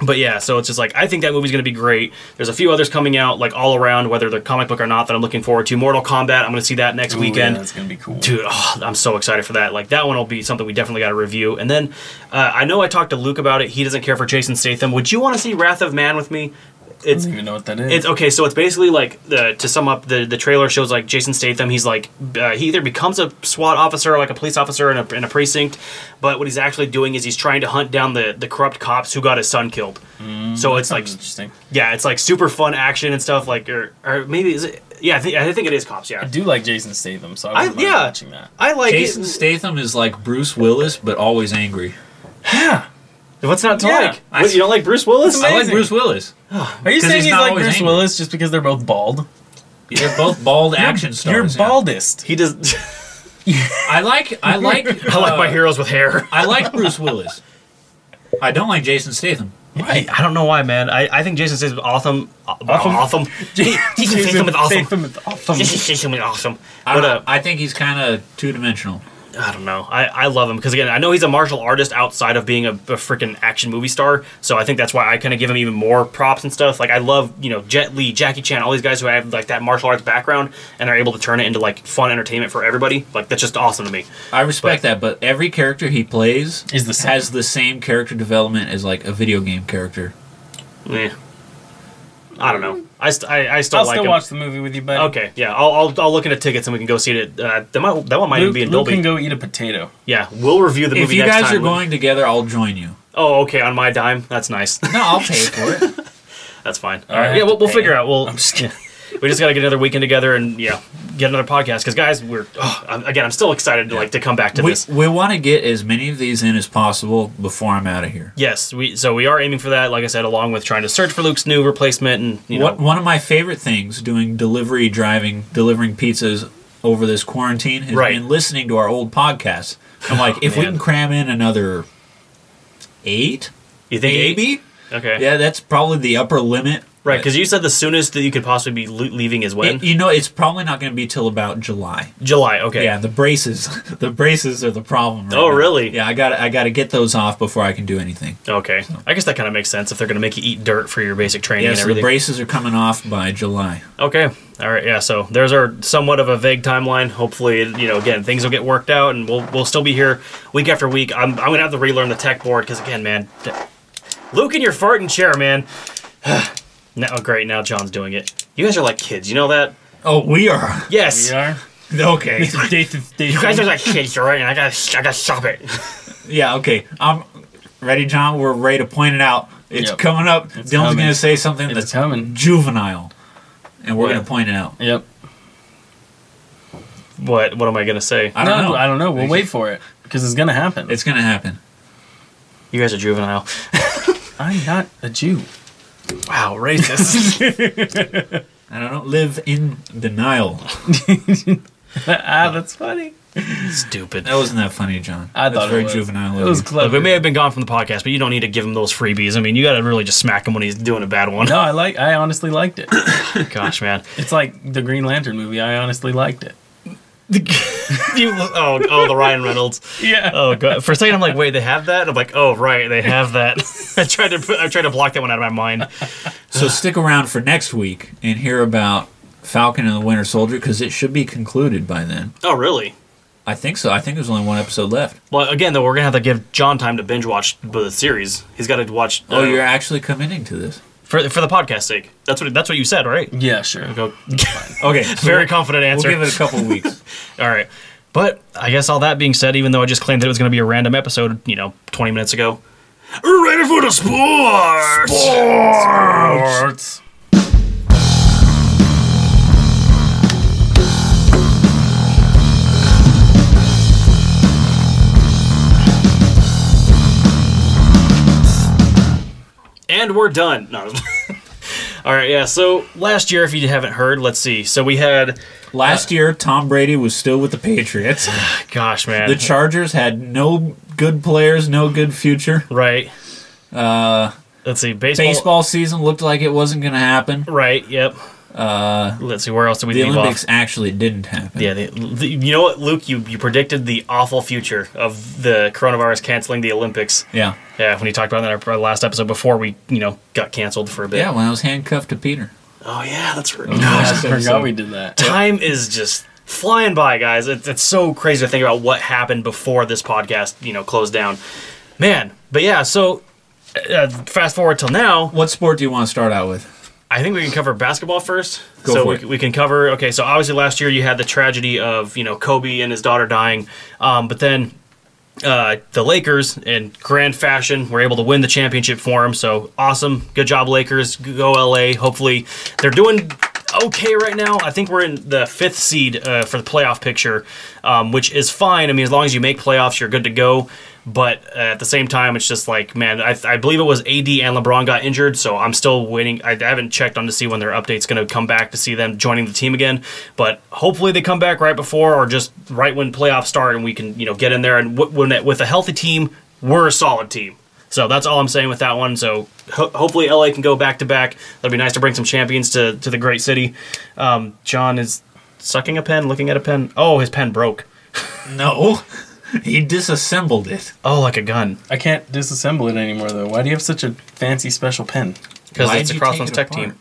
Speaker 2: but yeah, so it's just like I think that movie's gonna be great. There's a few others coming out like all around, whether they're comic book or not, that I'm looking forward to. Mortal Kombat, I'm gonna see that next
Speaker 4: Ooh,
Speaker 2: weekend.
Speaker 4: yeah, that's gonna be cool.
Speaker 2: Dude, oh, I'm so excited for that. Like that one will be something we definitely got to review. And then uh, I know I talked to Luke about it. He doesn't care for Jason Statham. Would you want to see Wrath of Man with me?
Speaker 4: I
Speaker 2: It's
Speaker 4: don't even know what that is.
Speaker 2: it's okay. So it's basically like the to sum up the the trailer shows like Jason Statham. He's like uh, he either becomes a SWAT officer, like a police officer in a, in a precinct, but what he's actually doing is he's trying to hunt down the the corrupt cops who got his son killed. so it's like
Speaker 4: Sounds interesting.
Speaker 2: yeah, it's like super fun action and stuff. Like or, or maybe is it? Yeah, I think I think it is cops.
Speaker 4: I
Speaker 2: Yeah,
Speaker 4: do like Jason Statham, so
Speaker 2: I-
Speaker 4: I was
Speaker 2: yeah.
Speaker 4: watching that.
Speaker 2: I like
Speaker 3: Jason
Speaker 2: it.
Speaker 3: Statham is like Bruce Willis, but always angry.
Speaker 2: What's not to
Speaker 4: Yeah.
Speaker 2: like? What, you don't like Bruce Willis?
Speaker 3: I like
Speaker 4: Amazing.
Speaker 3: Bruce Willis.
Speaker 4: Are you
Speaker 3: 'Cause
Speaker 4: saying
Speaker 3: he's
Speaker 4: he's,
Speaker 3: not
Speaker 4: like
Speaker 3: always
Speaker 4: Bruce
Speaker 3: angry.
Speaker 4: Willis just because they're both bald?
Speaker 3: They're both bald action stars.
Speaker 4: You're
Speaker 3: yeah.
Speaker 4: baldest. baldest.
Speaker 2: He does.
Speaker 3: I like. I like.
Speaker 2: I like my
Speaker 3: uh,
Speaker 2: heroes with hair.
Speaker 3: I like Bruce Willis. I don't like Jason Statham.
Speaker 5: I, I don't know why, man. I, I think Jason Statham's awesome.
Speaker 2: Awesome. Awesome. Jason Statham is awesome.
Speaker 4: Statham is awesome.
Speaker 2: Jason Statham is awesome.
Speaker 3: I,
Speaker 2: But,
Speaker 3: don't
Speaker 2: uh,
Speaker 3: know. I think he's kind of two dimensional.
Speaker 2: I don't know. I, I love him because again, I know he's a martial artist outside of being a, a freaking action movie star. So I think that's why I kind of give him even more props and stuff. Like I love you know Jet Li, Jackie Chan, all these guys who have like that martial arts background and are able to turn it into like fun entertainment for everybody. Like that's just awesome to me.
Speaker 3: I respect that, but every character he plays
Speaker 4: Is the same.
Speaker 3: has the same character development as like a video game character.
Speaker 2: Eh. I don't know. I, st- I, I still
Speaker 4: I'll
Speaker 2: like
Speaker 4: still
Speaker 2: him.
Speaker 4: watch the movie with you, buddy.
Speaker 2: Okay, yeah, I'll, I'll, I'll look into tickets and we can go see it. At, uh, that might that one might even
Speaker 4: Luke,
Speaker 2: be in
Speaker 4: Luke
Speaker 2: Dolby.
Speaker 4: can go eat a potato.
Speaker 2: yeah, we'll review the movie.
Speaker 3: If you
Speaker 2: next
Speaker 3: guys
Speaker 2: time.
Speaker 3: are going together, I'll join you.
Speaker 2: oh, okay, on my dime. That's nice.
Speaker 3: No, I'll pay for it.
Speaker 2: That's fine. All
Speaker 4: I
Speaker 2: right.
Speaker 4: have
Speaker 2: Yeah, we'll,
Speaker 4: to
Speaker 2: we'll
Speaker 4: pay.
Speaker 2: figure out. We'll. yeah. We just got to get another weekend together and yeah, get another podcast because guys, we're oh, I'm, again. I'm still excited to like to come back to
Speaker 3: we
Speaker 2: this.
Speaker 3: we want to get as many of these in as possible before I'm out of here.
Speaker 2: Yes, we so we are aiming for that. Like I said, along with trying to search for Luke's new replacement and you know.
Speaker 3: What, one of my favorite things doing delivery driving, delivering pizzas over this quarantine has
Speaker 2: Right. Oh,
Speaker 3: been listening to our old podcasts. I'm like, if we
Speaker 2: man.
Speaker 3: can cram in another eight,
Speaker 2: You think
Speaker 3: maybe,
Speaker 2: Okay.
Speaker 3: yeah, that's probably the upper limit
Speaker 2: Right, because you said the soonest that you could possibly be le- leaving is when
Speaker 3: It- you know, it's probably not going to be till about July.
Speaker 2: July. Okay.
Speaker 3: Yeah, the braces, the braces are the problem. right
Speaker 2: Oh,
Speaker 3: now.
Speaker 2: really?
Speaker 3: Yeah, I got I got to get those off before I can do anything.
Speaker 2: Okay. I guess that kind of makes sense if they're going to make you eat dirt for your basic training
Speaker 3: Yeah,
Speaker 2: and
Speaker 3: so the
Speaker 2: everything.
Speaker 3: braces are coming off by July.
Speaker 2: okay. All right. Yeah. So there's our somewhat of a vague timeline. Hopefully, you know, again, things will get worked out, and we'll we'll still be here week after week. I'm I'm gonna have to relearn the tech board because again, man, th- Luke in your farting chair, man. now, oh, great. Now John's doing it. You guys are like kids. You know that?
Speaker 3: Oh, we are
Speaker 2: Yes.
Speaker 4: We are.
Speaker 3: okay.
Speaker 4: Day through day
Speaker 2: You guys are like kids, all right? And I gotta I gotta stop it.
Speaker 3: yeah, okay. I'm ready, John. We're ready to point it out. It's
Speaker 4: Yep.
Speaker 3: coming up. Dylan's
Speaker 4: coming.
Speaker 3: going to say something
Speaker 4: It's
Speaker 3: that's
Speaker 4: coming.
Speaker 3: juvenile, and we're
Speaker 2: Yeah.
Speaker 3: going to point it out.
Speaker 4: Yep.
Speaker 2: What what am I gonna say?
Speaker 3: I don't
Speaker 4: no,
Speaker 3: know.
Speaker 4: I don't know. We'll wait for it because it's gonna happen.
Speaker 3: It's going to happen.
Speaker 2: You guys are juvenile.
Speaker 4: I'm not a Jew.
Speaker 2: Wow, racist.
Speaker 3: I don't know. Live in denial.
Speaker 4: ah, that's funny.
Speaker 5: Stupid.
Speaker 3: That wasn't that funny, John.
Speaker 4: I
Speaker 3: That's
Speaker 4: thought it
Speaker 3: very
Speaker 4: was.
Speaker 3: juvenile.
Speaker 4: It was
Speaker 5: Look, we
Speaker 4: clever.
Speaker 5: may have been gone from the podcast, but you don't need to give him those freebies. I mean, you got to really just smack him when he's doing a bad one.
Speaker 4: No, I like. I honestly liked it.
Speaker 5: Gosh, man.
Speaker 4: It's like the Green Lantern movie. I honestly liked it.
Speaker 2: you, oh, oh, the Ryan Reynolds.
Speaker 4: Yeah.
Speaker 5: Oh god! For a second, I'm like, wait, they have that. I'm like, oh right, they have that. I tried to put, I tried to block that one out of my mind.
Speaker 3: So stick around for next week and hear about Falcon and the Winter Soldier because it should be concluded by then.
Speaker 2: Oh, really?
Speaker 3: I think so. I think there's only one episode left.
Speaker 2: Well, again, though, we're gonna have to give John time to binge watch the series. He's got to watch.
Speaker 5: uh,
Speaker 3: Oh, you're actually committing to this.
Speaker 2: for for the podcast sake.
Speaker 5: That's what that's what you said, right?
Speaker 4: Yeah, sure.
Speaker 2: Go.
Speaker 3: Okay, so
Speaker 5: Very confident
Speaker 3: We'll
Speaker 5: answer.
Speaker 3: give it a couple weeks.
Speaker 5: All right. But I guess all that being said, even though I just claimed that it was going to be a random episode, you know, 20 minutes ago,
Speaker 2: Ready for the sports. And we're done. No. All right, yeah. So last year, if you haven't heard, let's see. So we had,
Speaker 3: Last year, Tom Brady was still with the Patriots.
Speaker 5: gosh, man.
Speaker 3: The Chargers had no good players, no good future.
Speaker 5: right. Uh, let's see. Baseball.
Speaker 3: Uh, Baseball season looked like it wasn't going to happen.
Speaker 5: Right. Yep. Uh, let's see. Where else did we
Speaker 3: The
Speaker 5: leave
Speaker 3: Olympics
Speaker 5: off?
Speaker 3: actually didn't happen.
Speaker 5: Yeah. The,
Speaker 2: the, you know what, Luke? You you predicted the awful future of the coronavirus canceling the Olympics.
Speaker 3: Yeah.
Speaker 5: yeah. When you talked about that in our- our last episode before we, you know,
Speaker 2: Got canceled for a bit.
Speaker 3: Yeah, Mm-hmm. when I was handcuffed to Peter.
Speaker 2: Oh yeah, that's right.
Speaker 4: I
Speaker 3: Last
Speaker 4: forgot
Speaker 3: episode.
Speaker 4: we did that.
Speaker 2: time is just flying by, guys. It's, it's so crazy to think about what happened before this podcast, you know, closed down. Man, but yeah, so uh, fast forward till now,
Speaker 3: What sport do you want to start out with?
Speaker 2: I think we can cover basketball first.
Speaker 3: Go
Speaker 2: so
Speaker 3: for
Speaker 2: we,
Speaker 3: it.
Speaker 2: we can cover. Okay, so obviously last year you had the tragedy of you know Kobe and his daughter dying, um, but then uh, the Lakers in grand fashion were able to win the championship for him. So awesome, good job Lakers. Go LA. Hopefully they're doing okay right now. I think we're in the fifth seed uh, for the playoff picture, um, which is fine. I mean, as long as you make playoffs, you're good to go. But uh, at the same time, it's just like, man, I, I believe it was AD and LeBron got injured, so I'm still waiting. I, I haven't checked on to see when their update's going to come back to see them joining the team again. But hopefully they come back right before or just right when playoffs start and we can, you know, get in there. And w- when it, with a healthy team, we're a solid team. So that's all I'm saying with that one. So ho- hopefully LA can go back to back. That'd be nice to bring some champions to, to the great city. Um, John is sucking a pen, looking at a pen. Oh, his pen broke.
Speaker 3: No. He disassembled it.
Speaker 2: Oh, like a gun.
Speaker 4: I can't disassemble it anymore though. Why do you have such a fancy special pen?
Speaker 2: Because
Speaker 3: Why'd
Speaker 2: it's a
Speaker 3: you
Speaker 2: Crossroads
Speaker 3: take
Speaker 2: Tech
Speaker 3: it apart?
Speaker 2: team.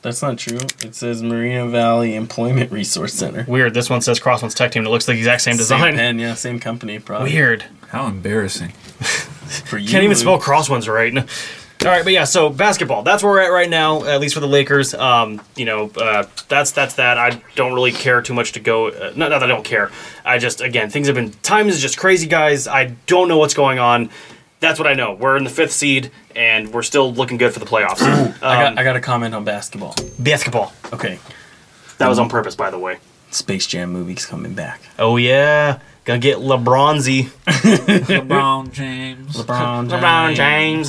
Speaker 4: That's not true. It says Marina Valley Employment Resource Center.
Speaker 2: Weird. This one says Crossman's Tech Team. and It looks like the exact same
Speaker 4: Same
Speaker 2: design.
Speaker 4: pen, yeah, same company, probably.
Speaker 2: Weird.
Speaker 3: How embarrassing.
Speaker 4: For you,
Speaker 2: Can't even
Speaker 4: Luke.
Speaker 2: spell Crosswinds right. All right, but yeah, so basketball. That's where we're at right now, at least for the Lakers. Um, you know, uh, that's that's that. I don't really care too much to go. Uh, not, not that I don't care. I just again, things have been. Time is just crazy, guys. I don't know what's going on. That's what I know. We're in the fifth seed, and we're still looking good for the playoffs. um,
Speaker 4: I got, I got a comment on basketball.
Speaker 2: basketball.
Speaker 4: Okay,
Speaker 2: That was on purpose, by the way.
Speaker 4: Space Jam movie's coming back.
Speaker 2: Oh yeah, gonna get LeBronzy.
Speaker 3: LeBron James.
Speaker 4: LeBron,
Speaker 2: LeBron James.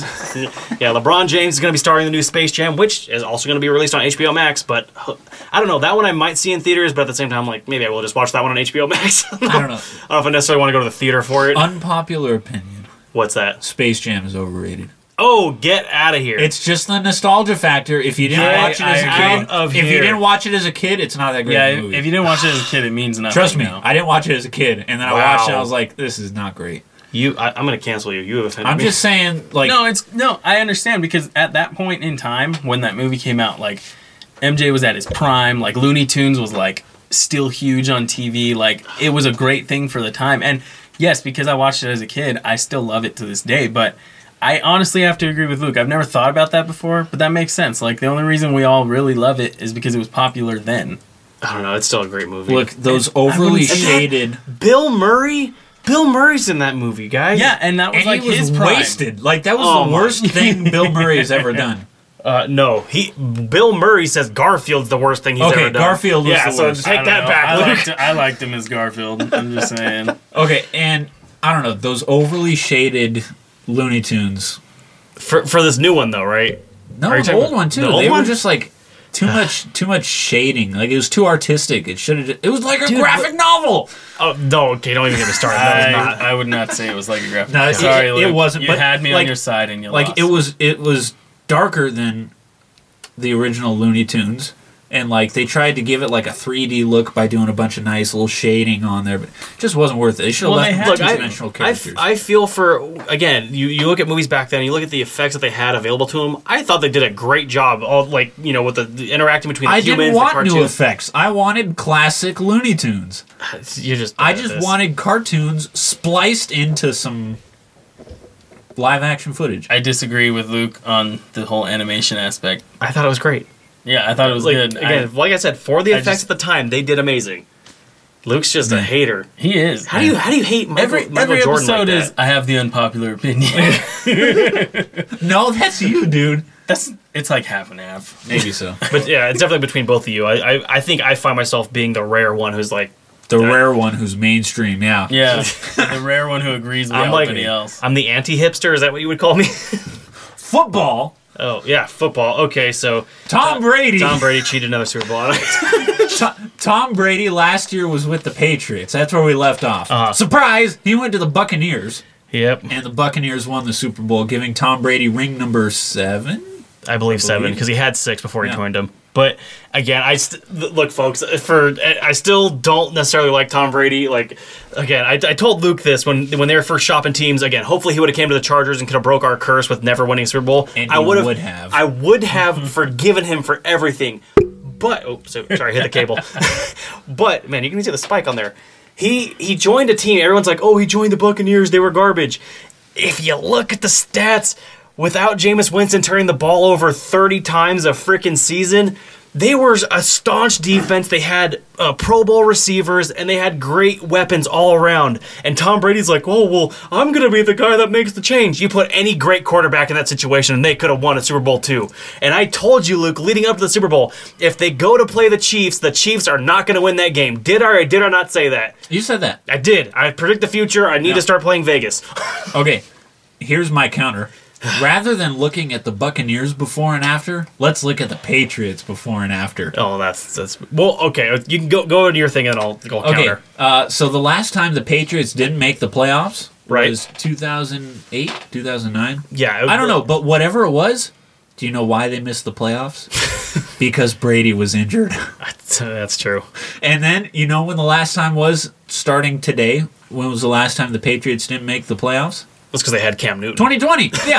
Speaker 2: yeah, LeBron James is going to be starring the new Space Jam, which is also going to be released on HBO Max. But huh, I don't know. That one I might see in theaters, but at the same time, like maybe I will just watch that one on HBO Max. I, don't
Speaker 3: I don't know.
Speaker 2: know if I necessarily want to go to the theater for it.
Speaker 3: Unpopular opinion.
Speaker 2: What's that?
Speaker 3: Space Jam is overrated.
Speaker 2: oh, get out of here.
Speaker 3: It's just the nostalgia factor. If you didn't
Speaker 2: Yeah,
Speaker 3: watch it as
Speaker 2: I
Speaker 3: a
Speaker 2: agree. Out
Speaker 3: kid,
Speaker 2: of
Speaker 3: if you
Speaker 2: here.
Speaker 3: didn't watch it as a kid, it's not that great.
Speaker 4: Yeah,
Speaker 3: of a
Speaker 4: if
Speaker 3: movie.
Speaker 4: if you didn't watch it as a kid, it means nothing.
Speaker 3: Trust me,
Speaker 4: now.
Speaker 3: I didn't watch it as a kid, and then I
Speaker 2: Wow.
Speaker 3: watched it. and I was like, this is not great.
Speaker 2: you, I, I'm gonna cancel you. You have offended
Speaker 3: I'm
Speaker 2: me.
Speaker 3: just saying, like,
Speaker 4: No, it's no. I understand because at that point in time when that movie came out, like MJ was at his prime. Like Looney Tunes was like still huge on TV. Like it was a great thing for the time. And yes, because I watched it as a kid, I still love it to this day. But I honestly have to agree with Luke. I've never thought about that before, but that makes sense. Like the only reason we all really love it is because it was popular then.
Speaker 2: I don't know. It's still a great movie.
Speaker 3: look, those overly
Speaker 4: say-
Speaker 3: shaded.
Speaker 2: Bill Murray. Bill Murray's in that movie, guys.
Speaker 4: Yeah, and that was
Speaker 3: And
Speaker 4: like
Speaker 3: he was
Speaker 4: his prime.
Speaker 3: wasted. Like that was
Speaker 2: Oh
Speaker 3: the
Speaker 2: my-
Speaker 3: worst thing Bill Murray has ever done.
Speaker 2: Uh, no, he. Bill Murray says Garfield's the worst thing he's
Speaker 3: Okay,
Speaker 2: ever done.
Speaker 3: Garfield was
Speaker 2: yeah,
Speaker 3: the
Speaker 2: so
Speaker 3: worst.
Speaker 2: take
Speaker 4: I don't
Speaker 2: that
Speaker 4: know.
Speaker 2: back,
Speaker 4: I
Speaker 2: Luke.
Speaker 4: liked, I liked him as Garfield. I'm just saying.
Speaker 3: Okay, and I don't know those overly shaded Looney Tunes.
Speaker 2: For for this new one though, right?
Speaker 3: No,
Speaker 2: Are you
Speaker 3: the
Speaker 2: talking
Speaker 3: old
Speaker 2: about
Speaker 3: one too.
Speaker 2: the old
Speaker 3: they
Speaker 2: one?
Speaker 3: were just like too much, too much shading. Like it was too artistic. It should have. It was like a graphic novel.
Speaker 2: Oh no, okay, don't even get me started. That
Speaker 4: I,
Speaker 2: was not.
Speaker 4: I would not say it was like a graphic.
Speaker 3: No,
Speaker 4: novel.
Speaker 3: it-
Speaker 4: Sorry,
Speaker 3: it-
Speaker 4: Luke.
Speaker 3: it wasn't,
Speaker 4: You
Speaker 3: but,
Speaker 4: had me
Speaker 3: like-
Speaker 4: on your side, and you
Speaker 3: Like
Speaker 4: lost.
Speaker 3: it was. It was darker than the original Looney Tunes. And like they tried to give it like a 3D look by doing a bunch of nice little shading on there, but it just wasn't worth it. It should have
Speaker 4: Well, they had
Speaker 3: left them
Speaker 4: to.
Speaker 3: two-dimensional
Speaker 2: I,
Speaker 3: characters.
Speaker 2: I feel for again. You, you look at movies back then. You look at the effects that they had available to them. I thought they did a great job. All like you know with the, the interacting between the
Speaker 3: I
Speaker 2: humans,
Speaker 3: didn't
Speaker 2: the
Speaker 3: want
Speaker 2: cartoons.
Speaker 3: new effects. I wanted classic Looney Tunes.
Speaker 2: You're just.
Speaker 3: I
Speaker 2: bad at
Speaker 3: just
Speaker 2: this.
Speaker 3: wanted cartoons spliced into some live action footage.
Speaker 4: I disagree with Luke on the whole animation aspect.
Speaker 2: I thought it was great.
Speaker 4: Yeah, I thought it was
Speaker 2: Like
Speaker 4: good.
Speaker 2: again,
Speaker 4: I-
Speaker 2: like I said, for the
Speaker 4: I
Speaker 2: effects
Speaker 4: just-
Speaker 2: at the time, they did amazing. Luke's just a hater.
Speaker 4: he is.
Speaker 2: How do you how do you hate Michael,
Speaker 4: every
Speaker 2: Michael
Speaker 4: every
Speaker 2: Jordan
Speaker 4: episode
Speaker 2: like that?
Speaker 4: is? I have the unpopular opinion.
Speaker 3: No, that's you, dude.
Speaker 4: That's it's like half and half.
Speaker 3: Maybe so.
Speaker 2: But yeah, it's definitely between both of you. I, I, I think I find myself being the rare one who's like,
Speaker 3: The rare one who's mainstream, yeah.
Speaker 4: Yeah, the rare one who agrees with
Speaker 2: I'm like,
Speaker 4: everybody else.
Speaker 2: I'm the anti-hipster. Is that what you would call me?
Speaker 3: Football,
Speaker 2: oh yeah, football. Okay, so
Speaker 3: Tom Brady.
Speaker 2: Tom Brady cheated another Super Bowl. I
Speaker 3: To- Tom Brady last year was with the Patriots. That's where we left off.
Speaker 2: Uh-huh.
Speaker 3: Surprise! He went to the Buccaneers,
Speaker 2: yep,
Speaker 3: and the Buccaneers won the Super Bowl, giving Tom Brady ring number seven.
Speaker 2: I believe seven because he had six before he
Speaker 3: Yeah.
Speaker 2: joined him. But again, I st- th- look, folks. For I still don't necessarily like Tom Brady. Like again, I, I told Luke this when when they were first shopping teams. Again, hopefully he would have came to the Chargers and could have broke our curse with never winning a Super Bowl.
Speaker 3: And
Speaker 2: I
Speaker 3: he
Speaker 2: would've-
Speaker 3: would have.
Speaker 2: I would have forgiven him for everything. But oh, so, sorry, I hit the cable. but man, you can see the spike on there. He he joined a team. Everyone's like, oh, he joined the Buccaneers. They were garbage. If you look at the stats, without Jameis Winston turning the ball over 30 times a freaking season, they were a staunch defense. They had uh, Pro Bowl receivers and they had great weapons all around. And Tom Brady's like, oh, well, I'm going to be the guy that makes the change. You put any great quarterback in that situation and they could have won a Super Bowl too. And I told you, Luke, leading up to the Super Bowl, if they go to play the Chiefs, the Chiefs are not going to win that game. Did I or did I not say that?
Speaker 3: You said that.
Speaker 2: I did. I predict the future. I need to start playing Vegas.
Speaker 3: Okay, here's my counter. Rather than looking at the Buccaneers before and after, let's look at the Patriots before and after.
Speaker 2: Oh, that's that's well, okay. You can go go into your thing, and I'll, I'll
Speaker 3: Okay,
Speaker 2: counter.
Speaker 3: uh, so the last time the Patriots didn't make the playoffs
Speaker 2: Right.
Speaker 3: was 2008, 2009.
Speaker 2: Yeah, it-
Speaker 3: I don't know, but whatever it was, do you know why they missed the playoffs? because Brady was injured.
Speaker 2: That's, that's true.
Speaker 3: And then, you know when the last time was starting today? When was the last time the Patriots didn't make the playoffs?
Speaker 2: That's because they had Cam Newton.
Speaker 3: 2020. Yeah.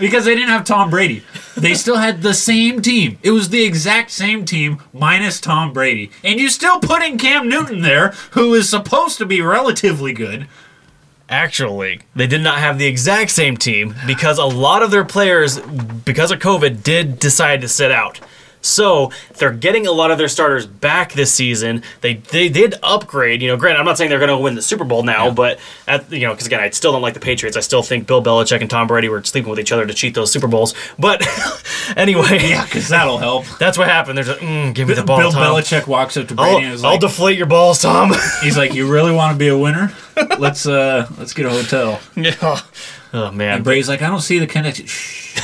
Speaker 3: because they didn't have Tom Brady. They still had the same team. It was the exact same team minus Tom Brady. And you still put in Cam Newton there, who is supposed to be relatively good.
Speaker 2: Actually, they did not have the exact same team because a lot of their players, because of COVID, did decide to sit out. So they're getting a lot of their starters back this season. They they did upgrade. You know, granted, I'm not saying they're going to win the Super Bowl now, but at, you know, because again, I still don't like the Patriots. I still think Bill Belichick and Tom Brady were sleeping with each other to cheat those Super Bowls. But anyway,
Speaker 3: Yeah, because that'll help.
Speaker 2: That's what happened. There's a mm, give me the ball,
Speaker 3: Bill
Speaker 2: Tom.
Speaker 3: Belichick walks up to Brady and is
Speaker 2: I'll, I'll
Speaker 3: like,
Speaker 2: deflate your balls, Tom.
Speaker 3: he's like, "You really want to be a winner? Let's uh, let's get a hotel."
Speaker 2: yeah. Oh man.
Speaker 3: And Brady's like, "I don't see the connection." Shh.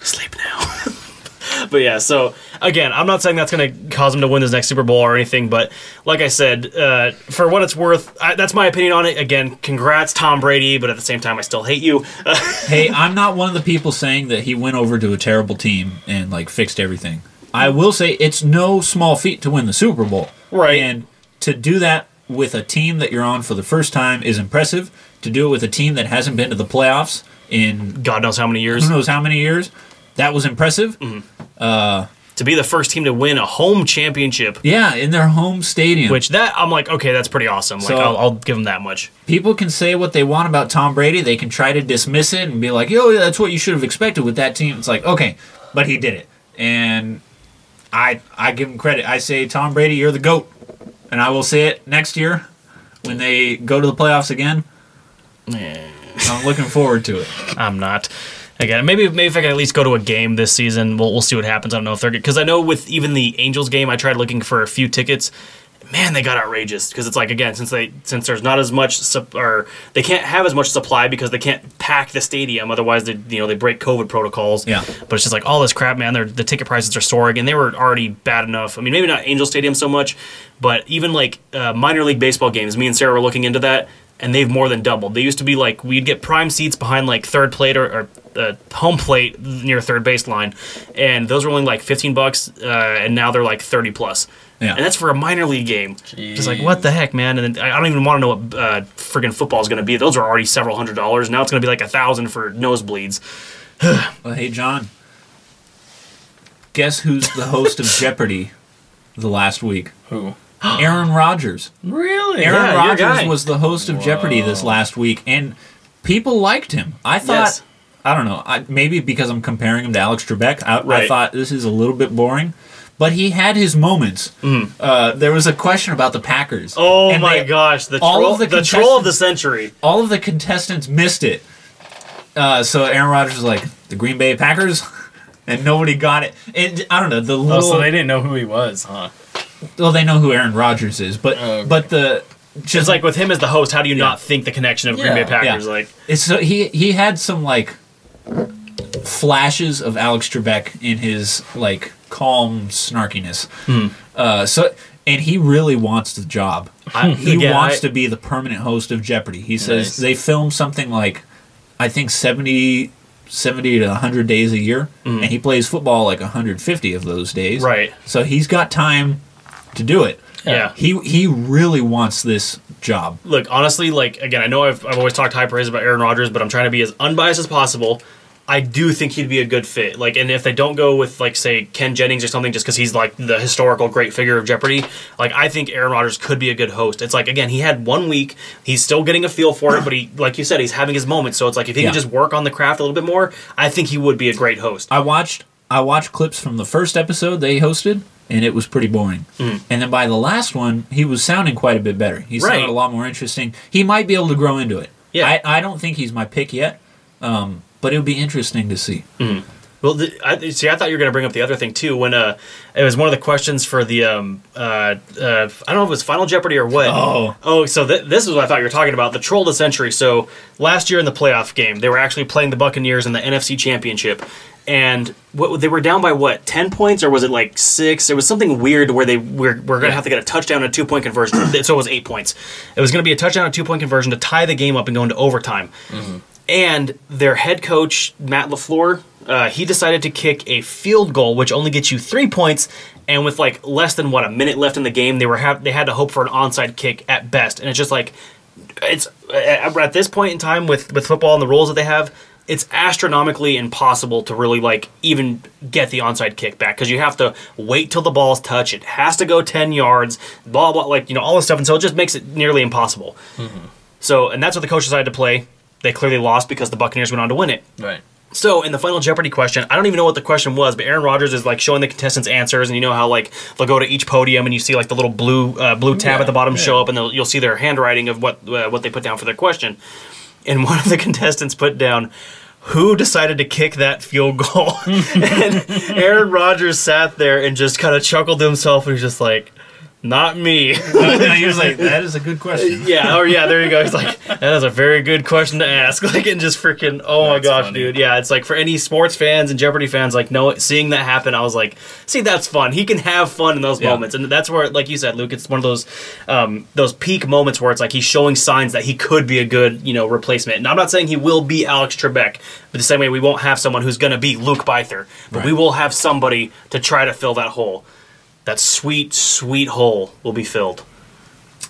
Speaker 2: Sleep now. but yeah, so again, I'm not saying that's going to cause him to win this next Super Bowl or anything, but like I said, uh, for what it's worth, I, that's my opinion on it. Again, congrats, Tom Brady, but at the same time, I still hate you.
Speaker 3: Hey, I'm not one of the people saying that he went over to a terrible team and like fixed everything. I will say it's no small feat to win the Super Bowl.
Speaker 2: Right.
Speaker 3: And to do that with a team that you're on for the first time is impressive. To do it with a team that hasn't been to the playoffs in
Speaker 2: God knows how many years.
Speaker 3: who knows how many years, that was impressive.
Speaker 2: Mm-hmm. to be the first team to win a home championship,
Speaker 3: Yeah, in their home stadium.
Speaker 2: which that, I'm like, okay, that's pretty awesome. Like,
Speaker 3: So-
Speaker 2: I'll, I'll give him that much.
Speaker 3: people can say what they want about Tom Brady. They can try to dismiss it and be like, "Yo, yeah, that's what you should have expected with that team." It's like, okay, but he did it, and I I give him credit. I say, Tom Brady, you're the goat, and I will say it next year when they go to the playoffs again. I'm looking forward to it.
Speaker 2: I'm not. Again, maybe maybe if I can at least go to a game this season, we'll, we'll see what happens. I don't know if they're because I know with even the Angels game, I tried looking for a few tickets. Man, they got outrageous because it's like again since they since there's not as much sup- or they can't have as much supply because they can't pack the stadium. Otherwise, they you know they break COVID protocols.
Speaker 3: Yeah.
Speaker 2: but it's just like all this crap, man. They're, the ticket prices are soaring, and they were already bad enough. I mean, maybe not Angel Stadium so much, but even like uh, minor league baseball games. Me and Sarah were looking into that, and they've more than doubled. They used to be like we'd get prime seats behind like third plate or, or uh, home plate near third base line, and those were only like fifteen bucks, uh, and now they're like thirty plus.
Speaker 3: Yeah.
Speaker 2: And that's for a minor league game. Just like what the heck, man! And then I I don't even want to know what uh, friggin' football is going to be. Those are already several hundred dollars. Now it's going to be like a thousand for nosebleeds.
Speaker 3: Well, hey, John, guess who's the host of Jeopardy the last week?
Speaker 4: Who?
Speaker 3: Aaron Rodgers.
Speaker 4: Really?
Speaker 3: Aaron
Speaker 2: Yeah, your guy.
Speaker 3: Rodgers was the host of Jeopardy this last week, and people liked him. I thought,
Speaker 2: Yes.
Speaker 3: I don't know, I, maybe because I'm comparing him to Alex Trebek, I,
Speaker 2: Right.
Speaker 3: I thought this is a little bit boring. But he had his moments. Uh, there was a question about the Packers.
Speaker 2: Mm. Oh
Speaker 3: and
Speaker 2: my
Speaker 3: they-
Speaker 2: gosh, the
Speaker 3: all
Speaker 2: troll,
Speaker 3: of the
Speaker 2: the, troll of
Speaker 3: contestants-
Speaker 2: the century.
Speaker 3: All of the contestants missed it. Uh, so Aaron Rodgers was like the Green Bay Packers, and nobody got it. And I don't know the little.
Speaker 4: Oh, so they didn't know who he was, huh?
Speaker 3: well, they know who Aaron Rodgers is, but
Speaker 4: Oh, Okay.
Speaker 3: but the just
Speaker 2: It's like with him as the host, how do you not think the connection of Green
Speaker 4: Yeah.
Speaker 2: Bay Packers?
Speaker 3: Yeah.
Speaker 2: Like,
Speaker 3: It's so he he had some like flashes of Alex Trebek in his like calm snarkiness.
Speaker 2: Hmm.
Speaker 3: Uh, so and he really wants the job. he
Speaker 2: again,
Speaker 3: wants
Speaker 2: I-
Speaker 3: to be the permanent host of Jeopardy. He says
Speaker 4: Nice.
Speaker 3: they film something like I think 70, 70 to 100 days a year and he plays football like 150 of those days.
Speaker 2: Hmm. Right.
Speaker 3: So he's got time to do it.
Speaker 2: yeah.
Speaker 3: He he really wants this job.
Speaker 2: Look, honestly, like again, I know I've, I've always talked high praise about Aaron Rodgers, but I'm trying to be as unbiased as possible. I do think he'd be a good fit. Like, and if they don't go with like say Ken Jennings or something, just because he's like the historical great figure of Jeopardy, like I think Aaron Rodgers could be a good host. It's like again, he had one week. He's still getting a feel for it, but he, like you said, he's having his moments. So it's like if he
Speaker 3: Yeah.
Speaker 2: could just work on the craft a little bit more, I think he would be a great host.
Speaker 3: I watched I watched clips from the first episode they hosted, and it was pretty boring.
Speaker 2: Mm.
Speaker 3: And then by the last one, he was sounding quite a bit better. He sounded
Speaker 2: Right.
Speaker 3: a lot more interesting. He might be able to grow into it.
Speaker 2: Yeah.
Speaker 3: I, I don't think he's my pick yet, um, but it would be interesting to see.
Speaker 2: Mm. Well, the, I, see, I thought you were going to bring up the other thing too. When uh, it was one of the questions for the um, uh, uh, I don't know if it was Final Jeopardy or what.
Speaker 3: Oh.
Speaker 2: oh, so th- this is what I thought you were talking about the troll of the century. So last year in the playoff game, they were actually playing the Buccaneers in the NFC Championship, and what they were down by what ten points or was it like six? It was something weird where they were, were going to have to get a touchdown and a two point conversion. so it was eight points. It was going to be a touchdown and a two point conversion to tie the game up and go into overtime and their head coach Matt Lafleur, uh, he decided to kick a field goal, which only gets you three points. And with like less than what a minute left in the game, they were ha- they had to hope for an onside kick at best. And it's just like it's at at this point in time with with football and the rules that they have. It's astronomically impossible to really like even get the onside kick back because you have to wait till the ball's touch. It has to go ten yards, blah blah, like you know all this stuff, and so it just makes it nearly impossible. So, and that's what the coach decided to play. They clearly lost because the Buccaneers went on to win it.
Speaker 4: Right.
Speaker 2: So, in the final Jeopardy question, I don't even know what the question was, but Aaron Rodgers is like showing the contestants answers, and you know how like they'll go to each podium and you see like the little blue uh, blue tab at the bottom show up, and they'll, you'll see their handwriting of what uh, what they put down for their question. And one of the contestants put down. Who decided to kick that field goal? and Aaron Rodgers sat there and just kind of chuckled to himself and was just like, Not me.
Speaker 3: and he was like, that is a good question.
Speaker 2: yeah, or yeah, there you go. He's like, that is a very good question to ask. Like, and just freaking, oh my gosh, dude. Yeah, it's like for any sports fans and Jeopardy fans, like, no, seeing that happen, I was like, see, that's fun. He can have fun in those
Speaker 3: Yeah.
Speaker 2: moments, and that's where, like you said, Luke, it's one of those, um, those peak moments where it's like he's showing signs that he could be a good, you know, replacement. And I'm not saying he will be Alex Trebek, but the same way we won't have someone who's going to be Luke Byther, but we
Speaker 3: Right.
Speaker 2: will have somebody to try to fill that hole. That sweet, sweet hole will be filled.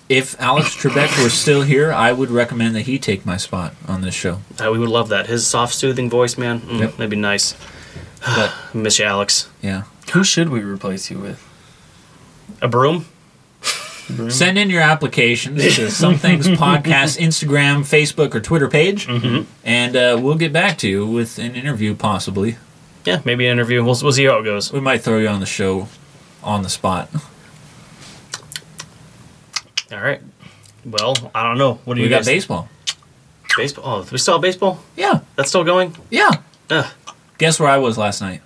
Speaker 3: If Alex Trebek were still here, I would recommend that he take my spot on this show.
Speaker 2: Uh, we would love that. His soft, soothing voice, man. Mm,
Speaker 3: Yep.
Speaker 2: That'd be nice.
Speaker 3: But
Speaker 2: Miss you, Alex.
Speaker 3: yeah,
Speaker 4: Who should we replace you with?
Speaker 2: A broom?
Speaker 3: Mm-hmm. send in your applications to some things podcast Instagram, Facebook, or Twitter page, and uh, we'll get back to you with an interview. Possibly,
Speaker 2: Yeah, maybe an interview. We'll, we'll see how it goes.
Speaker 3: we might throw you on the show on the spot.
Speaker 2: All right. Well, I don't know. What do
Speaker 3: We
Speaker 2: you
Speaker 3: got
Speaker 2: guys?
Speaker 3: baseball.
Speaker 2: baseball. Oh, we still have baseball?
Speaker 3: Yeah,
Speaker 2: That's still going?
Speaker 3: yeah.
Speaker 2: Ugh.
Speaker 3: Guess where I was last night?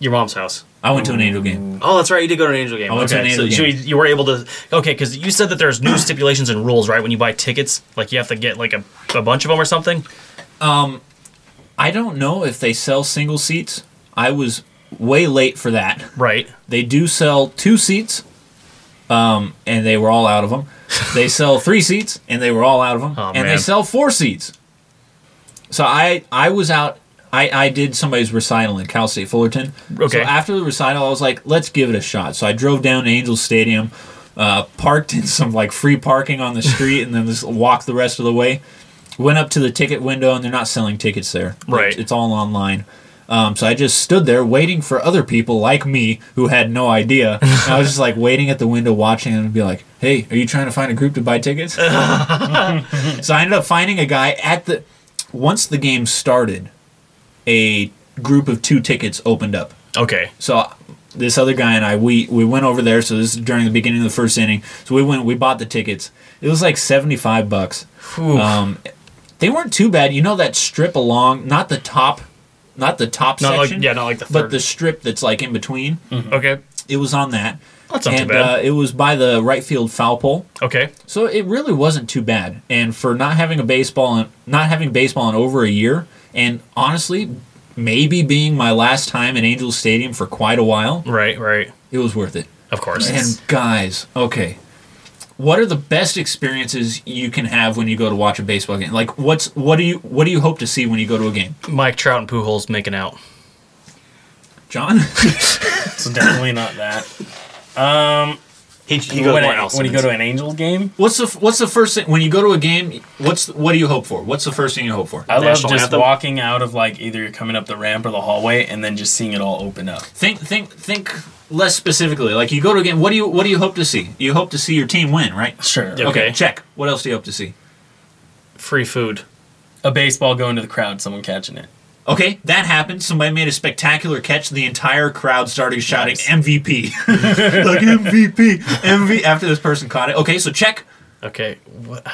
Speaker 2: Your mom's house.
Speaker 3: I went to an Angel game.
Speaker 2: Oh, that's right. You did go to an Angel game.
Speaker 3: I went to
Speaker 2: okay.
Speaker 3: an Angel
Speaker 2: so, so
Speaker 3: game.
Speaker 2: you, you were able to. Okay, because you said that there's new stipulations and rules, right? When you buy tickets, like you have to get like a, a bunch of them or something.
Speaker 3: I don't know if they sell single seats. I was way late for that.
Speaker 2: Right.
Speaker 3: They do sell two seats, um, and they were all out of them. They sell three seats, and they were all out of them.
Speaker 2: Oh,
Speaker 3: and they
Speaker 2: man.
Speaker 3: sell four seats. So I I was out. I, I did somebody's recital in Cal State Fullerton.
Speaker 2: Okay.
Speaker 3: So after the recital, I was like, let's give it a shot. So I drove down to Angels Stadium, uh, parked in some like free parking on the street, and then just walked the rest of the way. Went up to the ticket window, and they're not selling tickets there.
Speaker 2: Right.
Speaker 3: It's all online. Um, so I just stood there waiting for other people like me who had no idea. And I was just like waiting at the window watching and be like, hey, are you trying to find a group to buy tickets? so I ended up finding a guy at the. Once the game started, a group of two tickets opened up.
Speaker 2: Okay.
Speaker 3: So this other guy and I, we we went over there. So this is during the beginning of the first inning. So we went, we bought the tickets. It was like seventy five bucks. Um, they weren't too bad. You know that strip along, not the top, not the top
Speaker 2: Not like-
Speaker 3: section.
Speaker 2: yeah, not like the
Speaker 3: but
Speaker 2: third.
Speaker 3: the strip that's like in between.
Speaker 2: Okay.
Speaker 3: It was on that.
Speaker 2: That's not too
Speaker 3: and,
Speaker 2: bad.
Speaker 3: Uh, it was by the right field foul pole.
Speaker 2: Okay.
Speaker 3: So it really wasn't too bad, and for not having a baseball and not having baseball in over a year, and honestly, maybe being my last time in Angel Stadium for quite a while,
Speaker 2: Right. Right.
Speaker 3: it was worth it.
Speaker 2: Of course.
Speaker 3: And guys, okay, what are the best experiences you can have when you go to watch a baseball game? Like, what's what do you what do you hope to see when you go to a game,
Speaker 2: Mike Trout and Pujols making out.
Speaker 3: John?
Speaker 4: It's definitely not that.
Speaker 2: He, he
Speaker 4: when,
Speaker 2: more
Speaker 4: I-
Speaker 2: Al
Speaker 4: when you go
Speaker 2: Simmons.
Speaker 4: to an Angels game,
Speaker 3: what's the what's the first thing when you go to a game? What's what do you hope for? What's the first thing you hope for?
Speaker 4: I love
Speaker 2: National
Speaker 4: just
Speaker 2: anthem?
Speaker 4: walking out of like either you're coming up the ramp or the hallway and then just seeing it all open up.
Speaker 3: Think think think less specifically. Like you go to a game, what do you what do you hope to see? You hope to see your team win, right?
Speaker 4: Sure.
Speaker 2: Yeah. Okay.
Speaker 3: Okay, check. What else do you hope to see?
Speaker 2: free food.
Speaker 4: A baseball going to the crowd, someone catching it.
Speaker 3: Okay, that happened. Somebody made a spectacular catch. The entire crowd started shouting
Speaker 4: Nice.
Speaker 3: MVP. like MVP, MVP after this person caught it. Okay, so check.
Speaker 2: Okay. What?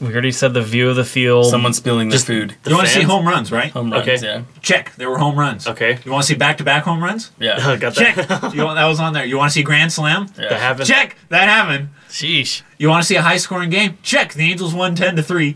Speaker 2: We already said the view of the field.
Speaker 4: Someone spilling their food.
Speaker 2: The
Speaker 3: you want to see
Speaker 2: fans?
Speaker 3: home runs, right?
Speaker 4: Home runs.
Speaker 2: Okay.
Speaker 4: Yeah.
Speaker 3: Check. There were home runs.
Speaker 2: Okay.
Speaker 3: You want to see back-to-back home runs?
Speaker 4: Yeah.
Speaker 2: Got
Speaker 3: Check.
Speaker 2: that.
Speaker 3: you want, that was on there. You want to see grand slam?
Speaker 2: that happened.
Speaker 3: Check. That happened.
Speaker 2: Sheesh.
Speaker 3: You want to see a high scoring game? Check. The Angels won 10 to 3.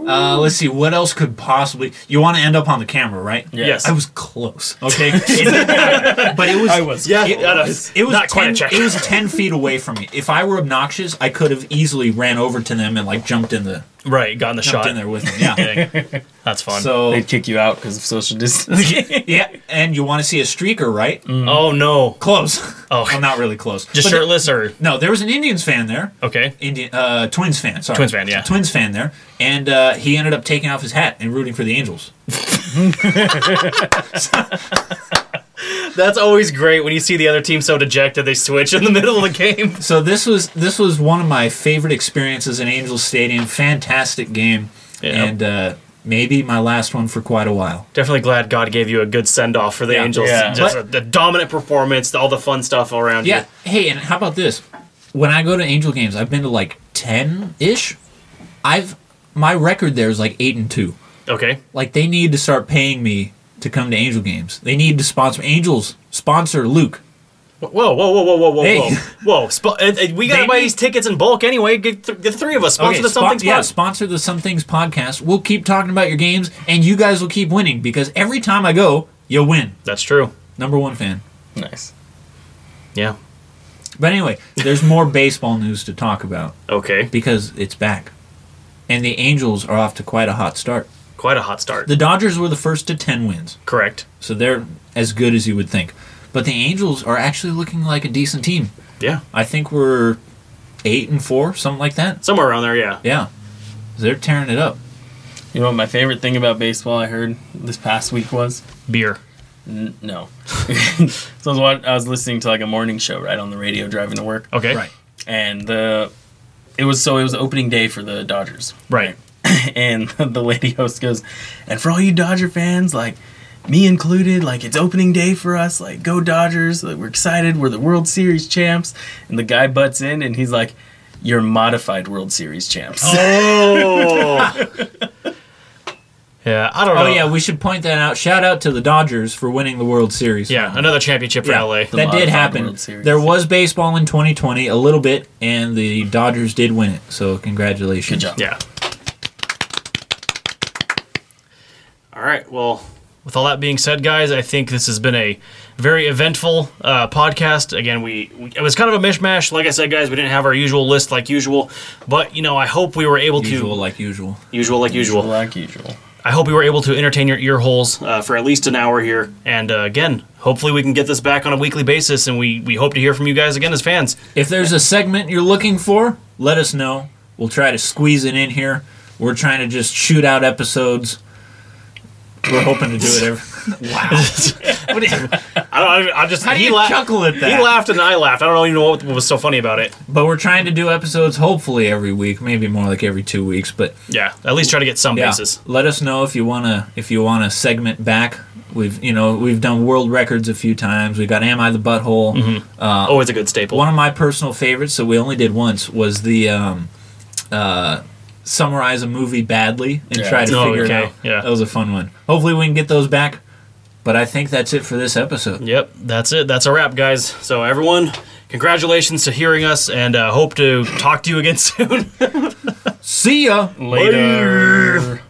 Speaker 3: Uh, let's see. What else could possibly. You want to end up on the camera, right?
Speaker 4: Yeah.
Speaker 2: Yes.
Speaker 3: I was close. Okay. but it was. I
Speaker 4: was
Speaker 2: Yeah.
Speaker 3: It,
Speaker 2: uh,
Speaker 3: it was
Speaker 2: not
Speaker 3: 10,
Speaker 2: quite a check.
Speaker 3: It was 10 feet away from me. If I were obnoxious, I could have easily ran over to them and, like, jumped in the.
Speaker 2: right. Got in the
Speaker 3: Jumped
Speaker 2: shot.
Speaker 3: in there with them. Yeah.
Speaker 2: Dang. That's fun.
Speaker 3: so.
Speaker 4: They'd kick you out because of social distance.
Speaker 3: Yeah. And you want to see a streaker, right?
Speaker 2: oh no.
Speaker 3: Close.
Speaker 2: Oh.
Speaker 3: well, not really close.
Speaker 2: Just
Speaker 3: But the-
Speaker 2: shirtless or
Speaker 3: no, there was an Indians fan there.
Speaker 2: okay.
Speaker 3: Indian uh, Twins fan. Sorry,
Speaker 2: Twins fan, yeah.
Speaker 3: Twins fan there, and uh, he ended up taking off his hat and rooting for the Angels.
Speaker 2: That's always great when you see the other team so dejected they switch in the middle of the game.
Speaker 3: So this was this was one of my favorite experiences in Angels Stadium. Fantastic game,
Speaker 2: Yeah.
Speaker 3: and uh, maybe my last one for quite a while.
Speaker 2: Definitely glad God gave you a good send off for the
Speaker 3: Yeah.
Speaker 2: Angels.
Speaker 4: Yeah.
Speaker 2: Just a- the dominant performance, all the fun stuff around
Speaker 3: Yeah. Hey, and how about this? When I go to Angel games, I've been to like ten ish. I've my record there is like eight and
Speaker 2: you.
Speaker 3: two.
Speaker 2: Okay.
Speaker 3: Like they need to start paying me to come to Angel games. They need to sponsor Angels sponsor Luke.
Speaker 2: Whoa, whoa, whoa, whoa, whoa, whoa,
Speaker 3: Hey.
Speaker 2: whoa, whoa! Spo- uh, uh, we gotta
Speaker 3: They
Speaker 2: buy
Speaker 3: need-
Speaker 2: these tickets in bulk anyway. Get th- the three of us sponsor the
Speaker 3: spon-
Speaker 2: something's
Speaker 3: yeah,
Speaker 2: Pod.
Speaker 3: sponsor the Some Things podcast. We'll keep talking about your games, and you guys will keep winning because every time I go, you win.
Speaker 2: That's true.
Speaker 3: Number one fan.
Speaker 4: Nice.
Speaker 2: Yeah.
Speaker 3: But anyway, there's more baseball news to talk about
Speaker 2: Okay.
Speaker 3: because it's back, and the Angels are off to quite a hot start.
Speaker 2: Quite a hot start.
Speaker 3: The Dodgers were the first to ten wins,
Speaker 2: Correct.
Speaker 3: so they're as good as you would think. But the Angels are actually looking like a decent team.
Speaker 2: Yeah.
Speaker 3: I think we're eight and four, something like that.
Speaker 2: Somewhere around there. Yeah.
Speaker 3: Yeah, they're tearing it up.
Speaker 4: You know what my favorite thing about baseball I heard this past week was?
Speaker 5: Beer.
Speaker 4: N- no. so I was, watch- I was listening to like a morning show right on the radio driving to work,
Speaker 5: Okay.
Speaker 3: Right.
Speaker 4: and the it was so it was opening day for the Dodgers,
Speaker 5: Right.
Speaker 4: and the lady host goes, and for all you Dodger fans, like me included, like it's opening day for us, like go Dodgers, like we're excited, we're the World Series champs, and the guy butts in and he's like, you're modified World Series champs.
Speaker 2: Oh. yeah. I don't know.
Speaker 3: Oh yeah, we should point that out. Shout out to the Dodgers for winning the World Series.
Speaker 2: Yeah. Another championship for
Speaker 3: Yeah,
Speaker 2: LA.
Speaker 4: The
Speaker 3: that
Speaker 4: modified
Speaker 3: did happen.
Speaker 4: World Series.
Speaker 3: There was baseball in 2020 a little bit, and the Dodgers did win it. So
Speaker 4: Good
Speaker 3: congratulations.
Speaker 4: job.
Speaker 2: Yeah. All right. Well,
Speaker 5: With all that being said, guys, I think this has been a very eventful uh, podcast. Again, we, we it was kind of a mishmash. Like I said, guys, we didn't have our usual list like usual, but you know, I hope we were able
Speaker 3: Usual
Speaker 5: to
Speaker 3: like usual.
Speaker 2: usual like usual.
Speaker 4: Like usual.
Speaker 5: I hope we were able to entertain your ear holes.
Speaker 2: uh, for at least an hour here.
Speaker 5: And uh, again, hopefully we can get this back on a weekly basis, and we we hope to hear from you guys again as fans.
Speaker 3: If there's a segment you're looking for, let us know. We'll try to squeeze it in here. We're trying to just shoot out episodes. We're hoping to do it every.
Speaker 5: What do you-
Speaker 2: I don't. I, mean, I just
Speaker 3: How do
Speaker 2: he
Speaker 3: you
Speaker 2: laughed.
Speaker 3: chuckle at that?
Speaker 2: He laughed and I laughed. I don't even know what, what was so funny about it.
Speaker 3: But we're trying to do episodes hopefully every week, maybe more like every two weeks. But
Speaker 5: yeah, at least try to get some
Speaker 3: Yeah.
Speaker 5: basis.
Speaker 3: Let us know if you wanna if you wanna segment back. We've you know we've done world records a few times. We got "Am I the Butthole?"
Speaker 2: Always Oh, a good staple.
Speaker 3: Uh, One of my personal favorites that we only did once was the um, uh, summarize a movie badly and
Speaker 4: Yeah.
Speaker 3: try to
Speaker 5: Oh,
Speaker 3: figure
Speaker 5: okay.
Speaker 3: it out.
Speaker 5: Yeah.
Speaker 3: That was a fun one. Hopefully we can get those back. But I think that's it for this episode.
Speaker 5: Yep, that's it. That's a wrap, guys. So everyone, congratulations to hearing us, and uh, hope to talk to you again soon.
Speaker 3: See ya.
Speaker 4: Later.